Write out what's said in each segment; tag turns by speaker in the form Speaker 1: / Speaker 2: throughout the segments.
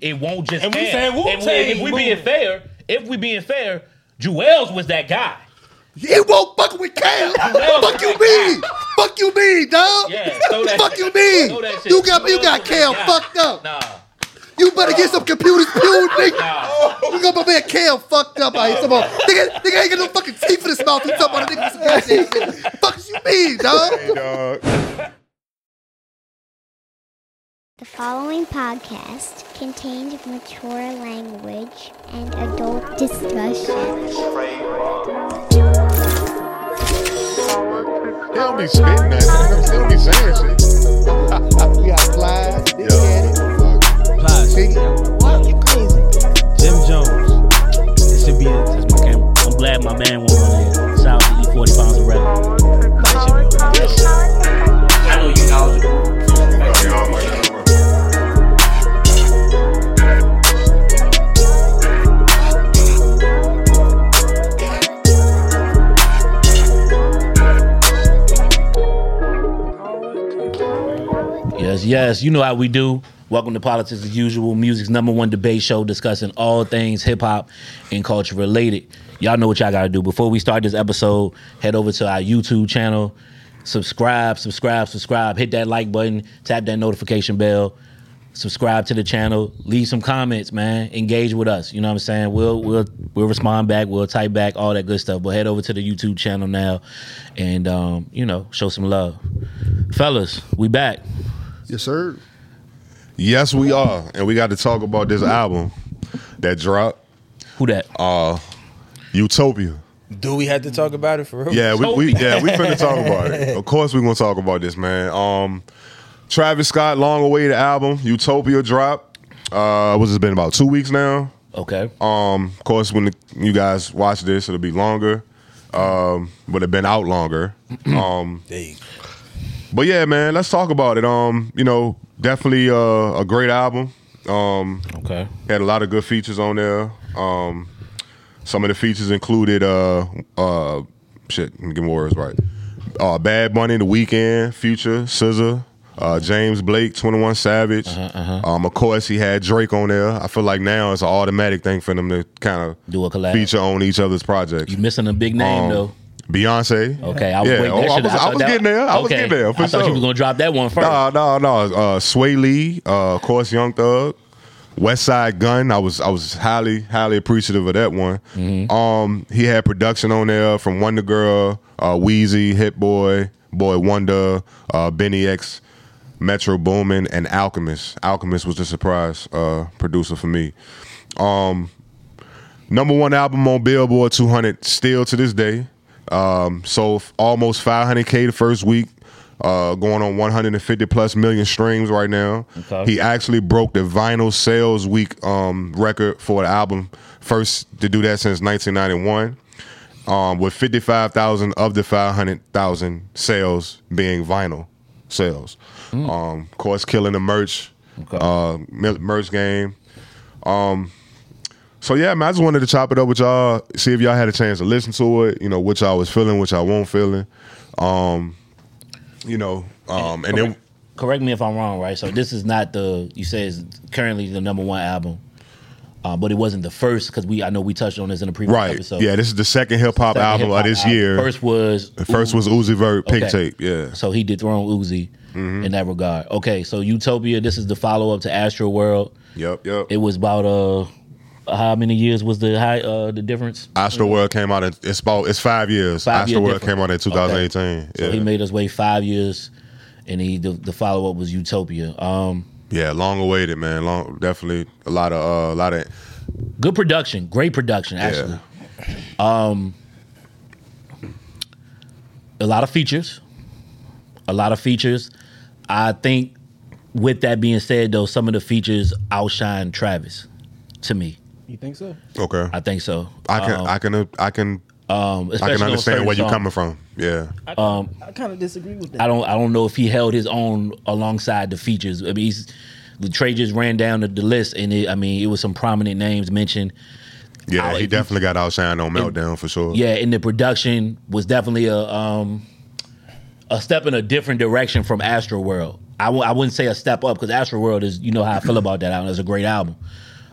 Speaker 1: it won't just.
Speaker 2: And we
Speaker 1: end.
Speaker 2: said
Speaker 1: if we,
Speaker 2: Wu-Tang,
Speaker 1: if we
Speaker 2: boom.
Speaker 1: being fair, if we being fair, Jewels was that guy.
Speaker 3: It won't fuck with Cam. fuck you mean? fuck you mean, dog?
Speaker 1: Yeah, throw that
Speaker 3: fuck
Speaker 1: shit.
Speaker 3: you mean?
Speaker 1: Throw that shit.
Speaker 3: You got you
Speaker 1: Jewels
Speaker 3: got
Speaker 1: was
Speaker 3: Cam
Speaker 1: that guy.
Speaker 3: fucked up.
Speaker 1: Nah,
Speaker 3: You better get some computers peeled, nigga. You got my man Cam fucked up out here. Come on. Nigga, nigga ain't got no fucking teeth in his mouth. You talking about a nigga with some goddamn shit. Fuck you mean, dog?
Speaker 4: dog.
Speaker 5: The following podcast contained mature language and adult discussion.
Speaker 4: They don't be spitting that. They don't be saying shit.
Speaker 3: We got flies. Nigga had it.
Speaker 6: Plies. Jim Jones. It should be a, that's my camera.
Speaker 7: I'm glad my man won't run in. Shout out to E 40 pounds of rap. I know you knowledgeable.
Speaker 1: Yes, yes. You know how we do. Welcome to Politics as Usual, music's number one debate show discussing all things hip hop and culture related. Y'all know what y'all gotta do. Before we start this episode, head over to our YouTube channel, subscribe, subscribe, subscribe, hit that like button, tap that notification bell, subscribe to the channel, leave some comments, man. Engage with us. You know what I'm saying? We'll we'll we'll respond back, we'll type back, all that good stuff. But head over to the YouTube channel now and um, you know, show some love. Fellas, we back.
Speaker 3: Yes, sir.
Speaker 4: Yes, we are, and we got to talk about this album that dropped,
Speaker 1: Who that?
Speaker 4: Um, Utopia.
Speaker 6: Do we have to talk about it for real?
Speaker 4: Yeah, we, we yeah we finna talk about it. Of course, we gonna talk about this, man. Um, Travis Scott, long awaited album, Utopia dropped. Uh, what's it been about two weeks now?
Speaker 1: Okay.
Speaker 4: Um, of course, when the, you guys watch this, it'll be longer. Um, but it been out longer. Um,
Speaker 6: They-
Speaker 4: but yeah, man, let's talk about it. Um, you know, definitely uh, a great album. Um,
Speaker 1: Okay.
Speaker 4: had a lot of good features on there. Um, some of the features included uh uh shit, let me get my words right. Uh, Bad Bunny, The Weekend, Future, SZA, uh, James Blake, Twenty One Savage. Um, of course, he had Drake on there. I feel like now it's an automatic thing for them to kind of
Speaker 1: Do a collab.
Speaker 4: feature on each other's projects.
Speaker 1: You missing a big name
Speaker 4: Um,
Speaker 1: though.
Speaker 4: Beyonce.
Speaker 1: Okay, I was
Speaker 4: yeah,
Speaker 1: waiting.
Speaker 4: oh,
Speaker 1: that
Speaker 4: I
Speaker 1: shit-
Speaker 4: was, I
Speaker 1: thought
Speaker 4: was
Speaker 1: that-
Speaker 4: getting there. I was
Speaker 1: okay.
Speaker 4: getting there. For
Speaker 1: I thought
Speaker 4: sure.
Speaker 1: you were gonna drop that one first.
Speaker 4: No, no, no. Uh, Sway Lee, uh, of course, Young Thug, West Side Gun. I was, I was highly, highly appreciative of that one.
Speaker 1: Mm-hmm.
Speaker 4: Um, he had production on there from Wonder Girl, uh, Wheezy, Hit Boy, Boy Wonder, uh, Benny X, Metro Boomin, and Alchemist. Alchemist was the surprise uh, producer for me. Um, number one album on Billboard 200 still to this day. Um, so f- almost 500k the first week, uh, going on 150 plus million streams right now.
Speaker 1: Okay.
Speaker 4: He actually broke the vinyl sales week um, record for the album, first to do that since 1991. Um, with 55,000 of the 500,000 sales being vinyl sales. Um, of course, killing the merch,
Speaker 1: Okay.
Speaker 4: uh, mer- merch game. Um, So yeah, man, I just wanted to chop it up with y'all, see if y'all had a chance to listen to it. You know what y'all was feeling, what y'all won't feeling. Um, you know, um, and then
Speaker 1: Correct me if I'm wrong, right? So this is not the you say is currently the number one album, uh, but it wasn't the first because we I know we touched on this in a previous
Speaker 4: right,
Speaker 1: episode.
Speaker 4: yeah, this is the second hip hop
Speaker 1: Second
Speaker 4: album
Speaker 1: hip-hop
Speaker 4: of this
Speaker 1: album.
Speaker 4: year.
Speaker 1: First was
Speaker 4: the first was Uzi Vert, Pig
Speaker 1: Okay.
Speaker 4: Tape, yeah.
Speaker 1: So he dethroned Uzi
Speaker 4: Mm-hmm.
Speaker 1: in that regard. Okay, so Utopia. This is the follow up to Astro World.
Speaker 4: Yep, yep.
Speaker 1: It was about uh how many years was the high uh the difference?
Speaker 4: Astro World came out in it's about it's five years.
Speaker 1: Five
Speaker 4: Astro
Speaker 1: year
Speaker 4: World
Speaker 1: difference.
Speaker 4: came out in 2018.
Speaker 1: So
Speaker 4: yeah.
Speaker 1: he made us wait five years, and he the, the follow up was Utopia. Um,
Speaker 4: yeah, long awaited, man. Long, definitely a lot of uh, a lot of
Speaker 1: good production, great production actually. Um, a lot of features, a lot of features. I think with that being said, though, some of the features outshine Travis to me.
Speaker 2: You think so?
Speaker 4: okay.
Speaker 1: I think so.
Speaker 4: I can I can I can
Speaker 1: Um,
Speaker 4: I
Speaker 1: especially on
Speaker 4: can understand
Speaker 1: certain
Speaker 4: where you're
Speaker 1: songs.
Speaker 4: coming from. Yeah,
Speaker 2: I kind of disagree with that.
Speaker 1: I don't I don't know if he held his own alongside the features. I mean, he's, the Trey just ran down the, the list, and it, I mean, it was some prominent names mentioned.
Speaker 4: yeah.
Speaker 1: I-
Speaker 4: he definitely got outshined on Meltdown for sure.
Speaker 1: Yeah, and the production was definitely a um a step in a different direction from Astro World. I w- I wouldn't say a step up because Astro World is you know how I feel about that album. It's a great album.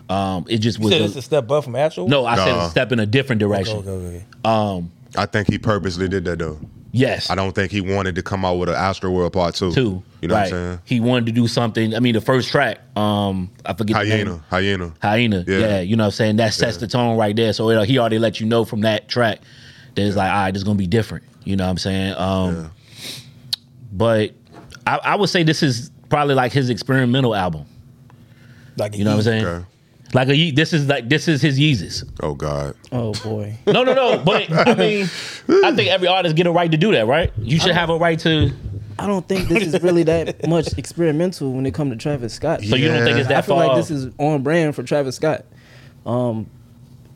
Speaker 1: Um, it just was
Speaker 6: said
Speaker 1: a-
Speaker 6: it's a step up from actual.
Speaker 1: no. I said
Speaker 4: Nah.
Speaker 1: a step in a different direction.
Speaker 6: Okay, okay, okay.
Speaker 1: Um,
Speaker 4: I think he purposely did that though.
Speaker 1: yes,
Speaker 4: I don't think he wanted to come out with an Astro World Part Two.
Speaker 1: Two.
Speaker 4: You know
Speaker 1: right.
Speaker 4: what I'm saying?
Speaker 1: He wanted to do something. I mean, the first track. Um, I forget the name.
Speaker 4: Hyena, hyena.
Speaker 1: hyena. Yeah.
Speaker 4: Yeah.
Speaker 1: you know what I'm saying? That sets the tone right there. So it, he already let you know from that track that it's like, all right, this is gonna be different. You know what I'm saying? Um but I, I would say this is probably like his experimental album.
Speaker 6: Like
Speaker 1: You know what I'm saying?
Speaker 4: Okay.
Speaker 1: Like a Ye- this is like this is his Yeezus.
Speaker 4: Oh God.
Speaker 2: Oh boy.
Speaker 1: No, no, no. But I mean, I think every artist get a right to do that, right? You should have a right to.
Speaker 2: I don't think this is really that much experimental when it comes to Travis Scott.
Speaker 1: So you don't think it's
Speaker 2: I
Speaker 1: that
Speaker 2: feel
Speaker 1: far?
Speaker 2: like
Speaker 1: off?
Speaker 2: this is on brand for Travis Scott. Um,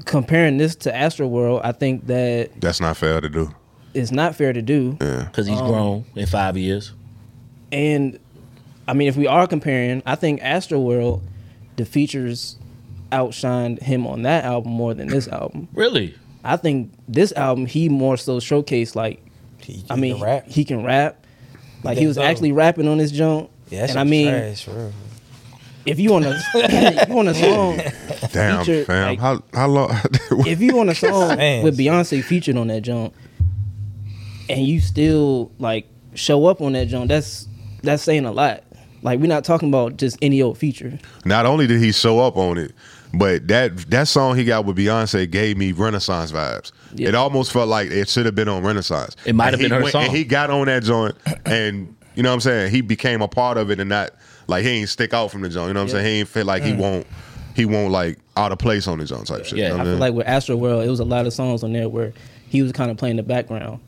Speaker 2: comparing this to Astroworld, I think that
Speaker 4: That's not fair to do.
Speaker 2: it's not fair to do.
Speaker 1: because
Speaker 2: um,
Speaker 1: he's grown in five years.
Speaker 2: And I mean, if we are comparing, I think Astroworld, the features outshined him on that album more than this album.
Speaker 1: Really?
Speaker 2: I think this album he more so showcased like
Speaker 6: He-
Speaker 2: I
Speaker 6: he
Speaker 2: mean
Speaker 6: can rap.
Speaker 2: he can rap. Like he
Speaker 6: Yeah,
Speaker 2: was
Speaker 6: so-
Speaker 2: actually rapping on this joint.
Speaker 6: yeah, that
Speaker 2: and I
Speaker 6: shit
Speaker 2: mean,
Speaker 6: trash, for real.
Speaker 2: if you on a if you on a song,
Speaker 4: Damn,
Speaker 2: Feature,
Speaker 4: fam.
Speaker 2: like-
Speaker 4: how how long?
Speaker 2: if you on a song
Speaker 6: Fans.
Speaker 2: with Beyonce featured on that joint, and you still like show up on that joint, that's that's saying a lot. Like we're not talking about just any old feature.
Speaker 4: not only did he show up on it, but that that song he got with Beyonce gave me Renaissance vibes.
Speaker 2: Yeah.
Speaker 4: It almost felt like it should have been on Renaissance.
Speaker 1: It might have
Speaker 4: And he
Speaker 1: been her
Speaker 4: went-
Speaker 1: song.
Speaker 4: And he got on that joint, and you know what I'm saying. He became a part of it, and not like he ain't stick out from the joint. You know what I'm saying. He ain't feel like he won't he won't like out of place on the joint type shit.
Speaker 1: Mm. Yeah,
Speaker 4: you know what
Speaker 2: I
Speaker 4: I'm
Speaker 2: feel
Speaker 4: saying?
Speaker 2: like with Astro World, it was a lot of songs on there where he was kind of playing the background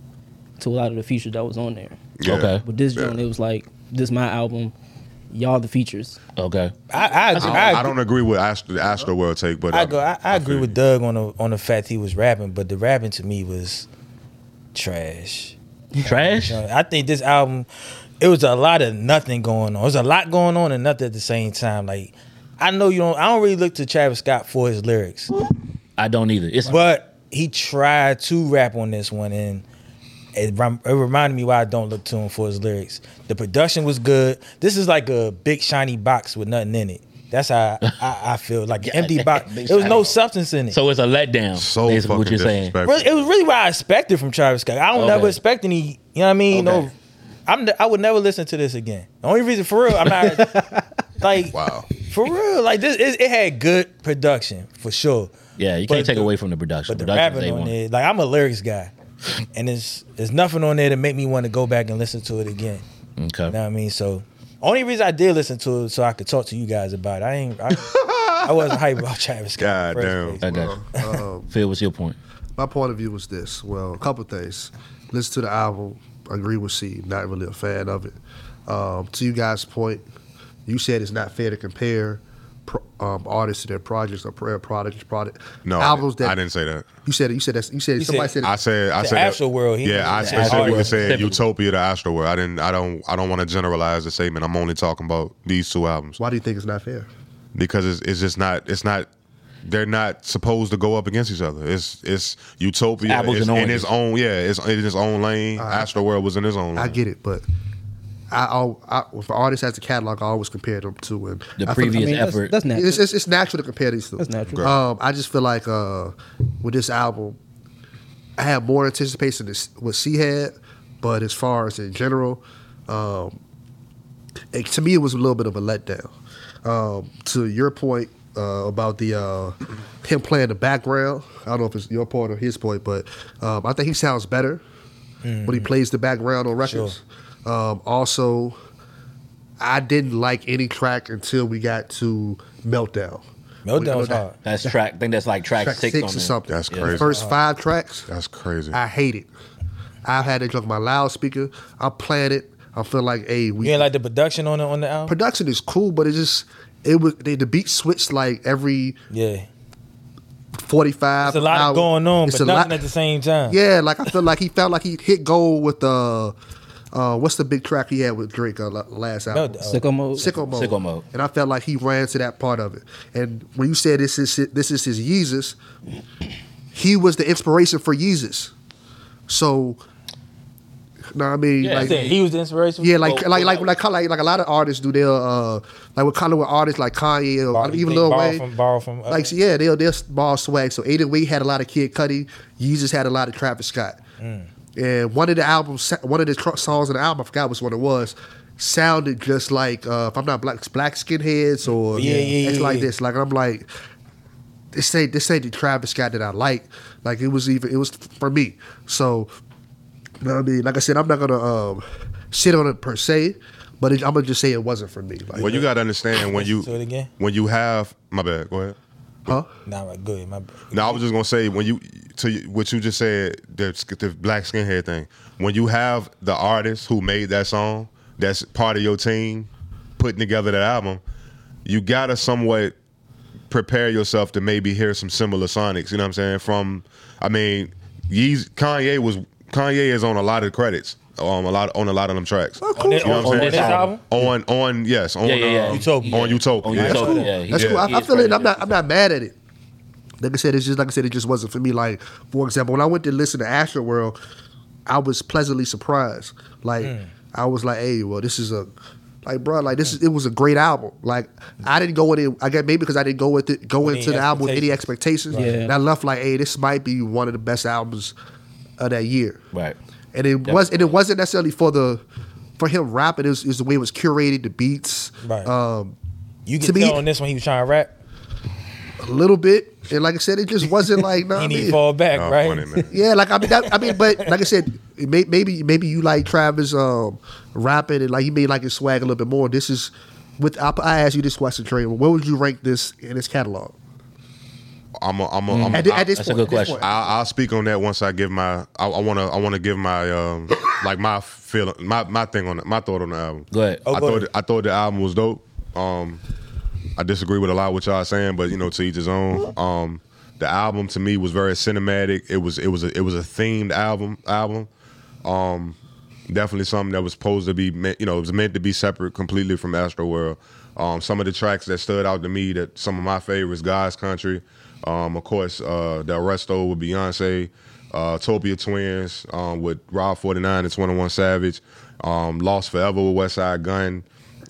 Speaker 2: to a lot of the features that was on there.
Speaker 4: Yeah.
Speaker 1: Okay.
Speaker 2: But this joint, it was like this my album, y'all the features.
Speaker 1: Okay.
Speaker 6: I I,
Speaker 4: I don't,
Speaker 6: I,
Speaker 4: I don't agree with Astro, the Astro World take, but
Speaker 6: I go. I, I
Speaker 4: feel
Speaker 6: agree
Speaker 4: you.
Speaker 6: with Doug on the on the fact he was rapping, but the rapping to me was trash.
Speaker 1: Trash.
Speaker 6: You know, I think this album, it was a lot of nothing going on. It was a lot going on and nothing at the same time. Like, I know you don't. I don't really look to Travis Scott for his lyrics,
Speaker 1: I don't either. It's
Speaker 6: but he tried to rap on this one, and it, rem- it reminded me why I don't look to him for his lyrics. The production was good. This is like a big shiny box with nothing in it. That's how I, I, I feel. Like an empty box.
Speaker 1: Big
Speaker 6: There was
Speaker 1: shiny
Speaker 6: no
Speaker 1: box.
Speaker 6: substance in it.
Speaker 1: so it's a letdown. So
Speaker 4: so
Speaker 1: basically,
Speaker 4: fucking
Speaker 1: what you're saying.
Speaker 4: disrespectful.
Speaker 6: Really- it was really what I expected from Travis Scott. I don't
Speaker 1: Okay.
Speaker 6: ever expect any. You know what I mean?
Speaker 1: Okay.
Speaker 6: No, I'm. I would never listen to this again. The only reason, for real, I'm not. like
Speaker 4: Wow.
Speaker 6: for real, like this. It, it had good production for sure.
Speaker 1: Yeah, you
Speaker 6: But
Speaker 1: can't take
Speaker 6: the-
Speaker 1: away from the production.
Speaker 6: But the
Speaker 1: Production's
Speaker 6: rapping
Speaker 1: they
Speaker 6: on
Speaker 1: want.
Speaker 6: it, like I'm a lyrics guy, and there's there's nothing on there to make me want to go back and listen to it again.
Speaker 1: Okay.
Speaker 6: You know what I mean? So only reason I did listen to it so I could talk to you guys about it. I ain't. I, I wasn't hype about Travis Scott. in the
Speaker 4: God
Speaker 6: first
Speaker 4: damn.
Speaker 6: place.
Speaker 1: I got you.
Speaker 3: Um,
Speaker 1: Phil, what's your point?
Speaker 3: my point of view was this. Well, a couple things. Listen to the album. Agree with C. Not really a fan of it. Um, to you guys' point, you said it's not fair to compare pro, um, artists to their projects or pro- products, product
Speaker 4: No,
Speaker 3: albums
Speaker 4: I, didn't,
Speaker 3: that
Speaker 4: I didn't say that.
Speaker 3: You said you said that's, you said
Speaker 6: He
Speaker 3: somebody
Speaker 6: said-
Speaker 3: said,
Speaker 4: I said I
Speaker 6: The
Speaker 4: said
Speaker 6: Astro World, he-
Speaker 4: Yeah, I
Speaker 6: The
Speaker 1: Astro
Speaker 4: specifically
Speaker 1: World.
Speaker 4: said
Speaker 1: Specifically.
Speaker 4: Utopia to Astro World. I didn't. I don't. I don't want to generalize the statement. I'm only talking about these two albums
Speaker 3: why do you think it's not fair?
Speaker 4: because it's, it's just not. It's not. They're not supposed to go up against each other. It's it's Utopia
Speaker 1: Apples
Speaker 4: it's
Speaker 1: and
Speaker 4: in
Speaker 1: oranges.
Speaker 4: its own. Yeah, it's in its own lane. Astro World was in its own. Lane.
Speaker 3: Uh, I get it, but I, al- I if an artist has a catalog, I always compare them to and
Speaker 1: The
Speaker 3: I feel-
Speaker 1: previous
Speaker 2: I mean, that's,
Speaker 1: effort.
Speaker 2: that's natural.
Speaker 3: It's, it's, it's natural to compare these two.
Speaker 2: That's natural.
Speaker 3: Um, I just feel like uh, with this album, I had more anticipation than what she had, but as far as in general, um, it, to me it was a little bit of a letdown. Um, to your point uh, about the uh, him playing the background, I don't know if it's your point or his point, but um, I think he sounds better when he
Speaker 6: Mm-hmm.
Speaker 3: plays the background on records. Um, also, I didn't like any track until we got to Meltdown.
Speaker 6: Meltdown was hard.
Speaker 1: That's track. I think that's like track,
Speaker 3: Track
Speaker 1: six,
Speaker 3: six,
Speaker 1: on
Speaker 3: or
Speaker 1: there.
Speaker 3: something.
Speaker 4: That's
Speaker 3: The
Speaker 4: crazy.
Speaker 3: First five tracks,
Speaker 4: That's crazy.
Speaker 3: I hate it. I had it on my loudspeaker. I'm playing it. I feel like, hey, we
Speaker 6: You ain't like the production on the on the album.
Speaker 3: production is cool, but it just it was they, the beat switched like every
Speaker 6: Yeah.
Speaker 3: forty five.
Speaker 6: It's a lot
Speaker 3: hour.
Speaker 6: going on,
Speaker 3: It's
Speaker 6: but
Speaker 3: a
Speaker 6: nothing
Speaker 3: lot-
Speaker 6: at the same time.
Speaker 3: Yeah, like I feel like he felt like he hit gold with the uh, what's the big track he had with Drake uh, la- last album?
Speaker 6: Meltdown.
Speaker 2: Sicko mode.
Speaker 3: Sicko mode.
Speaker 1: Sicko Mode.
Speaker 3: And I felt like he ran to that part of it. And when you said this is this is his Yeezus, he was the inspiration for Yeezus. So No, I mean,
Speaker 1: Yeah,
Speaker 3: like,
Speaker 1: that's
Speaker 6: He was the inspiration.
Speaker 3: yeah, like,
Speaker 1: Well,
Speaker 3: like, like,
Speaker 1: well,
Speaker 3: like, like, like a lot of artists do. They'll, uh, like, with Hollywood artists like Kanye or
Speaker 6: Borrow-
Speaker 3: even
Speaker 6: they
Speaker 3: Lil
Speaker 6: borrow
Speaker 3: Wayne,
Speaker 6: from- borrow from uh,
Speaker 3: like,
Speaker 6: others.
Speaker 3: yeah, they'll they'll ball swag. So Aiden Wade had a lot of Kid Cudi. Yeezus had a lot of Travis Scott.
Speaker 6: Mm.
Speaker 3: And one of the albums, one of the tr- songs in the album, I forgot which one it was, sounded just like uh, if I'm not black, black skinheads or
Speaker 6: Yeah, yeah,
Speaker 3: it's
Speaker 6: yeah,
Speaker 3: like
Speaker 6: yeah.
Speaker 3: this. Like I'm like, this ain't this ain't the Travis Scott that I like. Like it was even it was for me. So you know what I mean? Like I said, I'm not gonna um, shit on it per se, but it, I'm gonna just say it wasn't for me. Like,
Speaker 4: Well, you gotta understand when you
Speaker 6: Do it again?
Speaker 4: when you have my bad. Go ahead.
Speaker 3: huh?
Speaker 6: Nah, like, good. My bad.
Speaker 4: No, I was just gonna say when you to you- what you just said the sk- the black skinhead thing. When you have the artist who made that song, that's part of your team putting together that album. You gotta somewhat prepare yourself to maybe hear some similar sonics. You know what I'm saying? From I mean, Yeez, Kanye was Kanye is on a lot of credits. Um, a lot on a lot of them tracks.
Speaker 6: On this,
Speaker 4: You know what I'm
Speaker 6: on
Speaker 4: saying?
Speaker 6: this album?
Speaker 4: On on yes on
Speaker 1: Yeah, yeah, yeah.
Speaker 4: uh,
Speaker 6: Utopia.
Speaker 4: on Utopia.
Speaker 1: On
Speaker 4: yeah.
Speaker 1: Utopia.
Speaker 3: cool.
Speaker 1: Yeah, he-
Speaker 3: that's
Speaker 4: yeah.
Speaker 3: cool. I,
Speaker 1: he
Speaker 3: I
Speaker 1: is
Speaker 3: feel it. I'm
Speaker 1: credited.
Speaker 3: not. I'm not mad at it. Like I said, it's just like I said, it just wasn't for me. Like for example, when I went to listen to Astro World, I was pleasantly surprised. Like
Speaker 6: Hmm.
Speaker 3: I was like, hey, well, this is a like bro, like this is it was a great album. Like I didn't go in. I got maybe because I didn't go with it go
Speaker 6: With
Speaker 3: into
Speaker 6: any
Speaker 3: the album with any expectations.
Speaker 6: expectations.
Speaker 2: Yeah.
Speaker 3: And I left like, hey, this might be one of the best albums of that year
Speaker 1: Right.
Speaker 3: and it was and it wasn't necessarily for the for him rapping. It was, it was the way it was curated, the beats,
Speaker 6: Right.
Speaker 3: um,
Speaker 6: You
Speaker 3: To
Speaker 6: can
Speaker 3: me-
Speaker 6: tell on this one he was trying to rap.
Speaker 3: a little bit. And like I said, it just wasn't like nah,
Speaker 6: He
Speaker 3: I
Speaker 6: need to
Speaker 3: mean,
Speaker 6: fall back,
Speaker 4: Nah,
Speaker 6: right?
Speaker 4: Oh, funny, man.
Speaker 3: yeah, like I mean, that, I mean, but like I said, it may, maybe maybe you like Travis um, rapping and like you may like his swag a little bit more. This is with I, I asked you this question, Trey. Where would you rank this in its catalog
Speaker 4: I'm a, I'm a, I'm a,
Speaker 3: at, thi- at this
Speaker 1: That's a
Speaker 3: point?
Speaker 1: good
Speaker 3: at this
Speaker 1: question.
Speaker 3: point?
Speaker 4: I, I'll speak on that once I give my. I want to. I want to give my um, like my feeling, my my thing on it, my thought on the album.
Speaker 1: Go ahead.
Speaker 6: Oh,
Speaker 4: I
Speaker 6: go
Speaker 4: thought
Speaker 6: ahead.
Speaker 4: I thought the album was dope. Um, I disagree with a lot of what y'all saying, but you know, to each his own. Um, the album to me was very cinematic. It was it was a, it was a themed album album. Um, definitely something that was supposed to be meant, you know, it was meant to be separate completely from Astro World. Um, some of the tracks that stood out to me that some of my favorites, God's Country, um, of course, uh, the Arresto with Beyonce, uh, Topia Twins um, with Rob 49 and 21 Savage, um, Lost Forever with West Side Gun,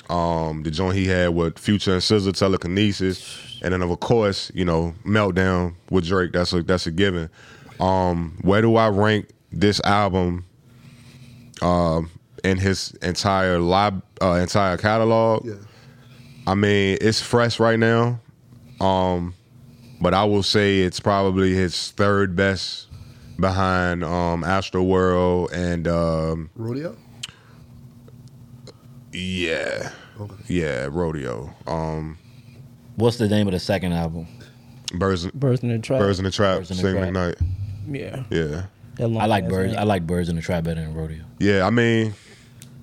Speaker 4: um, the joint he had with Future and Scissor, Telekinesis, and then of course, you know, Meltdown with Drake. That's a that's a given. Um, where do I rank this album um, in his entire lib uh, entire catalog?
Speaker 3: Yeah.
Speaker 4: I mean, it's fresh right now. Um, but I will say it's probably his third best behind um Astro World and um
Speaker 3: Rodeo.
Speaker 4: yeah. Yeah, Rodeo. Um
Speaker 1: What's the name of the second album?
Speaker 4: Birds
Speaker 2: Birds in the trap.
Speaker 4: Birds in the Trap,
Speaker 1: Birds in the
Speaker 4: Sing
Speaker 1: Trap.
Speaker 4: McKnight.
Speaker 2: yeah.
Speaker 4: Yeah.
Speaker 2: That long
Speaker 1: I like
Speaker 2: ass
Speaker 1: birds.
Speaker 2: name.
Speaker 1: I like birds in the trap better than rodeo.
Speaker 4: Yeah, I mean,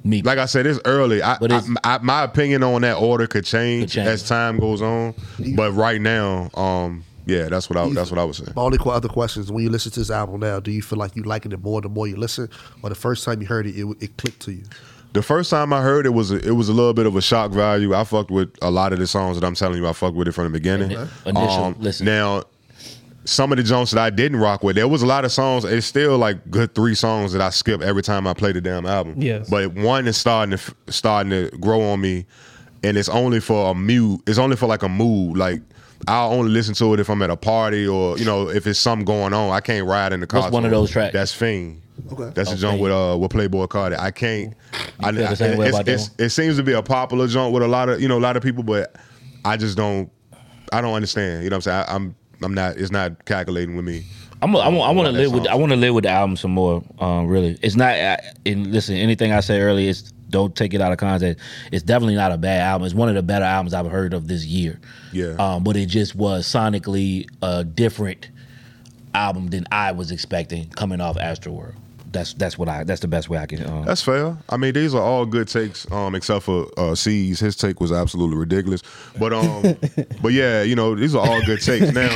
Speaker 1: Me.
Speaker 4: like I said, it's early. I,
Speaker 1: But it's-
Speaker 4: I, I, my opinion on that order could change,
Speaker 1: Could change.
Speaker 4: as time goes on. But right now, um, yeah, that's what I that's what I would say.
Speaker 3: My only qu- other question is when you listen to this album now, do you feel like you liking it more the more you listen, or the first time you heard it, it, it clicked to you?
Speaker 4: The first time I heard it was it was a little bit of a shock value. I fucked with a lot of the songs that I'm telling you. I fucked with it from the beginning. Um,
Speaker 1: Ini- initial listen.
Speaker 4: Now, some of the joints that I didn't rock with, there was a lot of songs. It's still like good three songs that I skip every time I play the damn album.
Speaker 2: Yes.
Speaker 4: But one is starting to f- starting to grow on me, and it's only for a mute. It's only for like a mood. Like I'll only listen to it if I'm at a party or you know if it's something going on. I can't ride in the car.
Speaker 1: What's one of
Speaker 4: to it.
Speaker 1: those tracks?
Speaker 4: That's Fiend.
Speaker 3: Okay.
Speaker 4: That's the
Speaker 1: Oh,
Speaker 4: joint
Speaker 1: Fiend.
Speaker 4: with uh with Playboy Cardi. I can't. I,
Speaker 1: feel the same way
Speaker 4: it's-
Speaker 1: about that
Speaker 4: it's-
Speaker 1: one?
Speaker 4: it seems to be a popular joint with a lot of you know a lot of people, but I just don't. I don't understand. You know what I'm saying? I, I'm I'm not. It's not calculating with me.
Speaker 1: I'm a, I want, I want to
Speaker 4: Like that
Speaker 1: live with
Speaker 4: song.
Speaker 1: I want to live with the album some more. Um, really, it's not. I, and listen, anything I say earlier is don't take it out of context. It's definitely not a bad album. It's one of the better albums I've heard of this year.
Speaker 4: Yeah.
Speaker 1: Um, but it just was sonically a different album than I was expecting coming off Astroworld. That's that's what I. That's the best way I can. Um,
Speaker 4: That's fair. I mean, these are all good takes, um, except for uh, C's. His take was absolutely ridiculous. But um, but yeah, you know, these are all good takes. Now,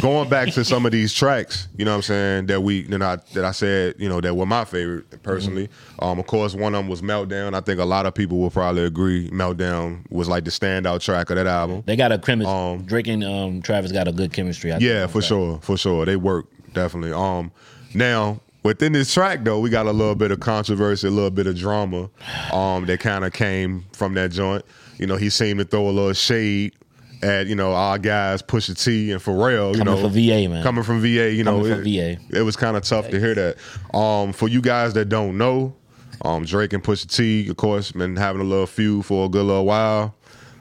Speaker 4: going back to some of these tracks, you know what I'm saying, that we that I that I said, you know, that were my favorite personally. Um, of course, one of them was Meltdown. I think a lot of people will probably agree Meltdown was like the standout track of that album.
Speaker 1: they got a chemistry.
Speaker 4: Um,
Speaker 1: Drake and um, Travis got a good chemistry. I think,
Speaker 4: Yeah,
Speaker 1: on
Speaker 4: for
Speaker 1: that.
Speaker 4: sure, for sure. They work definitely. Um, now Within this track, though, we got a little bit of controversy, a little bit of drama um, that kind of came from that joint. You know, he seemed to throw a little shade at, you know, our guys, Pusha T and Pharrell. You
Speaker 1: Coming
Speaker 4: know,
Speaker 1: from VA, man.
Speaker 4: Coming from VA, you know.
Speaker 1: Coming from
Speaker 4: it,
Speaker 1: VA.
Speaker 4: It was kind of tough to hear that. Um, for you guys that don't know, um, Drake and Pusha T, of course, been having a little feud for a good little while.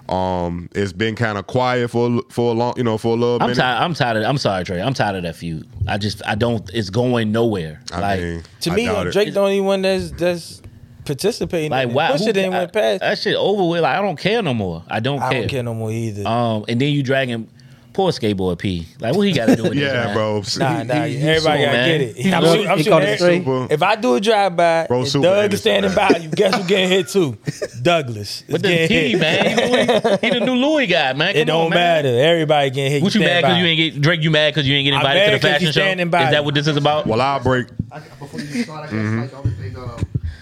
Speaker 4: Um, it's been kind of quiet for a- for a long, you know, for a little
Speaker 1: I'm
Speaker 4: minute.
Speaker 1: tired. I'm tired. Of, I'm sorry, Trey. I'm tired of that feud. I just I don't. It's going nowhere.
Speaker 4: I
Speaker 1: like
Speaker 4: mean,
Speaker 6: To
Speaker 4: I
Speaker 6: me,
Speaker 4: doubt it.
Speaker 6: Drake the only one that's that's participating.
Speaker 1: like
Speaker 6: in it.
Speaker 1: wow.
Speaker 6: Pusha
Speaker 1: who-
Speaker 6: didn't
Speaker 1: I-
Speaker 6: went past. I,
Speaker 1: That shit over with. Like I don't care no more. I don't care.
Speaker 6: don't care no more either.
Speaker 1: Um, and then you dragging poor skateboard P. Like what he got to do? With this,
Speaker 4: Yeah,
Speaker 1: man?
Speaker 4: bro.
Speaker 6: Nah, nah, everybody
Speaker 1: so
Speaker 6: gotta
Speaker 1: mad.
Speaker 6: get it.
Speaker 2: He
Speaker 6: I'm
Speaker 2: look-
Speaker 6: shooting, I'm
Speaker 2: he
Speaker 6: shooting
Speaker 2: caught
Speaker 6: every-
Speaker 2: it straight.
Speaker 6: If I do a drive by,
Speaker 4: Bro,
Speaker 6: if
Speaker 4: super
Speaker 6: Doug is
Speaker 4: innocent,
Speaker 6: standing
Speaker 4: man.
Speaker 6: by you, guess who getting hit too? Douglas.
Speaker 1: But
Speaker 6: It's
Speaker 1: the
Speaker 6: getting
Speaker 1: P
Speaker 6: hit.
Speaker 1: man, he, Louis, he the new Louis guy, man.
Speaker 6: It
Speaker 1: Come
Speaker 6: don't
Speaker 1: on, man.
Speaker 6: matter. Everybody getting hit.
Speaker 1: What you mad
Speaker 6: stand
Speaker 1: because
Speaker 6: by.
Speaker 1: you ain't get Drake? You mad because you ain't get
Speaker 6: I'm
Speaker 1: invited to
Speaker 6: mad
Speaker 1: the
Speaker 6: 'cause you
Speaker 1: fashion show?
Speaker 6: standing
Speaker 1: Is
Speaker 6: by
Speaker 1: that
Speaker 6: you.
Speaker 1: what this is about?
Speaker 4: Well, I'll break.
Speaker 3: I, before you start, I guess like the only thing, uh,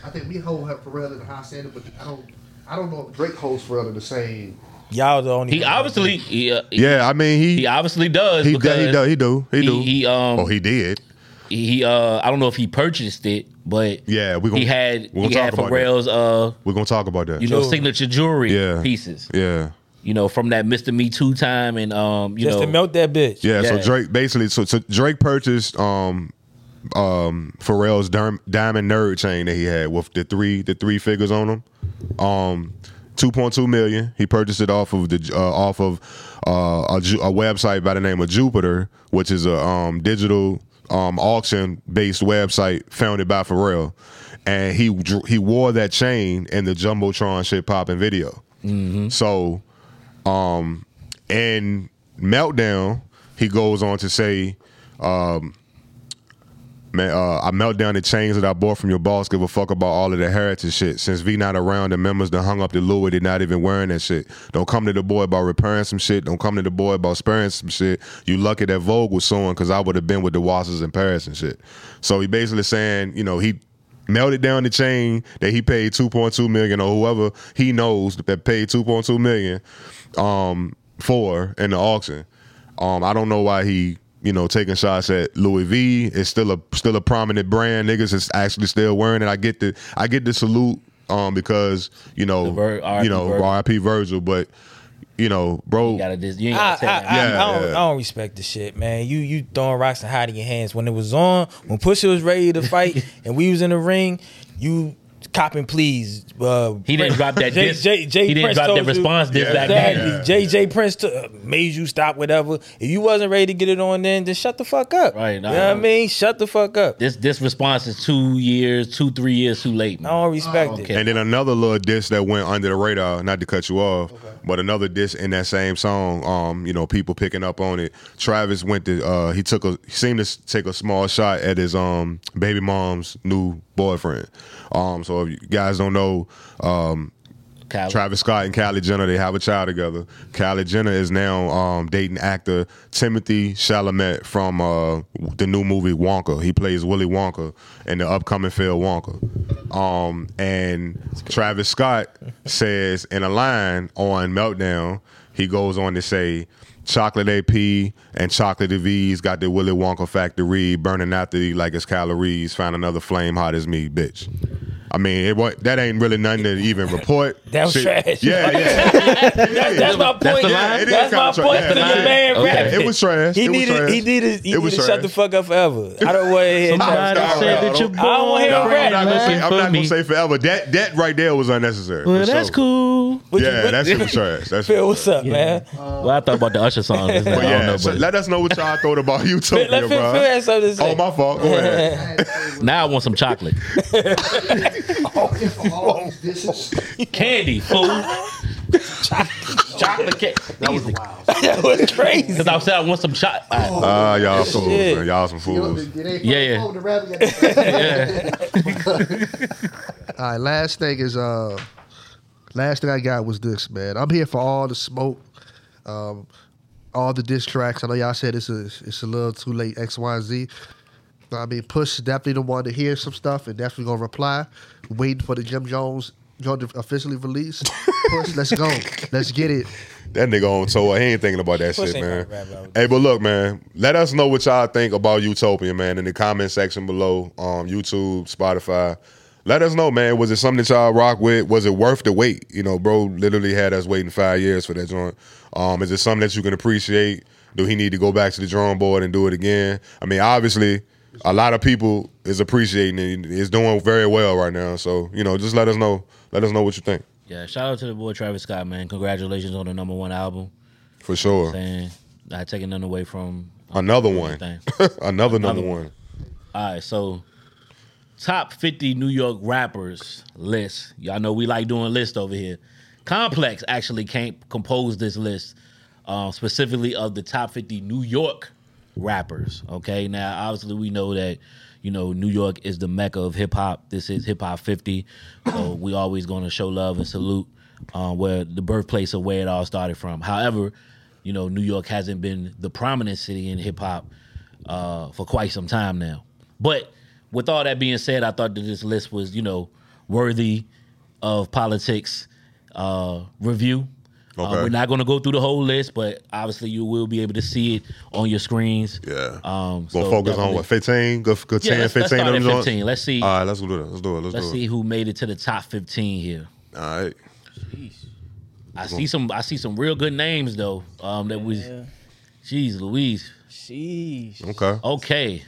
Speaker 3: I think we hold her Pharrell in a high standard, but I don't. I don't know if Drake holds Pharrell to the same.
Speaker 6: Y'all the only.
Speaker 1: he obviously, he, uh, he-
Speaker 4: Yeah, I mean, he
Speaker 1: he obviously does
Speaker 4: he,
Speaker 1: because
Speaker 4: does, he does he do he
Speaker 1: he-
Speaker 4: do
Speaker 1: he, um,
Speaker 4: oh he did.
Speaker 1: he uh I don't know if he purchased it, but
Speaker 4: Yeah, we gonna
Speaker 1: he had
Speaker 4: we gonna
Speaker 1: he
Speaker 4: talk
Speaker 1: had
Speaker 4: about
Speaker 1: Pharrell's uh
Speaker 4: that. We're gonna talk about that.
Speaker 1: you know
Speaker 6: Jewelry.
Speaker 1: signature jewelry
Speaker 4: Yeah.
Speaker 1: pieces.
Speaker 4: yeah.
Speaker 1: You know from that Mr. Me Too time and um you
Speaker 6: just
Speaker 1: know
Speaker 6: to melt that bitch.
Speaker 4: Yeah, so
Speaker 1: Yeah.
Speaker 4: Drake basically so, so Drake purchased um um Pharrell's Derm, diamond nerd chain that he had with the three the three figures on them. Um 2.2 million. He purchased it off of the uh, off of uh, a, ju- a website by the name of Jupiter, which is a um, digital um, auction based website founded by Pharrell. And he dr- he wore that chain in the Jumbotron shit popping video. So and meltdown he goes on to say um man uh, i melt down the chains that i bought from your boss give a fuck about all of the heritage shit since v not around the members that hung up the lure they're not even wearing that shit don't come to the boy about repairing some shit don't come to the boy about sparing some shit you lucky that vogue was suing because i would have been with the wassers in paris and shit so he basically saying you know he melted down the chain that he paid 2.2 million or whoever he knows that paid 2.2 million um for in the auction. Um I don't know why he you know taking shots at Louis V. It's still a still a prominent brand. Niggas is actually still wearing it. I get the I get the salute um because you know
Speaker 1: Vir- R.I.P.
Speaker 4: you know
Speaker 1: Virgil.
Speaker 4: R.I.P. Virgil, but you know bro.
Speaker 1: you gotta dis- you ain't
Speaker 6: I,
Speaker 1: gotta
Speaker 6: I,
Speaker 1: tell
Speaker 6: I,
Speaker 1: me.
Speaker 4: Yeah,
Speaker 6: I, don't,
Speaker 4: yeah.
Speaker 6: I don't respect the shit, man. You you throwing rocks and hiding your hands. When it was on, when Pusha was ready to fight, and we was in the ring, you copping please. Uh,
Speaker 1: He didn't drop that
Speaker 6: Jay-
Speaker 1: diss.
Speaker 6: Jay- Jay
Speaker 1: he didn't
Speaker 6: Prince
Speaker 1: drop that
Speaker 6: told you-
Speaker 1: response diss
Speaker 4: Yeah.
Speaker 1: back then.
Speaker 6: Exactly. JJ Prince to, made you stop whatever. If you wasn't ready to get it on, then just shut the fuck up.
Speaker 1: Right, nah.
Speaker 6: you know what I mean? Shut the fuck up.
Speaker 1: This this response is two years, two three years too late.
Speaker 6: I
Speaker 1: Man.
Speaker 6: don't respect
Speaker 1: okay.
Speaker 6: it.
Speaker 4: And then another little diss that went under the radar, not to cut you off, but another diss in that same song, um, you know, people picking up on it. Travis went to uh he took a he seemed to s- take a small shot at his um baby mom's new boyfriend. Um so if you guys don't know, um
Speaker 1: Kyle.
Speaker 4: Travis Scott and Kylie Jenner, they have a child together. Kylie Jenner is now um, dating actor Timothy Chalamet from uh, the new movie Wonka. He plays Willy Wonka in the upcoming film Wonka. Um, and Travis Scott says in a line on Meltdown, he goes on to say, Chocolate AP and Chocolate V's got the Willy Wonka factory burning out the like it's calories. Find another flame hot as me, bitch. I mean, it wa- that ain't really nothing to even report.
Speaker 6: That was
Speaker 4: Shit.
Speaker 6: trash.
Speaker 4: Yeah, yeah.
Speaker 6: That's my
Speaker 1: That's
Speaker 6: point. That's,
Speaker 1: the line?
Speaker 4: It is kinda
Speaker 6: my
Speaker 4: trash.
Speaker 6: point
Speaker 4: Yeah,
Speaker 6: to the
Speaker 4: it is.
Speaker 6: man
Speaker 1: Okay.
Speaker 6: rapping.
Speaker 4: It was trash.
Speaker 6: He
Speaker 4: It was
Speaker 6: needed,
Speaker 4: trash.
Speaker 6: he needed, he
Speaker 4: It was
Speaker 6: needed to shut
Speaker 4: trash.
Speaker 6: the fuck up forever. I don't want to hear
Speaker 1: Somebody
Speaker 6: Travis Scott
Speaker 1: said
Speaker 6: rap.
Speaker 1: that your
Speaker 6: I don't wanna hear
Speaker 1: boy
Speaker 6: him rap,
Speaker 4: I'm not, gonna
Speaker 6: man.
Speaker 4: say, I'm
Speaker 1: For
Speaker 4: not
Speaker 1: me.
Speaker 4: gonna say forever. That that right there was unnecessary.
Speaker 1: Well,
Speaker 4: for
Speaker 1: that's
Speaker 4: sure.
Speaker 1: cool.
Speaker 6: What you-
Speaker 4: Yeah,
Speaker 6: what-
Speaker 4: that shit was trash. That's
Speaker 6: Phil, what's up, man?
Speaker 1: well, I thought about the Usher song. just now.
Speaker 4: But
Speaker 1: I don't
Speaker 4: yeah,
Speaker 1: know,
Speaker 4: so
Speaker 1: but
Speaker 4: let us know what y'all thought about Utopia,
Speaker 6: Let Phil, Phil
Speaker 4: bro.
Speaker 6: has something to say.
Speaker 4: Oh, my fault. Go ahead.
Speaker 1: now I want some chocolate,
Speaker 3: For all these disses,
Speaker 1: candy, fool, chocolate cake.
Speaker 3: that was wild.
Speaker 6: that was crazy.
Speaker 1: Because I said I want some chocolate.
Speaker 4: Ah, y'all fools,
Speaker 6: Shit.
Speaker 4: man. Y'all some fools.
Speaker 1: Yeah, yeah.
Speaker 3: All right, last thing is uh, last thing I got was this man. I'm here for all the smoke, um, all the diss tracks. I know y'all said it's a it's a little too late X Y and Z. But I mean, Push is definitely the one to hear some stuff and definitely gonna reply. Waiting for the Jim Jones y'all de- officially released. Push, let's go. Let's get it.
Speaker 4: That nigga on tour, he ain't thinking about that
Speaker 6: Puss
Speaker 4: shit,
Speaker 6: ain't
Speaker 4: man.
Speaker 6: gonna rap about
Speaker 4: Hey, but look, man, let us know what y'all think about Utopia, man, in the comment section below, um, YouTube, Spotify. Let us know, man. Was it something that y'all rock with? Was it worth the wait? You know, bro, literally had us waiting five years for that joint. Um, is it something that you can appreciate? Do he need to go back to the drawing board and do it again? I mean, obviously, a lot of people is appreciating it. It's doing very well right now. So, you know, just let us know. Let us know what you think.
Speaker 1: Yeah, shout out to the boy Travis Scott, man. Congratulations on the number one album.
Speaker 4: For sure.
Speaker 1: And not taking nothing away from
Speaker 4: Another one.
Speaker 1: Thing.
Speaker 4: Another
Speaker 1: Another
Speaker 4: number
Speaker 1: one.
Speaker 4: one.
Speaker 1: All right, so top 50 New York rappers list. Y'all know we like doing lists over here. Complex actually came composed this list uh, specifically of the top 50 New York rappers. Okay, now obviously we know that you know New York is the mecca of hip hop. This is hip hop 50, so we always going to show love and salute uh, where the birthplace of where it all started from. However, you know New York hasn't been the prominent city in hip hop uh, for quite some time now. But with all that being said, I thought that this list was, you know, worthy of politics uh, review. Uh,
Speaker 4: Okay.
Speaker 1: we're not going to go through the whole list, but obviously you will be able to see it on your screens.
Speaker 4: Yeah.
Speaker 1: Um,
Speaker 4: Gonna
Speaker 1: so
Speaker 4: focus on
Speaker 1: definitely-
Speaker 4: what 15, good, good
Speaker 1: Yeah,
Speaker 4: 10,
Speaker 1: let's-
Speaker 4: 15.
Speaker 1: let's start
Speaker 4: them
Speaker 1: at
Speaker 4: joints?
Speaker 1: 15. Let's see.
Speaker 4: All right, let's do it. Let's do it. Let's,
Speaker 1: Let's
Speaker 4: do
Speaker 1: see who made it to the top 15 here.
Speaker 4: it. All right.
Speaker 1: I see some. I see some real good names though. Um, that was, jeez, Louise.
Speaker 2: Sheesh.
Speaker 4: Okay.
Speaker 1: Oh, Okay.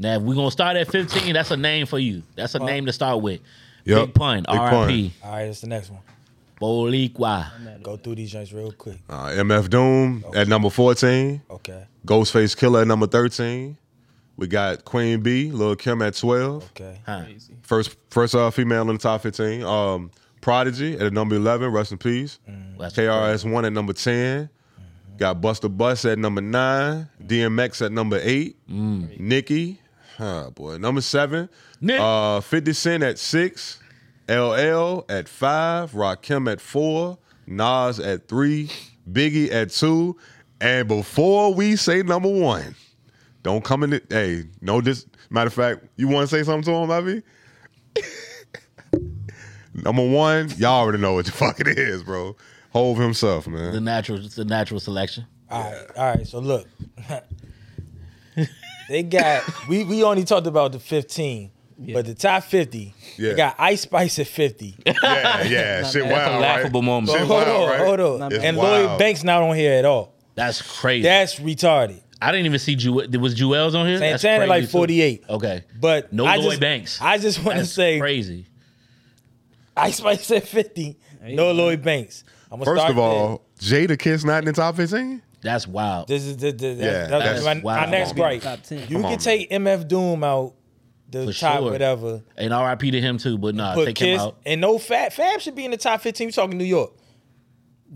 Speaker 1: Now if we're gonna start at 15. That's a name for you. That's a name to start with.
Speaker 4: Yup.
Speaker 1: Big pun.
Speaker 4: Big Pun.
Speaker 1: R.I.P.
Speaker 6: All right, that's the next one.
Speaker 1: Boricua.
Speaker 6: Go through these joints real quick.
Speaker 4: Uh, MF Doom at number 14.
Speaker 6: Okay,
Speaker 4: Ghostface Killer at number 13. We got Queen B, Lil Kim at 12.
Speaker 6: okay.
Speaker 1: Huh.
Speaker 4: First first uh, female in the top 15. Um, Prodigy at number 11. Rest in peace.
Speaker 1: That's
Speaker 4: KRS1 at number 10. Got Buster Bus at number 9. DMX at number 8. Nicki. Huh, boy. Number 7.
Speaker 1: Nick.
Speaker 4: Uh, 50 Cent at 6. LL at 5. Rakim at 4. Nas at 3. Biggie at 2. And before we say number 1, don't come in. The, hey, no dis. Matter of fact, you want to say something to him, Ivy? Number one, y'all already know what the fuck it is, bro. Hove himself,
Speaker 1: the
Speaker 4: man.
Speaker 1: natural it's the natural selection.
Speaker 6: All right, all right. So look, they got we we only talked about the fifteen, but the top fifty,
Speaker 4: Yeah.
Speaker 6: they got Ice Spice at fifty.
Speaker 4: Yeah, yeah. Shit, wow,
Speaker 1: Laughable
Speaker 4: right?
Speaker 1: moment.
Speaker 4: Shit,
Speaker 6: hold
Speaker 4: wild,
Speaker 6: on,
Speaker 4: right?
Speaker 6: hold on.
Speaker 2: Not
Speaker 4: bad.
Speaker 6: And
Speaker 4: It's
Speaker 6: Lloyd
Speaker 4: wild.
Speaker 6: Banks not on here at all.
Speaker 1: That's crazy.
Speaker 6: That's retarded.
Speaker 1: I didn't even see Jewel. Was Jewel's on here? That's
Speaker 6: Santana like
Speaker 1: crazy, too.
Speaker 6: 48.
Speaker 1: Okay,
Speaker 6: But
Speaker 1: no
Speaker 6: I
Speaker 1: Lloyd
Speaker 6: just,
Speaker 1: Banks.
Speaker 6: I just want to
Speaker 1: That's
Speaker 6: say
Speaker 1: crazy.
Speaker 6: Ice Spice at fifty. No Lloyd Banks. I'm gonna
Speaker 4: First
Speaker 6: start
Speaker 4: of all, Jada Kiss not in the top 15?
Speaker 1: That's wild.
Speaker 6: there. this is the, the, that-
Speaker 4: Yeah,
Speaker 6: that-
Speaker 4: that's-
Speaker 6: my,
Speaker 1: wow.
Speaker 6: my next
Speaker 4: Come on,
Speaker 6: break.
Speaker 2: man. Top 10.
Speaker 6: You
Speaker 4: Come
Speaker 6: can
Speaker 4: on,
Speaker 6: take MF Doom out the
Speaker 1: For
Speaker 6: top
Speaker 1: sure.
Speaker 6: whatever.
Speaker 1: and R.I.P. to him too. But nah,
Speaker 6: Put
Speaker 1: take
Speaker 6: Kiss
Speaker 1: him out.
Speaker 6: and no Fab. Fab should be in the top fifteen. We talking New York.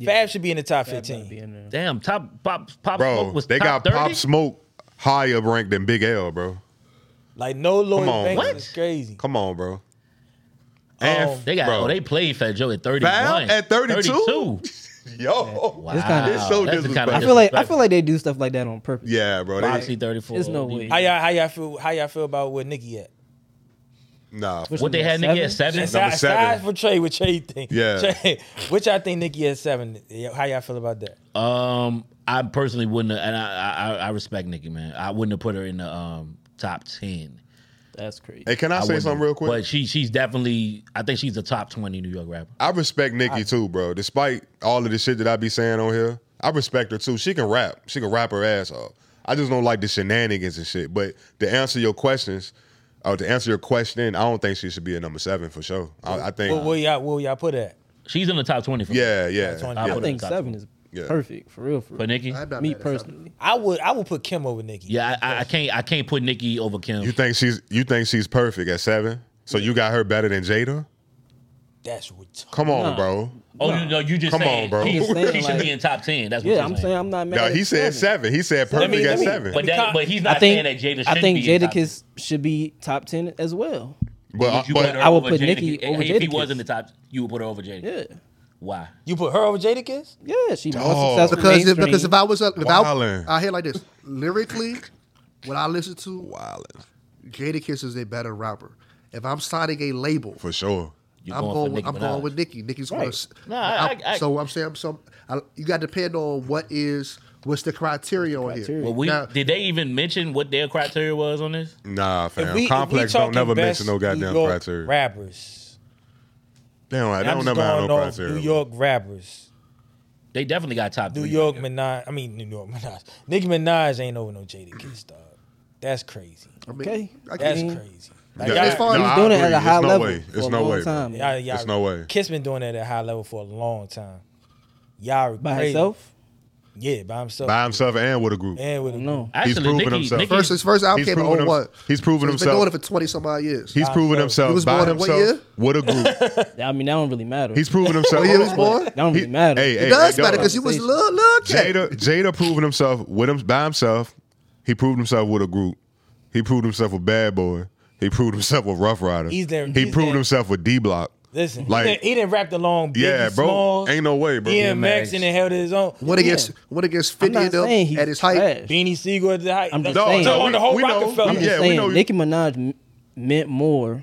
Speaker 6: Fab should be in the top
Speaker 2: Gotta be
Speaker 6: fifteen.
Speaker 2: in there.
Speaker 1: Damn, top pop pop
Speaker 4: Bro,
Speaker 1: smoke was
Speaker 4: they
Speaker 1: top
Speaker 4: got
Speaker 1: 30?
Speaker 4: Pop Smoke higher ranked than Big L, bro.
Speaker 6: Like no Lloyd
Speaker 4: Come on.
Speaker 6: Banks
Speaker 1: What?
Speaker 6: is crazy.
Speaker 4: Come on, bro.
Speaker 6: Um,
Speaker 4: And f-
Speaker 1: They got
Speaker 4: bro.
Speaker 1: oh they played Fat Joe at thirty one
Speaker 4: Fab at 32?
Speaker 1: 32.
Speaker 4: Yo.
Speaker 1: Wow,
Speaker 2: kinda-
Speaker 4: It's so
Speaker 1: that's the kind
Speaker 4: disrespectful.
Speaker 1: of
Speaker 2: I feel like I feel like they do stuff like that on purpose.
Speaker 4: Yeah, bro.
Speaker 1: Roxy
Speaker 4: They,
Speaker 1: thirty four.
Speaker 2: There's no way.
Speaker 6: How y'all how y'all feel how y'all feel about where Nicki at?
Speaker 4: nah.
Speaker 2: Which
Speaker 1: What they had
Speaker 2: Seven?
Speaker 1: nigga at seven?
Speaker 6: Aside, aside
Speaker 4: seven.
Speaker 6: for Trey, what Trey think?
Speaker 4: Yeah.
Speaker 6: Trey, which I think Nicki at seven. How y'all feel about that?
Speaker 1: Um, I personally wouldn't, have, and I, I I respect Nicki, man. I wouldn't have put her in the um top ten.
Speaker 2: That's crazy.
Speaker 4: Hey, can I,
Speaker 1: I
Speaker 4: say
Speaker 1: wouldn't
Speaker 4: something
Speaker 1: have.
Speaker 4: real quick?
Speaker 1: But she she's definitely, I think she's a top twenty New York rapper.
Speaker 4: I respect Nikki too, bro. Despite all of the shit that I be saying on here, I respect her too. She can rap. She can rap her ass off. I just don't like the shenanigans and shit. But to answer your questions, or to answer your question, I don't think she should be at number seven for sure. I, I think,
Speaker 6: Where, where y'all where y'all put at?
Speaker 1: She's in the top twenty for me.
Speaker 4: yeah, yeah,
Speaker 6: That's on
Speaker 4: yeah.
Speaker 6: you.
Speaker 2: I
Speaker 1: put her in
Speaker 2: think
Speaker 1: the top
Speaker 2: seven is
Speaker 4: Yeah.
Speaker 2: perfect for real. For
Speaker 1: But
Speaker 2: real.
Speaker 1: Nikki,
Speaker 3: I'm not
Speaker 2: me
Speaker 3: mad at something.
Speaker 2: personally,
Speaker 6: I would I would put Kim over Nicki.
Speaker 1: yeah, I, I, I can't I can't put Nikki over Kim.
Speaker 4: You think she's you think she's perfect at seven? So you got her better than Jada?
Speaker 6: That's retarded.
Speaker 4: Come on, bro.
Speaker 1: oh, you know you just
Speaker 4: Come
Speaker 1: saying,
Speaker 4: on, bro.
Speaker 1: She,
Speaker 4: Just
Speaker 2: saying,
Speaker 1: she should
Speaker 2: like-
Speaker 1: be in top ten. That's what
Speaker 2: yeah,
Speaker 1: you're
Speaker 2: I'm saying I'm not mad.
Speaker 4: No,
Speaker 2: at
Speaker 4: he said seven. He said perfect
Speaker 6: me-
Speaker 4: at
Speaker 6: let me-
Speaker 4: seven.
Speaker 1: But
Speaker 4: But,
Speaker 6: me
Speaker 1: that,
Speaker 6: con-
Speaker 1: but he's not
Speaker 2: I think
Speaker 1: saying that Jada. Should
Speaker 2: I think
Speaker 1: be in top
Speaker 2: Jadakiss should be top ten as well.
Speaker 1: Would you put her
Speaker 4: but
Speaker 2: I would
Speaker 1: over
Speaker 2: put
Speaker 1: Jada-
Speaker 2: Nicki
Speaker 1: hey,
Speaker 2: over
Speaker 1: If he
Speaker 2: Jadakiss.
Speaker 1: was in the top, you would put her over Jada.
Speaker 2: Yeah,
Speaker 1: Why?
Speaker 6: You put her over Jadakiss?
Speaker 2: yeah, she more
Speaker 4: Dog.
Speaker 3: Because
Speaker 2: successful
Speaker 3: if,
Speaker 2: mainstream.
Speaker 3: because if I was up, if I,
Speaker 4: Wildin'.
Speaker 3: I hear like this lyrically, what I listen to,
Speaker 4: Wildin'.
Speaker 3: Jadakiss is a better rapper. If I'm signing a label,
Speaker 4: for sure.
Speaker 1: You're
Speaker 3: I'm going. With,
Speaker 1: Nicki
Speaker 3: I'm going
Speaker 1: Minaj.
Speaker 3: with Nikki. Nikki's
Speaker 2: Right.
Speaker 3: going. to
Speaker 1: No, I- I- I-
Speaker 3: so I'm saying. So I, you got to depend on what is what's the criteria on here.
Speaker 2: criteria?
Speaker 1: Well, we
Speaker 3: Now-
Speaker 1: did they even mention what their criteria was on this?
Speaker 4: Nah, fam.
Speaker 6: If we- if we
Speaker 4: Complex don't
Speaker 6: talking
Speaker 4: never
Speaker 6: best
Speaker 4: mention no
Speaker 6: New
Speaker 4: goddamn
Speaker 6: York
Speaker 4: criteria.
Speaker 6: Rappers.
Speaker 4: They don't, they
Speaker 6: I'm
Speaker 4: don't
Speaker 6: just
Speaker 4: never have
Speaker 6: going
Speaker 4: no
Speaker 6: off
Speaker 4: criteria.
Speaker 6: New York rappers.
Speaker 1: They definitely got top
Speaker 6: New
Speaker 1: three.
Speaker 6: York Minaj. I mean New York Minaj. Nicki Minaj ain't over no Jada Kiss dog. That's crazy.
Speaker 3: I mean,
Speaker 2: Okay.
Speaker 3: I can-
Speaker 6: That's
Speaker 2: Mhm.
Speaker 6: crazy. Like,
Speaker 4: Yeah,
Speaker 6: y'all-
Speaker 3: as far as-
Speaker 4: no, I
Speaker 2: He's doing it at
Speaker 4: agree.
Speaker 2: a high
Speaker 4: It's no
Speaker 2: level
Speaker 4: way.
Speaker 2: for
Speaker 4: It's
Speaker 2: a
Speaker 4: no
Speaker 2: long
Speaker 4: way.
Speaker 2: time.
Speaker 6: Y'all, y'all,
Speaker 4: There's no way.
Speaker 6: Kiss been doing that at a high level for a long time. Y'all
Speaker 2: by
Speaker 6: crazy.
Speaker 2: himself.
Speaker 6: Yeah, by himself.
Speaker 4: By himself and with a group.
Speaker 6: and with a
Speaker 2: No,
Speaker 4: He's
Speaker 1: Actually,
Speaker 4: proven
Speaker 1: Nicki,
Speaker 4: himself.
Speaker 1: Nicki-
Speaker 3: First, his first album
Speaker 4: He's
Speaker 3: came out
Speaker 4: proven
Speaker 3: on
Speaker 4: him-
Speaker 3: what?
Speaker 4: he's proven
Speaker 3: so He's been
Speaker 4: himself.
Speaker 3: doing it for twenty some odd years.
Speaker 4: He's proven
Speaker 3: He
Speaker 4: himself
Speaker 3: was
Speaker 4: by
Speaker 3: born in what
Speaker 4: himself
Speaker 3: year?
Speaker 4: with a group.
Speaker 2: I mean that don't really matter.
Speaker 4: He's proven himself.
Speaker 3: What year he was born?
Speaker 2: that don't
Speaker 4: He-
Speaker 2: really matter.
Speaker 4: Hey, hey,
Speaker 3: it does
Speaker 4: hey,
Speaker 3: matter
Speaker 4: dog.
Speaker 3: because you was little, little cat.
Speaker 4: Jada, Jada proving himself with him by himself. He proved himself with a group. He proved himself with Bad Boy. He proved himself with Rough Rider.
Speaker 6: He's there-
Speaker 4: he
Speaker 6: he's
Speaker 4: proved
Speaker 6: there.
Speaker 4: himself with D Block.
Speaker 6: Listen,
Speaker 4: Like-
Speaker 6: he, didn't, he didn't rap the long. Biggie
Speaker 4: Yeah, bro.
Speaker 6: Smalls,
Speaker 4: Ain't no way, bro.
Speaker 6: DMX,
Speaker 2: E
Speaker 1: DMX.
Speaker 6: and then held his own.
Speaker 3: Went against went against fifty
Speaker 2: I'm
Speaker 3: of
Speaker 2: not
Speaker 3: them
Speaker 2: saying he's
Speaker 3: at his height.
Speaker 2: trash.
Speaker 6: Beanie Siegel at the height.
Speaker 2: I'm just
Speaker 6: No,
Speaker 2: saying.
Speaker 6: no,
Speaker 2: No,
Speaker 6: on the whole
Speaker 4: we know.
Speaker 6: Rockefeller.
Speaker 2: I'm just
Speaker 4: yeah, we
Speaker 2: saying,
Speaker 4: know you-
Speaker 2: Nicki Minaj m- meant more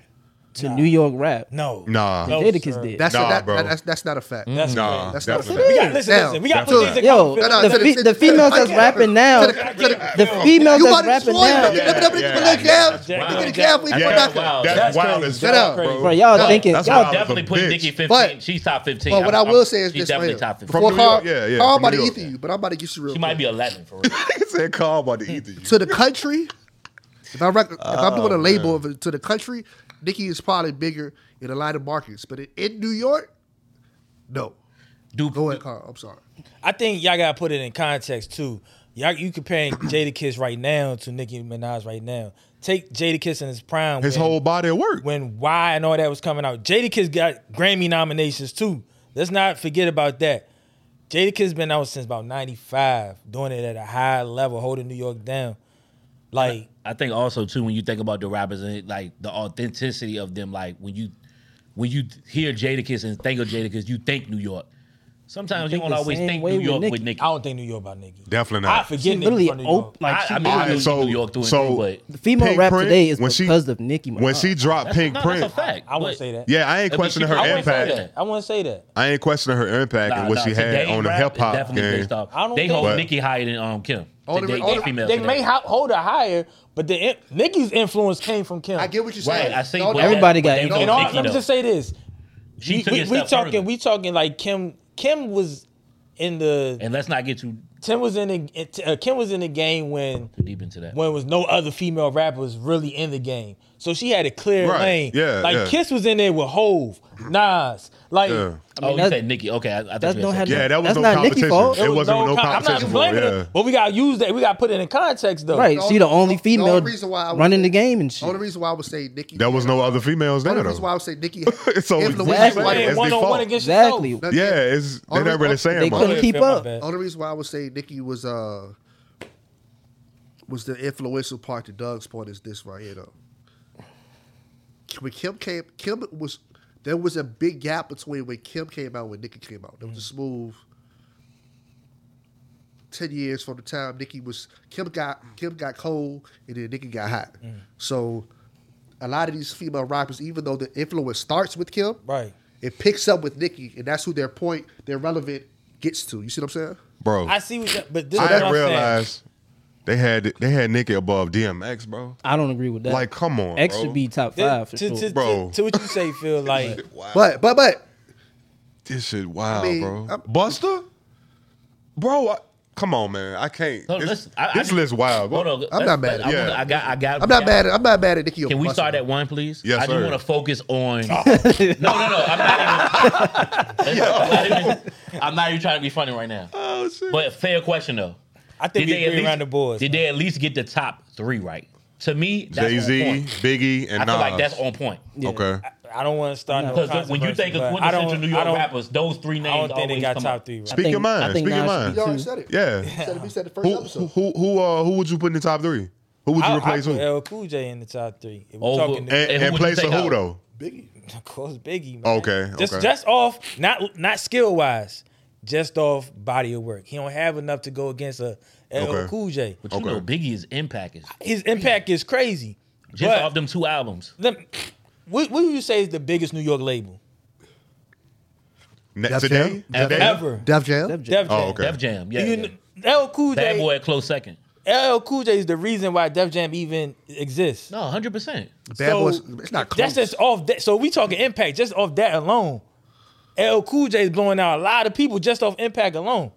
Speaker 2: to New York rap.
Speaker 6: No,
Speaker 4: Nah.
Speaker 6: No,
Speaker 2: Jada Kiss
Speaker 6: sir.
Speaker 2: did.
Speaker 3: That's
Speaker 4: Nah,
Speaker 3: that,
Speaker 4: bro.
Speaker 3: that- that's that's not a fact.
Speaker 6: That's
Speaker 4: Nah,
Speaker 6: crazy.
Speaker 3: That's not
Speaker 4: that's
Speaker 3: a
Speaker 4: a
Speaker 6: We
Speaker 4: fact.
Speaker 3: fact.
Speaker 6: got listen,
Speaker 3: Now,
Speaker 6: listen. We got to
Speaker 4: that's
Speaker 6: put these
Speaker 4: a
Speaker 6: in
Speaker 2: Yo,
Speaker 6: context.
Speaker 3: No, no,
Speaker 2: the,
Speaker 3: to the-
Speaker 2: fe-
Speaker 3: to
Speaker 2: the
Speaker 3: the-
Speaker 2: females that's
Speaker 3: to the-
Speaker 2: rapping now,
Speaker 3: to the-
Speaker 2: the females
Speaker 3: You about
Speaker 2: that's
Speaker 3: to
Speaker 2: rapping
Speaker 3: destroy him.
Speaker 4: Yeah,
Speaker 2: now,
Speaker 3: Let me let me
Speaker 4: yeah, yeah.
Speaker 3: give
Speaker 1: Wow.
Speaker 3: Let me get a
Speaker 1: Yeah.
Speaker 3: cab.
Speaker 1: Wow.
Speaker 4: That's,
Speaker 1: That's
Speaker 4: wild
Speaker 6: crazy.
Speaker 4: as
Speaker 3: Shut
Speaker 4: fuck,
Speaker 3: up.
Speaker 4: bro.
Speaker 2: bro. Y'all
Speaker 3: No,
Speaker 2: thinking?
Speaker 4: that's
Speaker 2: Y'all
Speaker 4: wild.
Speaker 1: definitely
Speaker 4: Bitch.
Speaker 1: put Nicki fifteen.
Speaker 3: But-
Speaker 1: She's top fifteen.
Speaker 3: But what I
Speaker 1: I'm-
Speaker 3: will say is
Speaker 1: she's
Speaker 3: this
Speaker 1: definitely
Speaker 3: right here.
Speaker 1: top fifteen.
Speaker 4: From
Speaker 3: Before
Speaker 4: New
Speaker 3: Carl,
Speaker 4: York, yeah, yeah,
Speaker 3: Carl
Speaker 4: from
Speaker 3: about
Speaker 4: New
Speaker 3: to
Speaker 4: York.
Speaker 3: ether you, but I'm about to get you real.
Speaker 1: She might
Speaker 3: quick.
Speaker 1: be eleven for real.
Speaker 4: He said Carl about to eat the
Speaker 3: to the country. If I rec- if I'm doing a label of it to the country, Nicki is probably bigger in a lot of markets, but in, in New York, no.
Speaker 1: Do
Speaker 3: Go ahead, Carl. I'm sorry.
Speaker 6: I think y'all gotta put it in context too. Y'all, you comparing Jada Kiss right now to Nicki Minaj right now. Take Jada Kiss in his prime.
Speaker 4: His
Speaker 6: when-
Speaker 4: whole body of work.
Speaker 6: when Why and all that was coming out. Jadakiss got Grammy nominations too. Let's not forget about that. Jadakiss been out since about '95, doing it at a high level, holding New York down. Like
Speaker 1: I think also too when you think about the rappers and like the authenticity of them, like when you when you hear Jadakiss and think of Jadakiss, you think New York. Sometimes you
Speaker 2: think
Speaker 1: don't
Speaker 2: the
Speaker 1: always
Speaker 2: same
Speaker 1: think
Speaker 2: way
Speaker 1: New
Speaker 2: with
Speaker 1: York
Speaker 2: Nicki.
Speaker 1: with Nicki.
Speaker 6: I don't think New York about Nicki.
Speaker 4: Definitely
Speaker 6: I
Speaker 4: not.
Speaker 6: forget
Speaker 2: She
Speaker 6: Nicki
Speaker 2: really
Speaker 6: from New York.
Speaker 2: op- like
Speaker 1: I,
Speaker 2: she
Speaker 1: I mean,
Speaker 4: All
Speaker 1: I
Speaker 4: right,
Speaker 1: know
Speaker 4: so-
Speaker 1: New York through
Speaker 4: so-
Speaker 1: and through,
Speaker 2: the female
Speaker 4: Pink
Speaker 2: rap
Speaker 4: Print,
Speaker 2: today is
Speaker 4: when she-
Speaker 2: because of Nicki Minaj.
Speaker 4: when she dropped
Speaker 1: but
Speaker 4: Pink
Speaker 1: no,
Speaker 4: Print,
Speaker 1: that's a fact.
Speaker 6: I wouldn't
Speaker 1: But-
Speaker 6: say that.
Speaker 4: yeah, I ain't
Speaker 1: But she
Speaker 4: questioning her
Speaker 1: probably
Speaker 6: I wouldn't say
Speaker 4: impact.
Speaker 1: that.
Speaker 6: that. I wouldn't say that.
Speaker 4: I ain't questioning her impact
Speaker 1: Nah,
Speaker 4: and what
Speaker 1: nah,
Speaker 4: she had
Speaker 1: today
Speaker 4: on the
Speaker 1: rap is
Speaker 4: hip hop
Speaker 1: definitely
Speaker 4: game.
Speaker 1: based off-
Speaker 6: I don't
Speaker 1: They
Speaker 6: think-
Speaker 1: hold
Speaker 6: But-
Speaker 1: Nicki higher than um Kim.
Speaker 3: All the
Speaker 1: Today,
Speaker 3: re- all
Speaker 1: they
Speaker 3: the-
Speaker 1: females
Speaker 6: They
Speaker 1: today.
Speaker 6: may ho- hold her higher, but the in- Nicki's influence came from Kim.
Speaker 3: I get what you're
Speaker 1: Right,
Speaker 3: saying.
Speaker 1: I think
Speaker 3: Y'all
Speaker 1: what
Speaker 3: know-
Speaker 2: Everybody
Speaker 1: that-
Speaker 2: got
Speaker 1: they
Speaker 2: it.
Speaker 1: know
Speaker 6: And all,
Speaker 1: Nicki
Speaker 6: let me
Speaker 1: though.
Speaker 6: just say this:
Speaker 1: She
Speaker 6: we,
Speaker 1: took
Speaker 6: we,
Speaker 1: it a
Speaker 6: we
Speaker 1: step
Speaker 6: talking,
Speaker 1: further.
Speaker 6: we talking like Kim. Kim was in the
Speaker 1: and let's not get too
Speaker 6: Tim was in the uh, Kim was in the game when
Speaker 1: deep into that.
Speaker 6: when was no other female rappers really in the game. So she had a clear
Speaker 4: Right.
Speaker 6: lane.
Speaker 4: Yeah,
Speaker 6: like
Speaker 4: yeah.
Speaker 6: Kiss was in there with Hove, Nas. Like
Speaker 4: Yeah.
Speaker 1: oh, you
Speaker 2: that's-
Speaker 1: said Nicki. Okay, I, I thought
Speaker 2: that's
Speaker 1: you
Speaker 2: no
Speaker 1: had
Speaker 2: had
Speaker 1: said
Speaker 4: Yeah, that was
Speaker 2: That's
Speaker 4: no
Speaker 2: not Nicki's
Speaker 4: competition.
Speaker 2: fault.
Speaker 4: It wasn't no,
Speaker 6: com-
Speaker 4: competition.
Speaker 6: I'm not
Speaker 4: for it,
Speaker 6: blaming
Speaker 4: yeah.
Speaker 6: her, but we gotta use that. We gotta put it in context though.
Speaker 2: right,
Speaker 3: The
Speaker 2: she the
Speaker 3: only-
Speaker 2: only
Speaker 3: the
Speaker 2: female
Speaker 3: only reason why I would
Speaker 2: running
Speaker 3: say-
Speaker 2: the game and
Speaker 3: The
Speaker 2: shit.
Speaker 3: only reason why I would say Nicki.
Speaker 4: There was no other females
Speaker 3: The
Speaker 4: there
Speaker 3: only
Speaker 4: though.
Speaker 3: reason why I would say Nicki.
Speaker 4: It's so
Speaker 3: influenced
Speaker 2: exactly.
Speaker 3: white-
Speaker 4: It's
Speaker 6: Playing one
Speaker 4: their
Speaker 6: on
Speaker 4: fault.
Speaker 6: one against
Speaker 2: Exactly.
Speaker 6: yourself.
Speaker 4: yeah, it's they're not really saying
Speaker 2: They
Speaker 4: much.
Speaker 2: couldn't keep
Speaker 6: Yeah, my
Speaker 2: up.
Speaker 6: bad.
Speaker 3: The only reason why I would say Nicki was uh was the influential part to Doug's point is this right here though. When Kim came, Kim was there was a big gap between when Kim came out and when Nicki came out. There
Speaker 4: Mm.
Speaker 3: was a smooth ten years from the time Nicki was Kim got Kim got cold and then Nicki got hot.
Speaker 4: Mm.
Speaker 3: So a lot of these female rappers, even though the influence starts with Kim,
Speaker 6: Right.
Speaker 3: it picks up with Nicki, and that's who their point, their relevant gets to. You see what I'm saying?
Speaker 4: Bro,
Speaker 6: I see what you but this
Speaker 4: I
Speaker 6: is what
Speaker 4: didn't
Speaker 6: I'm
Speaker 4: realize
Speaker 6: saying.
Speaker 4: they had they had Nicki above DMX, bro.
Speaker 2: I don't agree with that.
Speaker 4: Like, come on,
Speaker 2: X
Speaker 4: bro.
Speaker 2: should be top
Speaker 6: This-
Speaker 2: five for
Speaker 6: to, to,
Speaker 2: sure.
Speaker 4: Bro.
Speaker 6: To, to what you say, Phil, like
Speaker 3: But but but
Speaker 4: This shit wild,
Speaker 3: I mean,
Speaker 4: bro.
Speaker 3: I'm-
Speaker 4: Buster, bro. I, come on, man. I can't.
Speaker 1: Hold on,
Speaker 4: this
Speaker 1: listen, I- I
Speaker 4: this
Speaker 1: just-
Speaker 4: list wild. Bro.
Speaker 1: Hold on,
Speaker 3: I'm
Speaker 1: let's-
Speaker 3: not mad
Speaker 1: I
Speaker 3: at
Speaker 4: it.
Speaker 1: wanna- I got. I got.
Speaker 3: I'm not mad. At, I'm not mad at Nicki. or
Speaker 1: Can we
Speaker 3: Busta.
Speaker 1: start at one, please?
Speaker 4: Yes,
Speaker 1: I just
Speaker 4: sir.
Speaker 1: want to focus on. no, no, no. I'm not even. I'm not even, I'm not even trying to be funny right now.
Speaker 4: Oh shit.
Speaker 1: But fair question though.
Speaker 6: I think we
Speaker 1: at
Speaker 6: agree
Speaker 1: least-
Speaker 6: around the boards.
Speaker 1: Did they at least get the top three right? To me, that's
Speaker 4: Jay
Speaker 1: on
Speaker 4: Z,
Speaker 1: point.
Speaker 4: Biggie, and
Speaker 1: I
Speaker 4: Nas.
Speaker 1: feel like that's on point.
Speaker 4: Okay.
Speaker 6: I don't want to start no
Speaker 1: Because when you
Speaker 6: controversy,
Speaker 1: think
Speaker 6: but
Speaker 1: of
Speaker 6: I don't-
Speaker 1: quintessential New
Speaker 6: I
Speaker 1: York
Speaker 6: don't-
Speaker 1: rappers, those three names
Speaker 6: I don't think
Speaker 1: always
Speaker 6: they got
Speaker 1: come
Speaker 6: top
Speaker 1: top
Speaker 6: three. Right?
Speaker 4: Speak
Speaker 2: think-
Speaker 4: your
Speaker 2: I
Speaker 4: mind.
Speaker 2: think
Speaker 4: Speak your
Speaker 2: Nas should
Speaker 4: mind.
Speaker 2: be
Speaker 3: You already said it. He
Speaker 4: Yeah.
Speaker 3: said it. He said it first
Speaker 4: Who
Speaker 3: episode.
Speaker 4: who who uh who would you put in the top three? Who would you
Speaker 6: I,
Speaker 4: replace
Speaker 6: I put
Speaker 4: who? And,
Speaker 6: L Cool J in the top three. If we're
Speaker 1: Over-
Speaker 6: talking to-
Speaker 1: And who
Speaker 4: and
Speaker 1: would you
Speaker 4: place a
Speaker 1: take
Speaker 4: who
Speaker 1: out?
Speaker 4: though?
Speaker 3: Biggie.
Speaker 6: Of course, Biggie. Man.
Speaker 4: Okay,
Speaker 6: Just
Speaker 4: okay.
Speaker 6: just off, not not skill wise, just off body of work. He don't have enough to go against a LL
Speaker 4: Okay.
Speaker 6: Cool J.
Speaker 1: But you
Speaker 4: Okay.
Speaker 1: know, Biggie's impact is
Speaker 6: His impact is crazy.
Speaker 1: just
Speaker 6: But
Speaker 1: off them two albums.
Speaker 6: them- what, what do you say is the biggest New York label?
Speaker 4: Ne-
Speaker 3: Def
Speaker 4: today?
Speaker 3: Jam?
Speaker 4: Today?
Speaker 6: Ever.
Speaker 3: Def Jam.
Speaker 2: Def Jam.
Speaker 6: Def Jam.
Speaker 4: Oh, okay.
Speaker 1: Def Jam, yeah.
Speaker 6: You
Speaker 1: yeah.
Speaker 6: kn- LL Cool
Speaker 1: Bad
Speaker 6: J.
Speaker 1: Boy at close second.
Speaker 6: LL Cool J is the reason why Def Jam even exists.
Speaker 1: No, hundred percent.
Speaker 3: Bad
Speaker 6: So,
Speaker 3: Boys. It's not close.
Speaker 6: That's just off that. So we talking impact just off that alone. L Cool J is blowing out a lot of people just off impact alone.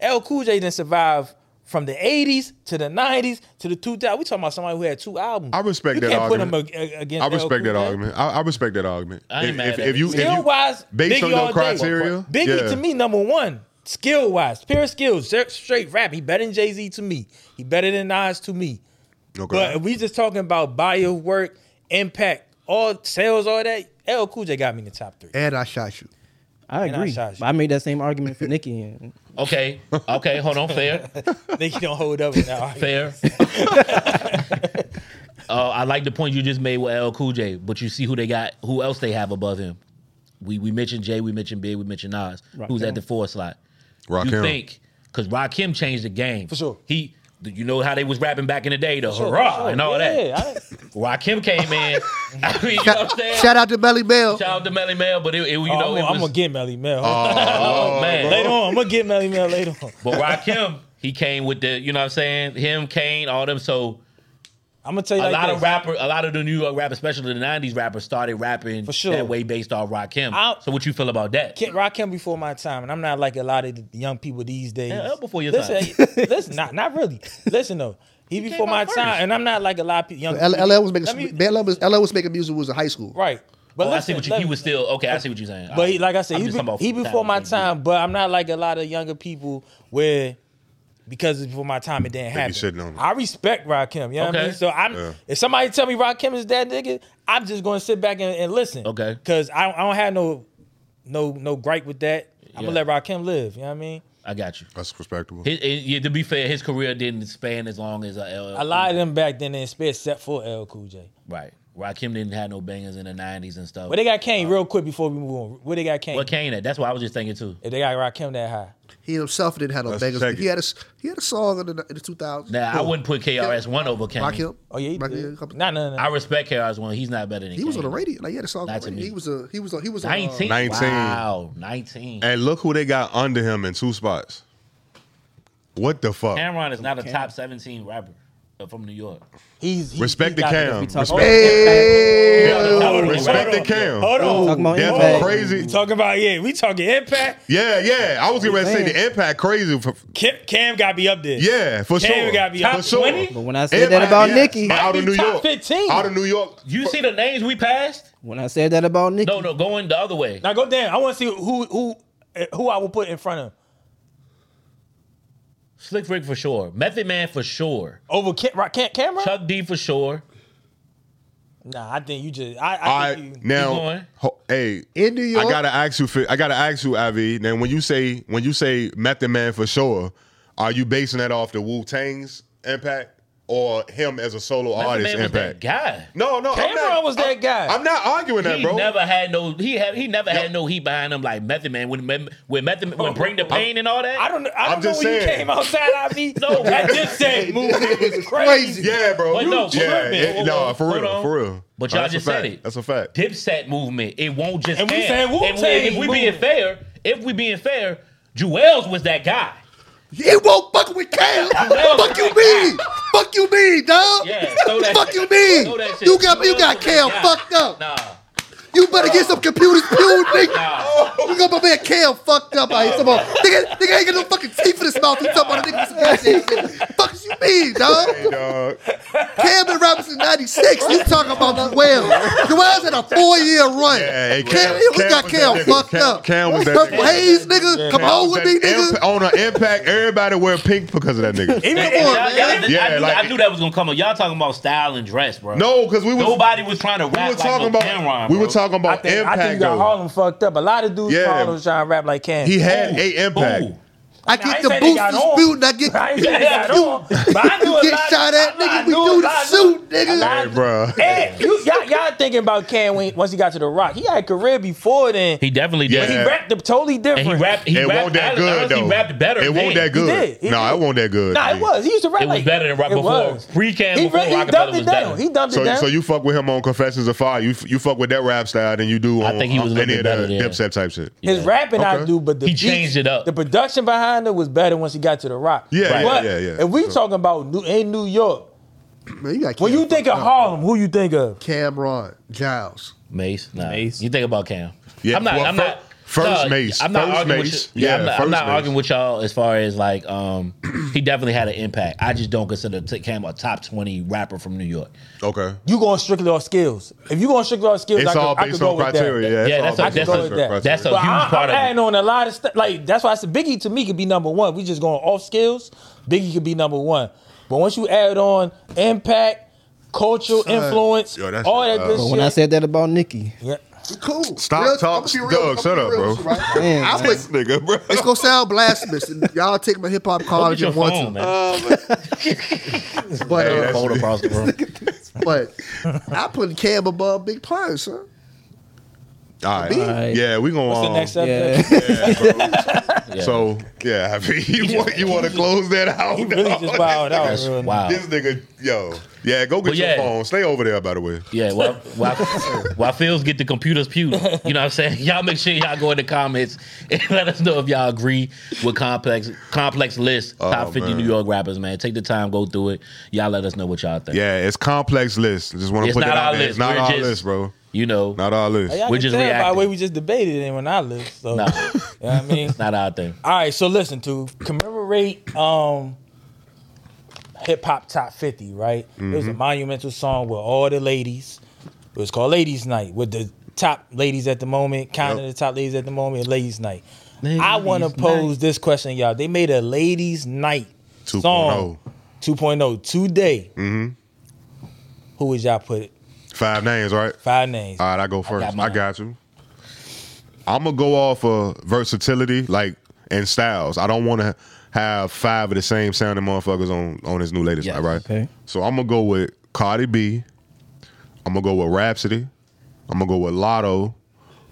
Speaker 6: L Cool J didn't survive from the 80s to the 90s to the 2000s. We talking about somebody who had two albums.
Speaker 4: I respect
Speaker 6: you
Speaker 4: that
Speaker 6: can't
Speaker 4: argument.
Speaker 6: Put him ag- against
Speaker 4: I
Speaker 6: LL Cool
Speaker 4: respect that
Speaker 6: J.
Speaker 4: argument. I, I respect that argument.
Speaker 1: I ain't
Speaker 4: if,
Speaker 1: mad
Speaker 4: if,
Speaker 1: at
Speaker 4: if
Speaker 1: it.
Speaker 4: you, if
Speaker 6: Skill
Speaker 4: you
Speaker 6: wise,
Speaker 4: based
Speaker 6: Biggie
Speaker 4: on your
Speaker 6: all day.
Speaker 4: criteria,
Speaker 6: Biggie
Speaker 4: yeah.
Speaker 6: to me number one. Skill wise, pure skills, ser- straight rap. He better than Jay Z to me. He better than Nas to me.
Speaker 4: Okay.
Speaker 6: But if we just talking about body of work, impact, all sales, all that. L Cool J got me in the top three.
Speaker 3: and I shot you.
Speaker 2: I
Speaker 6: And I
Speaker 2: agree.
Speaker 6: shot you.
Speaker 2: But I made that same argument for Nicki. And
Speaker 1: Okay, okay, hold on, fair,
Speaker 6: Think you don't hold up in that argument.
Speaker 1: fair. uh, I like the point you just made with L Cool J, but you see who they got, who else they have above him. We we mentioned Jay, we mentioned Big, we mentioned Nas, who's at the four slot.
Speaker 4: Rakim.
Speaker 1: You think because Rakim changed the game for
Speaker 6: sure.
Speaker 1: He, you know how they was rapping back in the day, the hurrah and all that.
Speaker 6: Yeah, I-
Speaker 1: Rakim came in. I mean, you know what I'm saying?
Speaker 3: Shout out to Melly Bell.
Speaker 1: Shout out to Melly Mel, but it, it- you
Speaker 6: oh,
Speaker 1: know,
Speaker 6: I'm,
Speaker 1: it
Speaker 6: gonna-
Speaker 1: was,
Speaker 6: I'm gonna get Melly Mel.
Speaker 1: oh man,
Speaker 6: later on, I'm gonna get Melly Mel later on.
Speaker 1: But Rakim, he came with the, you know what I'm saying? Him, Kane, all them. So
Speaker 6: I'm gonna tell you
Speaker 1: a
Speaker 6: like
Speaker 1: lot
Speaker 6: this.
Speaker 1: of rapper, a lot of the New York rappers, especially the '90s rappers, started rapping
Speaker 6: For sure.
Speaker 1: that way based off Rakim.
Speaker 6: I-
Speaker 1: so what you feel about that?
Speaker 6: Kid Rock came before my time, and I'm not like a lot of the young people these days.
Speaker 1: Yeah, that before your
Speaker 6: listen,
Speaker 1: time.
Speaker 6: hey, listen, not not really. Listen though, he, before
Speaker 1: came
Speaker 6: my
Speaker 1: out first.
Speaker 6: time, and I'm not like a lot of pe- young.
Speaker 3: L-
Speaker 6: people-
Speaker 3: LL was making
Speaker 6: Let me-
Speaker 3: LL was, LL was making music when he was in high school.
Speaker 6: right, but
Speaker 1: Oh, I
Speaker 6: listen,
Speaker 1: see what you.
Speaker 6: let
Speaker 1: He
Speaker 6: me-
Speaker 1: was still okay. I see what you're saying.
Speaker 6: But he, like I said,
Speaker 1: I'm
Speaker 6: he,
Speaker 1: just
Speaker 6: be-
Speaker 1: talking about
Speaker 6: he
Speaker 1: from the
Speaker 6: before my
Speaker 1: he was-
Speaker 6: time, but I'm not like a lot of younger people where because it's before my time it didn't happen.
Speaker 4: sitting on it.
Speaker 6: I respect Rakim, you know what I
Speaker 1: Okay.
Speaker 6: mean? So I'm
Speaker 4: Yeah.
Speaker 6: if somebody tell me Rakim is that nigga, I'm just gonna sit back and, and listen.
Speaker 1: Okay.
Speaker 6: Cause I, I don't have no no no gripe with that. I'm
Speaker 1: Yeah.
Speaker 6: gonna let Rakim live, you know what I mean?
Speaker 1: I got you.
Speaker 4: That's respectable.
Speaker 1: His, it- yeah, to be fair, his career didn't span as long as uh, LL.
Speaker 6: A lot of them back then didn't spit except for L Cool J.
Speaker 1: Right. Rakim didn't have no bangers in the '90s and stuff.
Speaker 6: But they got Kane real quick before we move on. Where they got Kane?
Speaker 1: Uh, what Kane at? That's what I was just thinking too.
Speaker 6: If they got Rakim that high.
Speaker 3: He himself didn't have no
Speaker 4: Let's
Speaker 3: bangers.
Speaker 4: check
Speaker 3: but He
Speaker 4: it.
Speaker 3: had a s- he had a song in the, in the 2000s.
Speaker 1: Now I wouldn't put KRS One over Kane.
Speaker 3: Rock him.
Speaker 6: Oh yeah, he
Speaker 3: Rock
Speaker 6: did.
Speaker 3: him.
Speaker 6: Nah, nah, nah.
Speaker 1: I respect KRS One. He's not better than
Speaker 3: He was on
Speaker 1: Kane.
Speaker 3: the radio. Like he had a song. On
Speaker 1: Not
Speaker 3: the
Speaker 1: to
Speaker 3: radio.
Speaker 1: me.
Speaker 3: He was a he was a he was a, uh,
Speaker 1: 19.
Speaker 4: 19.
Speaker 1: Wow, 19.
Speaker 4: And look who they got under him in two spots. What the fuck?
Speaker 1: Cameron is not a top 17 rapper uh, from New York.
Speaker 6: He's, he's
Speaker 4: Respect
Speaker 6: he's
Speaker 4: the
Speaker 6: got-
Speaker 4: Cam.
Speaker 2: we talk
Speaker 4: Respect,
Speaker 3: Hey,
Speaker 1: Hold on,
Speaker 4: respect
Speaker 1: hold
Speaker 4: the
Speaker 1: on.
Speaker 4: Cam.
Speaker 6: Hold on.
Speaker 2: talking about
Speaker 4: that's
Speaker 2: impact.
Speaker 4: crazy.
Speaker 6: We talking about yeah, we talking impact.
Speaker 4: Yeah, yeah. I was getting ready to say
Speaker 2: Man.
Speaker 4: the impact crazy. For,
Speaker 6: Cam, Cam got to be up there.
Speaker 4: yeah, for
Speaker 6: Cam
Speaker 4: sure.
Speaker 6: gotta be
Speaker 4: for
Speaker 6: top
Speaker 4: sure.
Speaker 6: 20?
Speaker 2: But when I said that about Nicki,
Speaker 4: But out of
Speaker 6: Might
Speaker 4: New
Speaker 6: be top
Speaker 4: York,
Speaker 6: 15.
Speaker 4: out of New York.
Speaker 1: You see the names we passed?
Speaker 2: when I said that about Nicki,
Speaker 1: No, no, going the other way.
Speaker 6: Now go down. I want to see who who eh, who I will put in front of him.
Speaker 1: Slick Rick for sure. Method Man for sure.
Speaker 6: over Cam, Rock- Cam, Cameron.
Speaker 1: Chuck D for sure.
Speaker 6: Nah, I think you just I,
Speaker 4: All
Speaker 6: I, think
Speaker 4: right,
Speaker 6: you,
Speaker 4: now,
Speaker 1: going.
Speaker 4: ho- hey,
Speaker 3: in New York.
Speaker 4: I gotta ask you. Fi- I gotta ask you, Ivy. Now, when you say when you say Method Man for sure, are you basing that off the Wu Tang's impact or him as a solo
Speaker 1: Method
Speaker 4: artist
Speaker 1: Man was that
Speaker 4: impact?
Speaker 1: guy.
Speaker 4: No, no, I'm
Speaker 6: Cameron
Speaker 4: not,
Speaker 6: was that
Speaker 4: I'm-
Speaker 6: guy.
Speaker 4: I'm not arguing that,
Speaker 1: He
Speaker 4: bro.
Speaker 1: never had no. He had. He never
Speaker 4: Yep.
Speaker 1: had no heat behind him like Method Man when Mem- when Method when Bring the Pain and all that.
Speaker 6: I don't know. I
Speaker 4: I'm
Speaker 6: don't know
Speaker 4: just
Speaker 6: when you
Speaker 4: saying.
Speaker 6: came outside. I
Speaker 1: No,
Speaker 6: I just said movement was crazy.
Speaker 4: yeah, bro.
Speaker 1: But no,
Speaker 4: yeah,
Speaker 1: tripping.
Speaker 4: it-
Speaker 1: Hold
Speaker 4: no,
Speaker 1: on,
Speaker 4: for
Speaker 1: hold
Speaker 4: real,
Speaker 1: on.
Speaker 4: for real.
Speaker 1: But
Speaker 4: No,
Speaker 1: y'all
Speaker 4: that's a
Speaker 1: just said
Speaker 4: fact.
Speaker 1: it.
Speaker 4: That's a fact.
Speaker 1: Dipset movement. It won't just.
Speaker 6: And we
Speaker 1: end.
Speaker 6: said
Speaker 1: If we,
Speaker 6: Wu-Tang
Speaker 1: if we being
Speaker 6: movement.
Speaker 1: fair, if we being fair, Jewels was that guy.
Speaker 3: It won't fuck with Cam.
Speaker 1: know.
Speaker 3: fuck you mean? Fuck you mean, dog?
Speaker 1: Yeah, throw that
Speaker 3: fuck
Speaker 1: shit.
Speaker 3: you mean?
Speaker 1: Throw that shit.
Speaker 3: You got you
Speaker 1: Throw
Speaker 3: got
Speaker 1: that
Speaker 3: Cam
Speaker 1: shit.
Speaker 3: fucked up.
Speaker 1: Nah.
Speaker 3: You better get some computers peeled, nigga. You got my man Cam fucked up. I come on, nigga, nigga ain't got no fucking teeth in his mouth. You talking about a nigga? with some goddamn shit. Fuck you mean, dog?
Speaker 4: Hey, dog.
Speaker 3: Cam and Robinson '96. You talking about Joel? Joel's had a four-year run.
Speaker 4: Yeah, hey,
Speaker 3: Cam,
Speaker 4: Cam-
Speaker 3: we
Speaker 4: Cam
Speaker 3: got
Speaker 4: was
Speaker 3: Cam
Speaker 4: that nigga.
Speaker 3: fucked
Speaker 4: Cam-
Speaker 3: up.
Speaker 4: Cam was that
Speaker 3: Purple
Speaker 4: nigga.
Speaker 3: Hayes, nigga. come on with me,
Speaker 4: That
Speaker 3: nigga.
Speaker 4: imp- on an impact, everybody wear pink because of that nigga.
Speaker 6: Even
Speaker 3: Come on,
Speaker 1: Y'all-
Speaker 3: man.
Speaker 1: y'all- I,
Speaker 4: Yeah,
Speaker 1: knew,
Speaker 4: like-
Speaker 1: I knew that was gonna come up. Y'all talking about style and dress, bro.
Speaker 4: No, because we was
Speaker 1: Nobody was trying to
Speaker 4: we
Speaker 1: rap
Speaker 4: were talking
Speaker 1: like no
Speaker 4: about
Speaker 1: Cameron,
Speaker 4: we
Speaker 1: bro.
Speaker 4: were talking
Speaker 6: I
Speaker 4: about
Speaker 6: think,
Speaker 4: impact
Speaker 6: I think you got
Speaker 4: though.
Speaker 6: Harlem fucked up. A lot of dudes
Speaker 4: Yeah.
Speaker 6: yeah. Harlem trying to rap like Cam.
Speaker 4: He had a impact.
Speaker 1: Ooh.
Speaker 3: I
Speaker 6: I
Speaker 3: get
Speaker 6: ain't
Speaker 3: the
Speaker 6: say they
Speaker 3: boots
Speaker 6: got
Speaker 3: to
Speaker 6: on.
Speaker 3: boot and I get
Speaker 6: I ain't saying that at all. But I knew
Speaker 3: You
Speaker 6: a
Speaker 3: get
Speaker 6: lot-
Speaker 3: shot
Speaker 6: I
Speaker 3: at, nigga,
Speaker 6: knew
Speaker 3: we
Speaker 6: a
Speaker 3: do the
Speaker 6: lot of-
Speaker 3: suit,
Speaker 6: I
Speaker 3: nigga.
Speaker 6: lied.
Speaker 4: Hey, bro.
Speaker 6: Hey, you, y'all, y'all think thinking about Cam when once he got to the Rock. He had a career before then.
Speaker 1: He definitely did.
Speaker 6: But he
Speaker 4: Yeah.
Speaker 6: rapped up totally different.
Speaker 1: And he rapped. He
Speaker 4: it
Speaker 1: rapped
Speaker 4: won't that
Speaker 1: honest-
Speaker 4: good
Speaker 1: honestly,
Speaker 4: though.
Speaker 1: He rapped better.
Speaker 4: It
Speaker 1: than.
Speaker 4: won't that good.
Speaker 6: did. He
Speaker 4: No,
Speaker 6: did.
Speaker 4: it won't that good.
Speaker 6: Nah,
Speaker 4: man.
Speaker 6: it was. He used to rap.
Speaker 1: It was
Speaker 6: like,
Speaker 1: better than Rock
Speaker 6: it
Speaker 1: Before.
Speaker 6: was.
Speaker 1: Pre-Cam
Speaker 6: He,
Speaker 1: before
Speaker 6: he
Speaker 1: Rockabella
Speaker 6: dumped
Speaker 1: was
Speaker 6: it down.
Speaker 1: better.
Speaker 6: He dumped it
Speaker 4: So,
Speaker 6: down.
Speaker 4: so you fuck with him on Confessions of Fire. You f- you fuck with that rap style than you do
Speaker 1: I
Speaker 4: on
Speaker 1: think he was a
Speaker 4: on
Speaker 1: little
Speaker 4: any
Speaker 1: bit
Speaker 4: of the
Speaker 1: better, yeah.
Speaker 4: Dipset type shit.
Speaker 1: Yeah.
Speaker 6: His rapping I
Speaker 4: Okay.
Speaker 6: do, but the
Speaker 1: He
Speaker 6: beats-
Speaker 1: changed it up.
Speaker 6: The production behind it was better once he got to the Rock.
Speaker 4: Yeah,
Speaker 1: Right.
Speaker 6: but
Speaker 4: yeah, yeah, yeah.
Speaker 6: If we
Speaker 4: Sure.
Speaker 6: talking about New, in New York,
Speaker 3: Man, you got
Speaker 6: when you think of Harlem, who you think of?
Speaker 3: Cameron Giles.
Speaker 1: Mace. Nah.
Speaker 2: Mace.
Speaker 1: You think about Cam.
Speaker 4: Yeah,
Speaker 1: I'm not.
Speaker 4: well,
Speaker 1: I'm
Speaker 4: fir-
Speaker 1: not.
Speaker 4: first
Speaker 1: no,
Speaker 4: Mace.
Speaker 1: I'm not
Speaker 4: First
Speaker 1: arguing
Speaker 4: Mace.
Speaker 1: with you. Yeah,
Speaker 4: Yeah,
Speaker 1: I'm, not, I'm
Speaker 4: first
Speaker 1: not
Speaker 4: Mace.
Speaker 1: arguing with y'all as far as like um he definitely had an impact. I just don't consider T- Cam a top 20 rapper from New York.
Speaker 4: Okay.
Speaker 6: You going strictly off skills. If you going strictly off skills, I
Speaker 4: It's
Speaker 6: could,
Speaker 4: all
Speaker 6: I could
Speaker 4: based
Speaker 6: go
Speaker 4: on
Speaker 6: with
Speaker 4: criteria.
Speaker 6: that.
Speaker 4: Yeah,
Speaker 1: Yeah,
Speaker 4: it's
Speaker 1: that's a-
Speaker 4: all
Speaker 1: that's
Speaker 4: based
Speaker 1: a-
Speaker 4: on criteria.
Speaker 1: that's a-
Speaker 6: But
Speaker 1: huge
Speaker 6: I,
Speaker 1: part
Speaker 6: I'm
Speaker 1: of it.
Speaker 6: adding on a lot of stuff. Like that's why I said Biggie to me could be number one. We just going off skills. Biggie could be number one. But once you add on impact, cultural influence,
Speaker 4: Yo, that's-
Speaker 6: all that
Speaker 4: uh,
Speaker 6: good
Speaker 2: But
Speaker 6: shit.
Speaker 2: when I said that about Nicki,
Speaker 6: yeah.
Speaker 3: Cool.
Speaker 4: Stop
Speaker 3: Real-
Speaker 4: talk-
Speaker 3: I'ma be real-
Speaker 4: Doug,
Speaker 3: I'ma
Speaker 4: shut
Speaker 3: be
Speaker 4: up,
Speaker 3: real
Speaker 4: bro.
Speaker 3: with you, right?
Speaker 2: Man,
Speaker 3: I
Speaker 4: This
Speaker 3: put-
Speaker 4: nigga, bro.
Speaker 3: It's gonna sound blasphemous. and Y'all take my hip hop
Speaker 1: Look
Speaker 3: college
Speaker 1: at your
Speaker 3: and want
Speaker 1: phone,
Speaker 3: to,
Speaker 1: man.
Speaker 3: but
Speaker 4: Hey,
Speaker 3: uh,
Speaker 4: that's-
Speaker 1: Phone across the room.
Speaker 3: but I put Cam above Big Pun, son.
Speaker 4: All right.
Speaker 2: right.
Speaker 4: Yeah, we gonna.
Speaker 6: What's the
Speaker 4: um,
Speaker 6: next step?
Speaker 2: yeah.
Speaker 4: So yeah, I mean, you want you want to close that out?
Speaker 6: He really
Speaker 4: dog?
Speaker 6: just bowed out.
Speaker 4: This
Speaker 6: bro.
Speaker 4: nigga-
Speaker 1: Wow.
Speaker 4: This nigga, yo, yeah, go get
Speaker 1: But
Speaker 4: your
Speaker 1: yeah.
Speaker 4: phone. Stay over there, by the way.
Speaker 1: Yeah, while, while, while Phil's get the computers pewed, you know what I'm saying? Y'all make sure y'all go in the comments and let us know if y'all agree with complex complex list top 50
Speaker 4: Oh, man.
Speaker 1: New York rappers, man. Take the time, go through it. Y'all let us know what y'all think.
Speaker 4: Yeah, it's complex list. I just want to
Speaker 1: It's
Speaker 4: put that
Speaker 1: not
Speaker 4: out
Speaker 1: our
Speaker 4: there.
Speaker 1: list.
Speaker 4: It's not
Speaker 1: We're
Speaker 4: our
Speaker 1: just-
Speaker 4: list, bro.
Speaker 1: You know,
Speaker 4: Not our list.
Speaker 6: Y'all
Speaker 1: We're
Speaker 6: can
Speaker 1: just
Speaker 6: tell by the
Speaker 1: reacting.
Speaker 6: way we just debated it when I live. So,
Speaker 1: Nah.
Speaker 6: you know what I mean?
Speaker 1: not our thing.
Speaker 6: All right, so listen to commemorate um hip hop top 50, right? It
Speaker 1: Mm-hmm.
Speaker 6: was a monumental song with all the ladies. It was called Ladies Night with the top ladies at the moment, kind of
Speaker 4: Yep.
Speaker 6: the top ladies at the moment, Ladies Night. I want to pose this question, to y'all. They made a Ladies Night
Speaker 4: 2.0.
Speaker 6: song 2.0 today.
Speaker 1: Mm-hmm.
Speaker 6: Who would y'all put it?
Speaker 4: Five names, right?
Speaker 6: Five names.
Speaker 4: All right, I go first. I
Speaker 1: got
Speaker 4: got,
Speaker 1: mine.
Speaker 4: you. I'm gonna go off of versatility, like and styles. I don't want to have five of the same sounding motherfuckers on on this new latest,
Speaker 1: Yes.
Speaker 4: right?
Speaker 2: Okay.
Speaker 4: So I'm gonna go with Cardi B. I'm gonna go with Rhapsody. I'm gonna go with Lotto,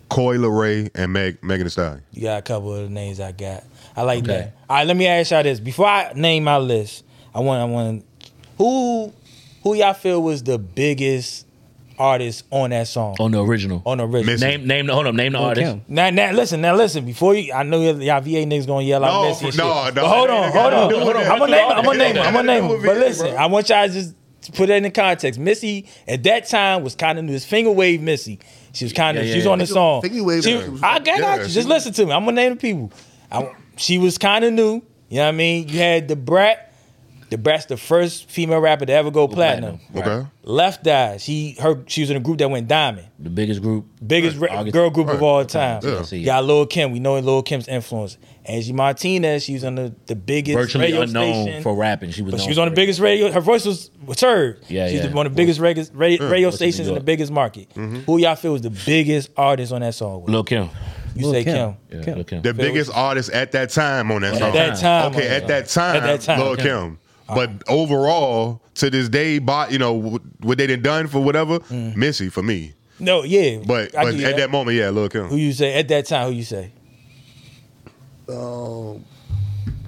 Speaker 4: Coy Ray, and Meg Megan Thee Stallion.
Speaker 6: You got a couple of the names I got. I like
Speaker 1: Okay.
Speaker 6: that. All right, let me ask y'all this. Before I name my list, I want I want who who y'all feel was the biggest artist on that song
Speaker 1: On the original.
Speaker 6: on the original.
Speaker 4: Missy.
Speaker 1: Name, name the, hold on, name the artist.
Speaker 2: Cam.
Speaker 6: Now, now, listen, now, listen. Before you, I know y'all VA niggas gonna yell out
Speaker 4: No,
Speaker 6: Missy and
Speaker 4: no,
Speaker 6: shit.
Speaker 4: no,
Speaker 6: But hold
Speaker 4: they
Speaker 6: on,
Speaker 4: ain't
Speaker 6: hold
Speaker 4: gotta
Speaker 6: on.
Speaker 4: do
Speaker 6: Hold on.
Speaker 4: that.
Speaker 6: I'm gonna name him. I'm gonna name him. I'm gonna
Speaker 4: They
Speaker 6: name
Speaker 4: gotta
Speaker 6: him.
Speaker 4: do
Speaker 6: But
Speaker 4: it,
Speaker 6: listen,
Speaker 4: bro.
Speaker 6: I want y'all to just put that in context. Missy at that time was kind of new. It's finger wave Missy. She was kind of.
Speaker 1: Yeah, yeah,
Speaker 6: she was
Speaker 1: yeah.
Speaker 6: on the song.
Speaker 3: Finger wave
Speaker 6: She,
Speaker 3: Missy was-
Speaker 6: I got
Speaker 4: Yeah,
Speaker 6: you.
Speaker 4: she
Speaker 6: Just
Speaker 4: was-
Speaker 6: listen to me. I'm gonna name the people. I, she was kind of new. You know what I mean? You had the brat. The Brat's the first female rapper to ever go platinum.
Speaker 1: platinum,
Speaker 4: Okay.
Speaker 6: Left Eye, she her she was in a group that went diamond
Speaker 1: The biggest group.
Speaker 6: biggest
Speaker 1: Right,
Speaker 6: ra-
Speaker 1: August-
Speaker 6: girl group of all time.
Speaker 1: Yeah. Yeah.
Speaker 6: Got Lil Kim. We know Lil Kim's influence. Angie Martinez. She was on the, the biggest
Speaker 1: Virtually
Speaker 6: radio
Speaker 1: unknown
Speaker 6: station.
Speaker 1: for rapping. She was,
Speaker 6: but
Speaker 1: known
Speaker 6: she was on
Speaker 1: for
Speaker 6: the
Speaker 1: it.
Speaker 6: biggest radio. Her voice was, was heard.
Speaker 1: Yeah,
Speaker 6: She's
Speaker 1: yeah.
Speaker 6: the- one of the biggest reg- ra- radio
Speaker 1: Voice of New
Speaker 6: stations in the
Speaker 1: York.
Speaker 6: biggest market. Who y'all feel was the biggest artist on that song?
Speaker 1: Lil Kim.
Speaker 6: you
Speaker 2: Lil
Speaker 6: say Kim.
Speaker 2: Kim.
Speaker 1: Yeah,
Speaker 2: Kim.
Speaker 1: Lil Kim.
Speaker 4: The biggest artist at that time on that
Speaker 1: At
Speaker 4: song.
Speaker 1: that
Speaker 6: time.
Speaker 4: Okay, at that time.
Speaker 6: At that time,
Speaker 4: Lil
Speaker 6: okay.
Speaker 4: Kim. But overall, to this day, bo- you know w- what they done done for whatever Missy for me.
Speaker 6: No, yeah.
Speaker 4: But,
Speaker 6: Hmm. I
Speaker 4: but at
Speaker 6: give you
Speaker 4: that moment, yeah, Lil Kim.
Speaker 6: who you say at that time? Who you say?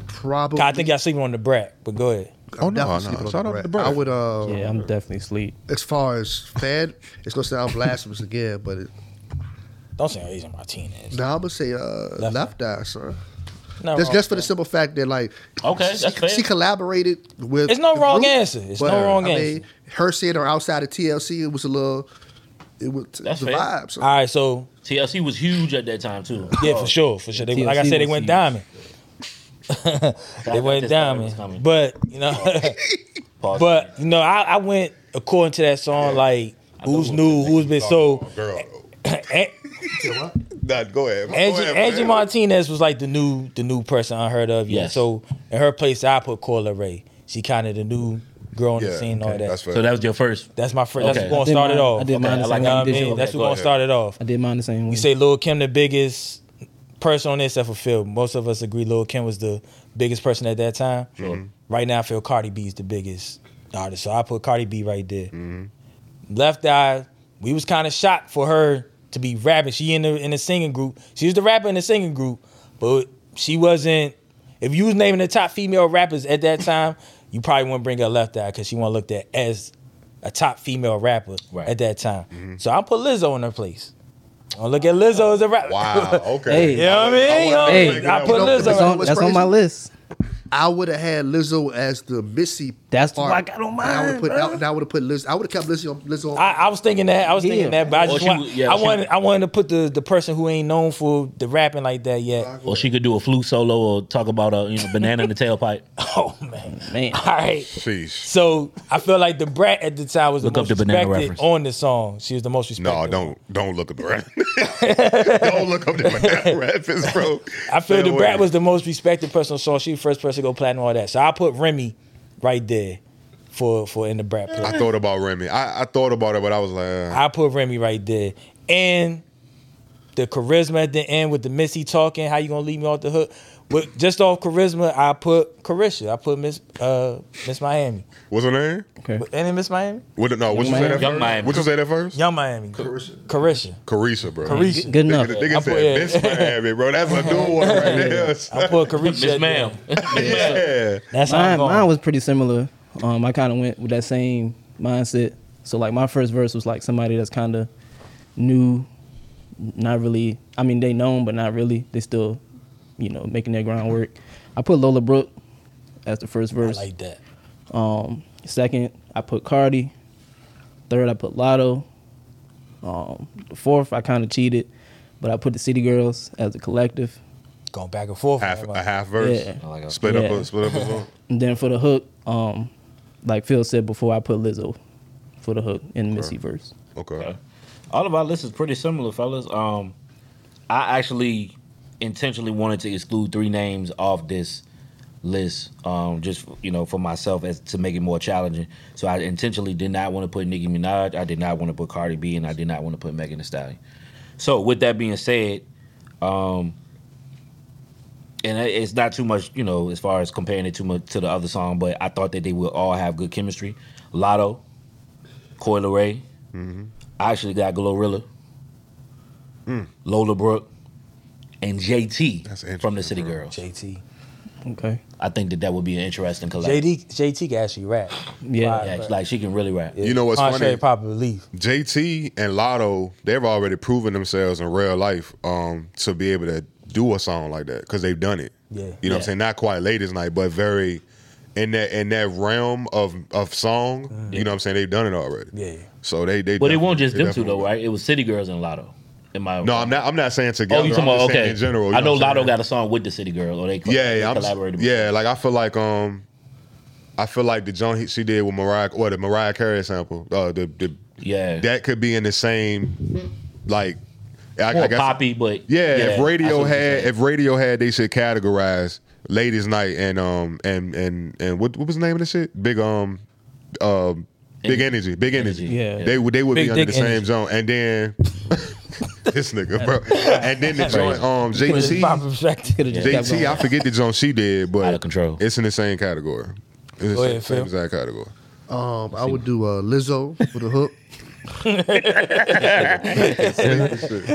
Speaker 3: Probably.
Speaker 6: I think y'all sleeping on the brat. But go ahead.
Speaker 4: Oh,
Speaker 3: I'm
Speaker 4: no,
Speaker 3: definitely
Speaker 4: no.
Speaker 3: sleeping on
Speaker 4: Shout out to
Speaker 3: Brat.
Speaker 4: Brat.
Speaker 3: I would. Uh,
Speaker 2: yeah, I'm definitely sleep.
Speaker 3: As far as fan, it's gonna sound blasphemous again, but it,
Speaker 6: Don't say Angie Martinez.
Speaker 3: now I'm gonna say uh,
Speaker 6: Left.
Speaker 3: left eye, son.
Speaker 6: No,
Speaker 3: That's just for the simple fact that like
Speaker 1: Okay,
Speaker 3: she,
Speaker 1: that's fair.
Speaker 3: she collaborated with.
Speaker 6: It's no
Speaker 3: the
Speaker 6: wrong
Speaker 3: group,
Speaker 6: answer. It's
Speaker 3: but,
Speaker 6: no wrong
Speaker 3: I
Speaker 6: answer.
Speaker 3: Mean, her seeing her outside of TLC, it was a little. It was
Speaker 1: That's
Speaker 3: the
Speaker 1: fair.
Speaker 3: vibe. So.
Speaker 6: All right, so
Speaker 1: TLC was huge at that time, too.
Speaker 6: Yeah, for sure, for sure. They, like I
Speaker 2: TLC
Speaker 6: said, they
Speaker 2: was
Speaker 6: went
Speaker 2: huge.
Speaker 6: diamond. they
Speaker 1: I
Speaker 6: went
Speaker 1: just thought it was
Speaker 6: diamond.
Speaker 1: coming.
Speaker 6: But you know,
Speaker 1: Pause.
Speaker 6: but you know, I, I went according to that song. Like who's new, who's been so.
Speaker 4: Oh, Girl.
Speaker 6: An-
Speaker 4: Nah, go ahead. Go
Speaker 6: Angie,
Speaker 4: ahead,
Speaker 6: Angie
Speaker 4: man.
Speaker 6: Martinez was like the new the new person I heard of. Yeah.
Speaker 1: Yes.
Speaker 6: So in her place, I put Coyle Ray. She kind of the new girl on
Speaker 4: Yeah,
Speaker 6: the scene, and all that.
Speaker 4: That's
Speaker 6: That's,
Speaker 4: fair.
Speaker 1: So that was your first.
Speaker 6: my first.
Speaker 1: Okay.
Speaker 6: That's who
Speaker 1: I
Speaker 6: gonna
Speaker 2: did
Speaker 6: start it
Speaker 2: mine-
Speaker 6: off.
Speaker 2: I did mine
Speaker 6: Okay,
Speaker 2: the
Speaker 6: like you
Speaker 2: same
Speaker 6: know
Speaker 2: way
Speaker 6: what I
Speaker 2: you did
Speaker 6: mean?
Speaker 2: yours.
Speaker 6: That's who
Speaker 1: Go
Speaker 6: gonna
Speaker 1: ahead.
Speaker 6: start it off.
Speaker 2: I did mine the same way.
Speaker 6: You say Lil Kim the biggest person on this that fulfilled. Most of us agree Lil Kim was the biggest person at that time. Right now, I feel Cardi B is the biggest artist. So I put Cardi B right there. Left Eye, we was kind of shocked for her to be rapping. She in the in the singing group. She was the rapper in the singing group, but she wasn't. If you was naming the top female rappers at that time, you probably wouldn't bring her Left Eye because she wasn't looked at as a top female rapper
Speaker 1: Right.
Speaker 6: at that time. So I put Lizzo in her place. I'll Oh, look at Lizzo as a rapper.
Speaker 4: Wow. Okay.
Speaker 2: Hey.
Speaker 6: you know what I mean? You know what I
Speaker 2: Hey.
Speaker 6: mean? I put
Speaker 3: That's
Speaker 6: Lizzo.
Speaker 2: That's,
Speaker 6: in-
Speaker 2: on,
Speaker 3: what's
Speaker 2: that's on my
Speaker 3: crazy?
Speaker 2: list.
Speaker 3: I would have had Lizzo as the Missy.
Speaker 2: That's
Speaker 3: part.
Speaker 2: what I got on
Speaker 3: And I would
Speaker 2: mine,
Speaker 3: put.
Speaker 2: bruh.
Speaker 3: I, would have put Lizzo. I would have kept Lizzo. Lizzo.
Speaker 6: I, I was thinking that. I was thinking
Speaker 2: Yeah.
Speaker 6: that, but I just
Speaker 1: she
Speaker 6: want,
Speaker 1: would- yeah,
Speaker 6: I
Speaker 1: she
Speaker 6: wanted
Speaker 1: would-
Speaker 6: I wanted to put the the person who ain't known for the rapping like that yet.
Speaker 1: Or she could do a flute solo or talk about a you know banana in the tailpipe.
Speaker 6: Oh man,
Speaker 2: Man.
Speaker 6: All right.
Speaker 4: Sheesh.
Speaker 6: So I feel like the brat at the time was the
Speaker 1: Look up
Speaker 6: most
Speaker 1: the banana
Speaker 6: respected
Speaker 1: reference.
Speaker 6: on the song. She was the most respected.
Speaker 4: No,
Speaker 6: one.
Speaker 4: don't don't look up the rap. don't look up the banana rappers, bro.
Speaker 6: I feel
Speaker 4: Stay
Speaker 6: the brat
Speaker 4: away.
Speaker 6: was the most respected person on the song. She was the first person to go platinum, all that. So I put Remy right there for for in the brat. Play.
Speaker 4: I thought about Remy. I, I thought about it, but I was like, uh,
Speaker 6: I put Remy right there. And the charisma at the end with the Missy talking, how you gonna leave me off the hook? With just off charisma, I put Carisha. I put Miss uh Miss Miami.
Speaker 4: what's her name?
Speaker 2: Okay.
Speaker 6: Ain't it Miss Miami?
Speaker 4: What, no, what you say
Speaker 2: Miami.
Speaker 4: that
Speaker 1: Young
Speaker 4: first?
Speaker 1: Miami.
Speaker 4: What you say that first?
Speaker 6: Young Miami. Carisha. Carisha.
Speaker 4: Carisha, bro.
Speaker 6: Carisha.
Speaker 2: Good enough.
Speaker 4: Nigga, nigga
Speaker 6: I put-
Speaker 4: said Miss Miami, bro. That's a new one right there.
Speaker 6: I put Carisha.
Speaker 1: Miss
Speaker 6: at
Speaker 1: Ma'am.
Speaker 6: the end.
Speaker 4: yeah.
Speaker 6: That's how I'm
Speaker 2: Mine,
Speaker 6: going.
Speaker 2: mine was pretty similar. Um, I kind of went with that same mindset. So like my first verse was like somebody that's kind of new, not really. I mean, they known, but not really. They still, you know, making their groundwork. I put Lola Brooke as the first
Speaker 6: I
Speaker 2: verse.
Speaker 6: like that.
Speaker 2: Um, second, I put Cardi. Third, I put Lotto. Um, the fourth, I kind of cheated, but I put the City Girls as a collective.
Speaker 6: Going back and forth.
Speaker 4: Half,
Speaker 6: man.
Speaker 4: a half verse.
Speaker 2: Yeah. I
Speaker 7: like it.
Speaker 4: Split up,
Speaker 2: Yeah.
Speaker 4: a, split up a song.
Speaker 2: And then for the hook, um, like Phil said before, I put Lizzo for the hook in Missy verse.
Speaker 4: Okay.
Speaker 7: All of our lists is pretty similar, fellas. Um, I actually intentionally wanted to exclude three names off this list, um, just you know for myself as to make it more challenging. So I intentionally did not want to put Nicki Minaj, I did not want to put Cardi B, and I did not want to put Megan Thee Stallion. So with that being said, um, and it- it's not too much, you know, as far as comparing it too much to the other song, but I thought that they would all have good chemistry. Lotto, Coil Ray.
Speaker 4: Mm-hmm.
Speaker 7: I actually got Glorilla, Lola Brooke, and JT
Speaker 4: Hmm. That's
Speaker 7: from the
Speaker 4: interesting,
Speaker 7: City
Speaker 4: bro.
Speaker 7: Girls.
Speaker 6: JT.
Speaker 2: Okay.
Speaker 7: I think that that would be an interesting collab.
Speaker 6: JD JT can actually rap.
Speaker 2: Yeah.
Speaker 6: Fire,
Speaker 7: Yeah,
Speaker 6: bro.
Speaker 7: like she can really rap.
Speaker 4: You know what's
Speaker 6: Contrary
Speaker 4: funny?
Speaker 6: to popular belief.
Speaker 4: JT and Lotto, they've already proven themselves in real life um, to be able to do a song like that because they've done it.
Speaker 6: Yeah.
Speaker 4: You know what I'm
Speaker 7: Yeah.
Speaker 4: saying? Not quite latest night, but very in that in that realm of of song. You know what I'm saying? They've done it already.
Speaker 6: Yeah.
Speaker 4: So they they.
Speaker 1: But it won't just
Speaker 4: they
Speaker 1: them two though,
Speaker 4: definitely-
Speaker 1: right? It was City Girls and Lotto. In my
Speaker 4: No, I'm not. I'm not saying together.
Speaker 1: Oh, you talking
Speaker 4: I'm
Speaker 1: about
Speaker 4: just saying
Speaker 1: okay?
Speaker 4: In general, you
Speaker 1: I know
Speaker 4: what I'm
Speaker 1: Lotto
Speaker 4: saying?
Speaker 1: got a song with the City Girl, or they co-
Speaker 4: yeah,
Speaker 1: they
Speaker 4: yeah, I'm,
Speaker 1: collaborated. with-
Speaker 4: yeah. Like I feel like um, I feel like the joint he- she did with Mariah, or the Mariah Carey sample, uh, the the
Speaker 1: yeah.
Speaker 4: that could be in the same like. I,
Speaker 1: More
Speaker 4: I guess,
Speaker 1: poppy, but
Speaker 4: Yeah, if
Speaker 1: I see
Speaker 4: radio
Speaker 1: what you're
Speaker 4: had
Speaker 1: saying.
Speaker 4: if radio had they should categorize ladies night and um and and and what what was the name of the shit? Big um um big energy, big energy.
Speaker 2: Energy, yeah.
Speaker 4: They would they would
Speaker 6: Big
Speaker 4: be under the
Speaker 6: dick
Speaker 4: same
Speaker 6: energy.
Speaker 4: zone and then this nigga, bro. And then the joint um
Speaker 6: From
Speaker 4: JT
Speaker 6: popular perspective.
Speaker 2: Coulda just kept
Speaker 4: JT, I
Speaker 2: going.
Speaker 4: forget the joint she did, but
Speaker 1: Out of control.
Speaker 4: It's in the same category. It's in the
Speaker 6: Go
Speaker 4: same,
Speaker 6: ahead,
Speaker 4: same
Speaker 6: Phil.
Speaker 4: exact category.
Speaker 3: um, I would do uh, Lizzo for the hook.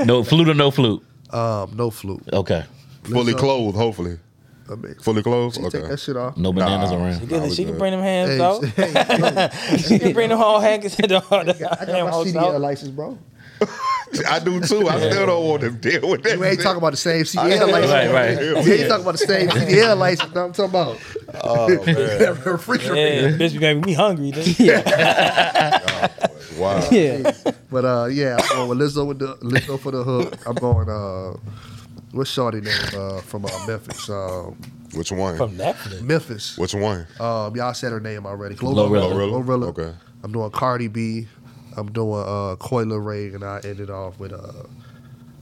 Speaker 1: no flute or no flute.
Speaker 3: Um, no flute.
Speaker 1: Okay,
Speaker 4: Fully
Speaker 3: Lizzo.
Speaker 4: clothed, hopefully.
Speaker 3: I mean,
Speaker 4: Fully clothed.
Speaker 3: she take
Speaker 4: Okay.
Speaker 3: that shit off.
Speaker 1: no bananas
Speaker 4: Nah.
Speaker 6: She
Speaker 1: around.
Speaker 6: can-
Speaker 4: was uh,
Speaker 6: she can
Speaker 4: good.
Speaker 6: bring them hands
Speaker 3: Hey,
Speaker 6: out.
Speaker 3: hey, yo,
Speaker 6: she can bring them whole hands to the, the,
Speaker 3: I
Speaker 6: damn
Speaker 3: got my
Speaker 6: hoes
Speaker 3: CDL
Speaker 6: out.
Speaker 3: license, bro.
Speaker 4: I do too. I still don't want to deal with that.
Speaker 3: You ain't
Speaker 4: shit.
Speaker 3: talking about the same CDL license.
Speaker 1: Right, right.
Speaker 4: Hell
Speaker 3: You ain't talking about the same CDL license. No, I'm talking about
Speaker 4: Oh, man.
Speaker 6: Yeah,
Speaker 3: refrigerator.
Speaker 6: bitch, you gonna make me hungry. Then.
Speaker 4: Wow.
Speaker 2: Yeah.
Speaker 3: But uh, yeah, I'm going with Lizzo with the Lizzo for the hook. I'm going. Uh, what's Shorty name uh, from uh, Memphis? Uh,
Speaker 4: Which one?
Speaker 6: From Netflix.
Speaker 3: Memphis.
Speaker 4: Which one?
Speaker 3: Um, y'all said her name already.
Speaker 1: Glorilla.
Speaker 4: Glorilla?
Speaker 3: Glorilla.
Speaker 4: Okay.
Speaker 3: I'm doing Cardi B. I'm doing uh, Coila Ray, and I ended off with uh,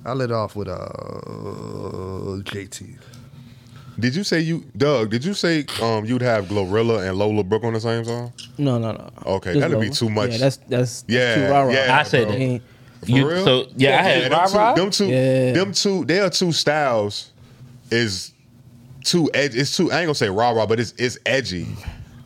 Speaker 3: I let off with uh, JT.
Speaker 4: Did you say you, Doug? Did you say um you'd have Glorilla and Lola Brooke on the same song?
Speaker 2: No, no, no.
Speaker 4: Okay,
Speaker 2: Just
Speaker 4: that'd be
Speaker 2: Lola.
Speaker 4: too much.
Speaker 2: Yeah, that's that's that's
Speaker 4: Yeah,
Speaker 2: too rah-rah.
Speaker 4: yeah,
Speaker 1: I said
Speaker 4: bro.
Speaker 1: it.
Speaker 2: And-
Speaker 4: For real?
Speaker 1: So yeah, I had
Speaker 4: Yeah,
Speaker 6: Rah-rah?
Speaker 4: them two, them two,
Speaker 2: Yeah.
Speaker 4: them two. Their two styles is too edgy. It's too. I ain't gonna say rah rah, but it's it's edgy.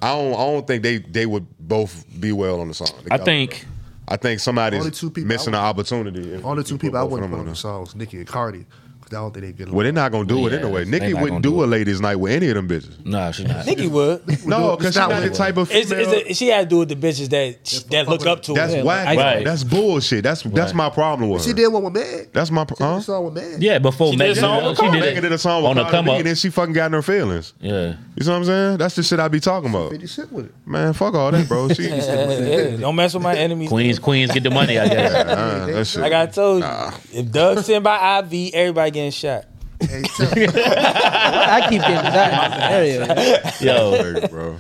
Speaker 4: I don't. I don't think they they would both be well on the song.
Speaker 1: I think
Speaker 4: I think somebody's
Speaker 3: Only two people
Speaker 4: missing
Speaker 3: I
Speaker 4: an opportunity. if-
Speaker 3: Only
Speaker 4: if
Speaker 3: two
Speaker 4: you
Speaker 3: people I
Speaker 4: both of
Speaker 3: wouldn't
Speaker 4: them
Speaker 3: put
Speaker 4: on
Speaker 3: on the
Speaker 4: there.
Speaker 3: songs, Nicki and Cardi, because I don't think they get along.
Speaker 4: Well, they're not gonna do it
Speaker 7: Yeah,
Speaker 4: anyway.
Speaker 7: they
Speaker 4: Nikki
Speaker 7: not
Speaker 4: wouldn't
Speaker 7: gonna
Speaker 4: do
Speaker 7: do
Speaker 4: a ladies' night with any of them bitches.
Speaker 7: Nah, she not.
Speaker 6: Nikki would.
Speaker 4: No,
Speaker 3: do-
Speaker 4: because
Speaker 3: it's
Speaker 4: she's
Speaker 3: not
Speaker 4: not
Speaker 3: what
Speaker 4: the
Speaker 3: it
Speaker 4: type of
Speaker 6: It's,
Speaker 4: female-
Speaker 6: it's a, she had to do with the bitches that that look up to
Speaker 4: That's
Speaker 6: her.
Speaker 2: Yeah,
Speaker 4: whack.
Speaker 2: like-
Speaker 4: though.
Speaker 1: Right.
Speaker 4: That's bullshit. That's that's
Speaker 1: Right.
Speaker 4: my problem with
Speaker 3: She
Speaker 4: her.
Speaker 3: did one with Meg.
Speaker 4: That's my
Speaker 3: She did a
Speaker 4: problem. Huh?
Speaker 3: song with Meg.
Speaker 1: Yeah, before
Speaker 6: She did
Speaker 1: Megan,
Speaker 6: a song with
Speaker 1: she did,
Speaker 4: Megan
Speaker 1: it
Speaker 4: did a song with
Speaker 1: on the
Speaker 4: Cardi
Speaker 1: come
Speaker 4: B,
Speaker 1: up.
Speaker 4: and then she fucking got in her feelings.
Speaker 1: Yeah,
Speaker 4: You see what I'm saying? That's the shit I be talking about.
Speaker 3: 50 Cent with it.
Speaker 4: Man, fuck all that, bro. She,
Speaker 6: Yeah, don't mess with my enemies.
Speaker 1: Queens, Queens get the money. I guess.
Speaker 4: Uh, that shit.
Speaker 6: Like I told you, if Doug send by IV, everybody getting shot.
Speaker 3: Hey, tell-
Speaker 2: I keep getting that area.
Speaker 1: Yo,
Speaker 4: Hey, bro.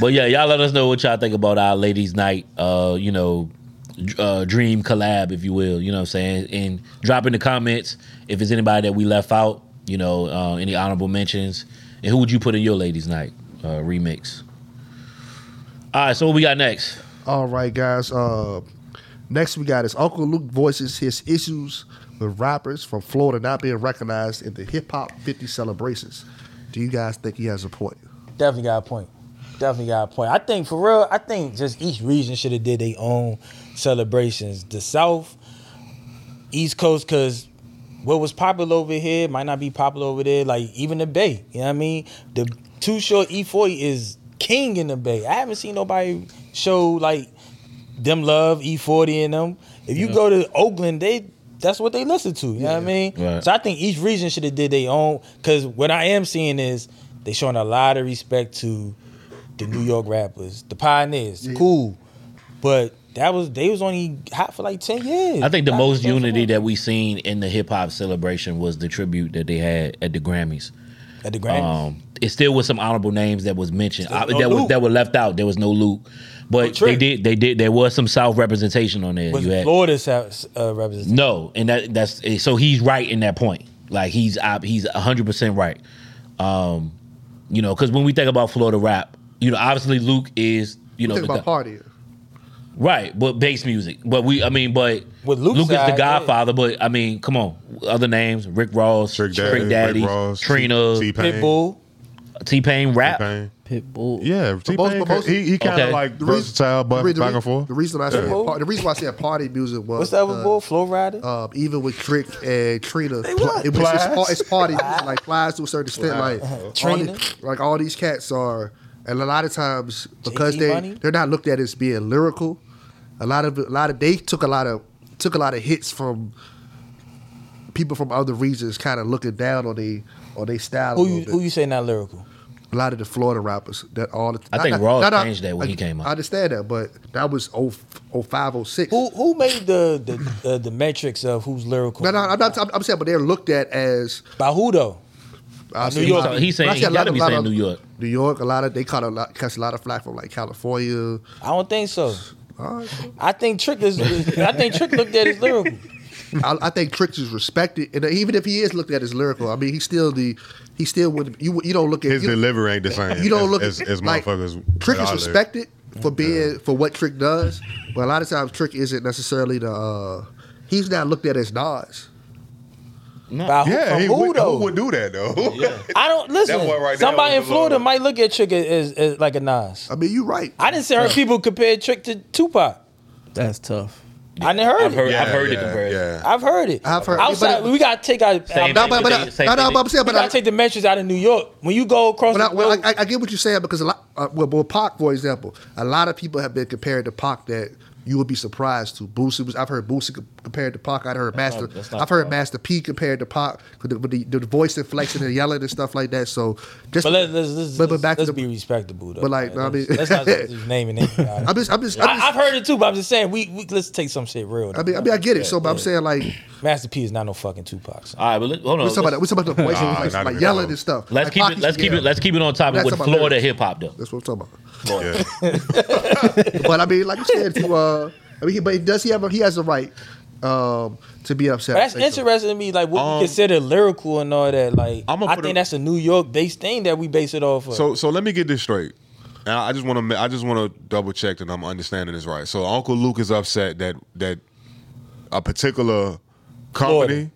Speaker 1: but yeah, y'all let us know what y'all think about our ladies' night. Uh, you know, dr- uh, dream collab, if you will. You know what I'm saying? And drop in the comments if it's anybody that we left out. You know, uh, any honorable mentions, and who would you put in your ladies' night uh, remix? All right, so what we got next?
Speaker 3: All right, guys. Uh, next, we got is Uncle Luke voices his issues with rappers from Florida not being recognized in the Hip Hop 50 celebrations. Do you guys think he has a point?
Speaker 6: Definitely got a point. Definitely got a point. I think for real, I think just each region should have did their own celebrations. The South, East Coast, cause what was popular over here might not be popular over there. Like even the Bay, you know what I mean? The Too Short E40 is king in the Bay. I haven't seen nobody show like them love E40 and them. If you go to Oakland, they that's what they listen to. You know what I mean?
Speaker 1: Right.
Speaker 6: So I think each region should have did their own. Because what I am seeing is they showing a lot of respect to the New York rappers, the pioneers. Cool, but that was they was only hot for like ten years.
Speaker 1: I think the
Speaker 6: That was
Speaker 1: most
Speaker 6: so
Speaker 1: unity
Speaker 6: fun.
Speaker 1: that we seen in the hip hop celebration was the tribute that they had at the Grammys.
Speaker 6: at the Grammys.
Speaker 1: Um, it still was some honorable names that was mentioned
Speaker 6: There was
Speaker 1: uh,
Speaker 6: no
Speaker 1: that was
Speaker 6: Luke.
Speaker 1: that were left out. There was no Luke,
Speaker 6: No
Speaker 1: but they
Speaker 6: Trick.
Speaker 1: did they did there was some South representation on there.
Speaker 6: was
Speaker 1: You had-
Speaker 6: Florida's uh, representation.
Speaker 1: no, and that that's eh, so he's right in that point. Like he's op- he's hundred percent right. Um, you know, because when we think about Florida rap, you know, obviously Luke is you know
Speaker 3: Think
Speaker 1: the
Speaker 3: about
Speaker 1: guy-
Speaker 3: partying.
Speaker 1: right, but bass music. But we, I mean, but
Speaker 6: With Luke's
Speaker 1: Luke is
Speaker 6: side,
Speaker 1: the
Speaker 6: yeah.
Speaker 1: Godfather. But I mean, come on, other names: Rick Ross,
Speaker 4: Trick
Speaker 1: Trick
Speaker 4: Daddy,
Speaker 1: Daddy,
Speaker 4: Rick Ross,
Speaker 1: Trina,
Speaker 4: T- T-Pain.
Speaker 6: Pitbull.
Speaker 1: T Pain, rap.
Speaker 4: T-Pain.
Speaker 2: Pitbull.
Speaker 4: Yeah, T-Pain.
Speaker 3: but most-
Speaker 4: he he kind of
Speaker 1: Okay.
Speaker 4: like
Speaker 3: The reason-
Speaker 4: versatile,
Speaker 3: the
Speaker 4: but
Speaker 3: rea- the
Speaker 4: back
Speaker 3: rea-
Speaker 4: and forth.
Speaker 3: The reason I said
Speaker 6: Yeah.
Speaker 3: par- the reason why I said party music was
Speaker 6: What's that with
Speaker 3: uh,
Speaker 6: Bull? Flow Rider.
Speaker 3: Um, even with Trick and Trina,
Speaker 6: what?
Speaker 3: it was just,
Speaker 4: Plies?
Speaker 3: it's party music, like flies to a certain extent. Like all
Speaker 6: Trina?
Speaker 3: the- like all these cats are, and a lot of times because
Speaker 6: JT
Speaker 3: they
Speaker 6: Money?
Speaker 3: they're not looked at as being lyrical. A lot of a lot of they took a lot of took a lot of hits from people from other regions, kind of looking down on they on they style. a
Speaker 6: who
Speaker 3: little
Speaker 6: you
Speaker 3: bit
Speaker 6: who you say not lyrical?
Speaker 3: a lot of the Florida rappers that all the
Speaker 1: I think Raw changed that when
Speaker 3: I-
Speaker 1: he came up.
Speaker 3: I understand that, but that was oh, 0, 05, 06.
Speaker 6: Who who made the the the, the metrics of who's lyrical?
Speaker 3: No, no, I'm not. I'm, I'm saying, but they're looked at as
Speaker 6: By who though?
Speaker 3: I
Speaker 6: New
Speaker 3: see-
Speaker 6: York.
Speaker 3: I see
Speaker 1: He's saying-
Speaker 3: a
Speaker 1: he
Speaker 3: lot
Speaker 1: gotta
Speaker 3: of-
Speaker 1: be
Speaker 3: lot
Speaker 1: saying
Speaker 3: of-
Speaker 1: New York.
Speaker 3: New York. A lot of they caught a lot, catch a lot of flack from like California.
Speaker 6: I don't think so.
Speaker 3: All
Speaker 4: Uh,
Speaker 3: right.
Speaker 6: I think Trick is. I think Trick looked at his lyrical.
Speaker 3: I, I think Trix is respected, and even if he is looked at as lyrical, I mean, he's still the he still would you you don't look at
Speaker 4: His
Speaker 3: you,
Speaker 4: delivery ain't the same.
Speaker 3: you don't
Speaker 4: as,
Speaker 3: look
Speaker 4: as,
Speaker 3: at
Speaker 4: as
Speaker 3: like,
Speaker 4: motherfuckers.
Speaker 3: Trick
Speaker 4: that
Speaker 3: is
Speaker 4: I live.
Speaker 3: respected for being for what Trick does, but a lot of times Trick isn't necessarily the uh, he's not looked at as Nas.
Speaker 6: By who,
Speaker 4: Yeah,
Speaker 6: from
Speaker 4: he,
Speaker 6: who
Speaker 4: would-
Speaker 6: though?
Speaker 4: who would do that though?
Speaker 6: I don't listen.
Speaker 4: That one right there
Speaker 6: somebody
Speaker 4: was
Speaker 6: in
Speaker 4: a
Speaker 6: Florida
Speaker 4: little-
Speaker 6: might look at Trick as, as, as like a Nas.
Speaker 3: I mean, you're right.
Speaker 6: I didn't see her people compare Trick to Tupac.
Speaker 2: That's tough.
Speaker 6: I didn't heard
Speaker 1: I've
Speaker 6: it.
Speaker 1: heard,
Speaker 4: Yeah,
Speaker 1: I've heard
Speaker 4: yeah,
Speaker 1: it compared.
Speaker 4: Yeah,
Speaker 6: I've heard it.
Speaker 3: I've heard-
Speaker 6: Outside,
Speaker 3: but-
Speaker 6: we gotta take our.
Speaker 1: Same
Speaker 6: our-
Speaker 3: No, but, but, I-
Speaker 1: Same
Speaker 3: no, no,
Speaker 1: thing.
Speaker 3: but I'm saying,
Speaker 6: we
Speaker 3: but
Speaker 6: gotta
Speaker 3: I-
Speaker 6: take the measures out of New York. When you go across,
Speaker 3: But I,
Speaker 6: the
Speaker 3: well,
Speaker 6: road,
Speaker 3: I, I- I get what you're saying because a lot, uh, well, well, Pac, for example, a lot of people have been compared to Pac that you would be surprised to. Boosie was, I've heard Boosie co- compared to Pac. I've heard Master,
Speaker 7: that's not
Speaker 3: I've heard
Speaker 7: Pac.
Speaker 3: Master P compared to Pac with the, with the, the voice inflection and yelling and stuff like that. So just,
Speaker 6: but let, let's let's,
Speaker 3: but, but back
Speaker 6: let's
Speaker 3: to the,
Speaker 6: be respectable though.
Speaker 3: but like, I mean-
Speaker 6: let's, let's not just name and name. I,
Speaker 3: I'm just, I'm just, I'm
Speaker 6: I,
Speaker 3: just
Speaker 6: have heard it too, but I'm just saying we, we let's take some shit real.
Speaker 3: I
Speaker 6: Though.
Speaker 3: mean, I mean, I get it. So, but I'm saying like,
Speaker 6: Master P is not no fucking Tupac. son.
Speaker 1: All right, but let, hold on.
Speaker 3: we're
Speaker 1: Let's,
Speaker 3: talking about, we're talking about the voice
Speaker 4: Nah,
Speaker 3: inflection,
Speaker 4: not
Speaker 3: like
Speaker 4: even
Speaker 3: yelling
Speaker 4: close.
Speaker 3: and stuff.
Speaker 1: let's
Speaker 3: Like,
Speaker 1: keep
Speaker 3: Pac
Speaker 1: it.
Speaker 3: used
Speaker 1: Let's
Speaker 3: to
Speaker 1: keep it.
Speaker 3: yell.
Speaker 1: Let's keep it on topic
Speaker 3: That's
Speaker 1: with
Speaker 3: about
Speaker 1: Florida
Speaker 3: lyrics.
Speaker 1: hip hop though.
Speaker 3: That's what I'm talking about.
Speaker 4: yeah.
Speaker 3: But I mean, like you said, to, uh, I mean, he, but does he have? A, he has a right um, to be upset.
Speaker 6: But that's
Speaker 3: Like, so-
Speaker 6: interesting to me, like what
Speaker 4: Um,
Speaker 6: we consider lyrical and all that. Like
Speaker 4: I'ma
Speaker 6: I
Speaker 4: put
Speaker 6: think
Speaker 4: a-
Speaker 6: that's a New York based thing that we base it off of.
Speaker 4: So so let me get this straight. And I I just want to I just want to double check that I'm understanding this right. So Uncle Luke is upset that that a particular company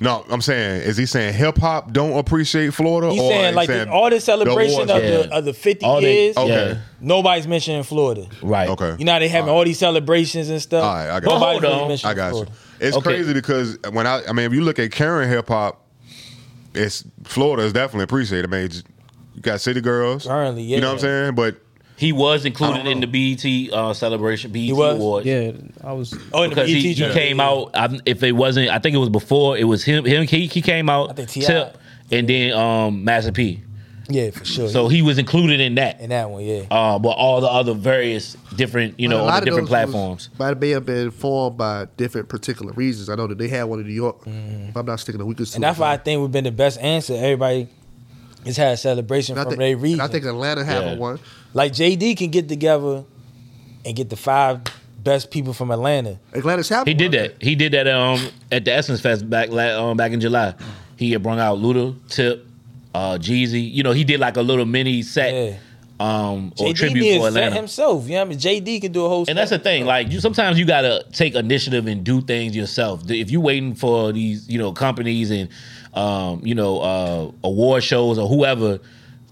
Speaker 4: No, I'm saying, is he saying hip hop don't appreciate Florida?
Speaker 6: He's
Speaker 4: or
Speaker 6: saying
Speaker 4: he's
Speaker 6: like
Speaker 4: oh, saying
Speaker 6: the- all this
Speaker 4: the war
Speaker 6: celebration
Speaker 4: zone?
Speaker 6: of the
Speaker 1: Yeah.
Speaker 6: of the 50
Speaker 1: All they-
Speaker 6: years.
Speaker 1: Okay.
Speaker 4: Yeah.
Speaker 6: Nobody's mentioning Florida.
Speaker 1: Right.
Speaker 4: Okay.
Speaker 6: You know how they having all these celebrations and stuff.
Speaker 4: All right, I got
Speaker 1: you.
Speaker 6: Nobody's
Speaker 1: Hold
Speaker 6: really
Speaker 1: on.
Speaker 6: mentioning
Speaker 4: I got you.
Speaker 6: Florida.
Speaker 4: It's
Speaker 1: Okay.
Speaker 4: crazy because when I, I mean, if you look at current hip hop, it's Florida is definitely appreciated. I mean, it's- you got City Girls,
Speaker 6: Currently,
Speaker 4: You know what I'm
Speaker 6: yeah.
Speaker 4: saying? But
Speaker 1: He was
Speaker 4: I
Speaker 1: included
Speaker 4: don't
Speaker 1: in
Speaker 4: know.
Speaker 1: the BET uh, celebration, BET
Speaker 6: was?
Speaker 1: Awards.
Speaker 2: Yeah, I was.
Speaker 6: Oh, and the
Speaker 1: Because he,
Speaker 6: BET
Speaker 1: he
Speaker 6: joint.
Speaker 1: came out, I, if it wasn't, I think it was before. It was him. Him. He, he came out.
Speaker 6: I think T.I..
Speaker 1: Tip, and then um, Master P.
Speaker 6: Yeah, for sure.
Speaker 1: So he was included in that.
Speaker 6: in that one, yeah.
Speaker 1: Uh, but all the other various different, you know,
Speaker 3: a
Speaker 1: all
Speaker 3: lot
Speaker 1: the
Speaker 3: of
Speaker 1: different
Speaker 3: those was-
Speaker 1: platforms.
Speaker 3: might have been- been formed by different particular reasons. I know that they had one in New York.
Speaker 1: Mm.
Speaker 3: If I'm not sticking, we could.
Speaker 6: And that's why I think we've been the best answer. Everybody has had a celebration
Speaker 3: And I
Speaker 6: from
Speaker 3: think,
Speaker 6: their region.
Speaker 3: and I think Atlanta had
Speaker 1: Yeah.
Speaker 3: one.
Speaker 6: like JD can get together and get the five best people from Atlanta.
Speaker 3: Atlanta's had
Speaker 1: He
Speaker 3: one.
Speaker 1: did that. He did that um, at the Essence Fest back la- um, back in July. He had brought out Luda, Tip, uh, Jeezy. You know, he did like a little mini set
Speaker 6: Yeah.
Speaker 1: um, or
Speaker 6: JD
Speaker 1: tribute
Speaker 6: needs
Speaker 1: for
Speaker 6: that
Speaker 1: Atlanta.
Speaker 6: himself. You know what I mean? JD can do a whole
Speaker 1: And that's the
Speaker 6: set.
Speaker 1: thing. Like you, sometimes you gotta take initiative and do things yourself. The- If you waiting for these, you know, companies and um, you know, uh, award shows or whoever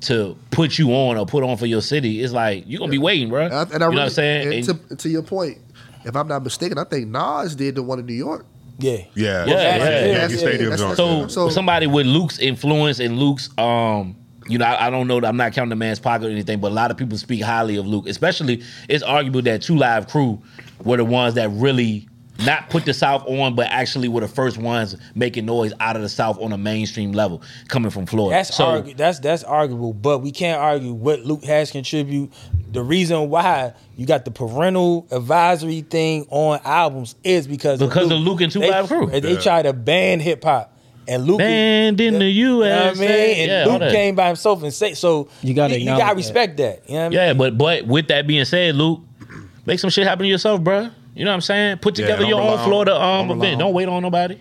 Speaker 1: to put you on or put on for your city, it's like you're gonna be waiting, bro.
Speaker 3: And I, and I
Speaker 1: you know
Speaker 3: really,
Speaker 1: what I'm saying?
Speaker 3: And
Speaker 1: And-
Speaker 3: to, to your point, if I'm not mistaken, I think Nas did the one in New York.
Speaker 6: Yeah.
Speaker 4: yeah,
Speaker 1: Yeah, yeah.
Speaker 4: Yankee
Speaker 6: Yeah,
Speaker 4: Stadium
Speaker 3: that's-
Speaker 4: joint.
Speaker 1: so,
Speaker 3: So-
Speaker 1: somebody with Luke's influence and Luke's um you know, I, I don't know. I'm not counting the man's pocket or anything, but a lot of people speak highly of Luke. Especially, it's arguable that Two Live Crew were the ones that really not put the South on, but actually were the first ones making noise out of the South on a mainstream level, coming from Florida.
Speaker 6: That's argu- that's that's arguable, but we can't argue what Luke has contribute. The reason why you got the parental advisory thing on albums is because
Speaker 1: Because of Luke and Two
Speaker 6: They-
Speaker 1: Live Crew.
Speaker 6: They
Speaker 4: Yeah.
Speaker 6: try to ban hip hop, and Luke
Speaker 1: Banned in the
Speaker 6: You know what I
Speaker 1: USA.
Speaker 6: mean, and
Speaker 1: Yeah, all
Speaker 6: Luke
Speaker 1: that.
Speaker 6: came by himself and say so.
Speaker 2: You gotta
Speaker 6: you,
Speaker 2: acknowledge
Speaker 6: gotta
Speaker 2: that.
Speaker 6: respect that. You know what I mean?
Speaker 1: Yeah, but but with that being said, Luke, make some shit happen to yourself, bruh. You know what I'm saying? Put
Speaker 4: Yeah,
Speaker 1: together
Speaker 4: don't
Speaker 1: your
Speaker 4: rely
Speaker 1: own
Speaker 4: on-
Speaker 1: Florida um
Speaker 4: don't rely
Speaker 1: event.
Speaker 4: on-
Speaker 1: Don't wait on nobody.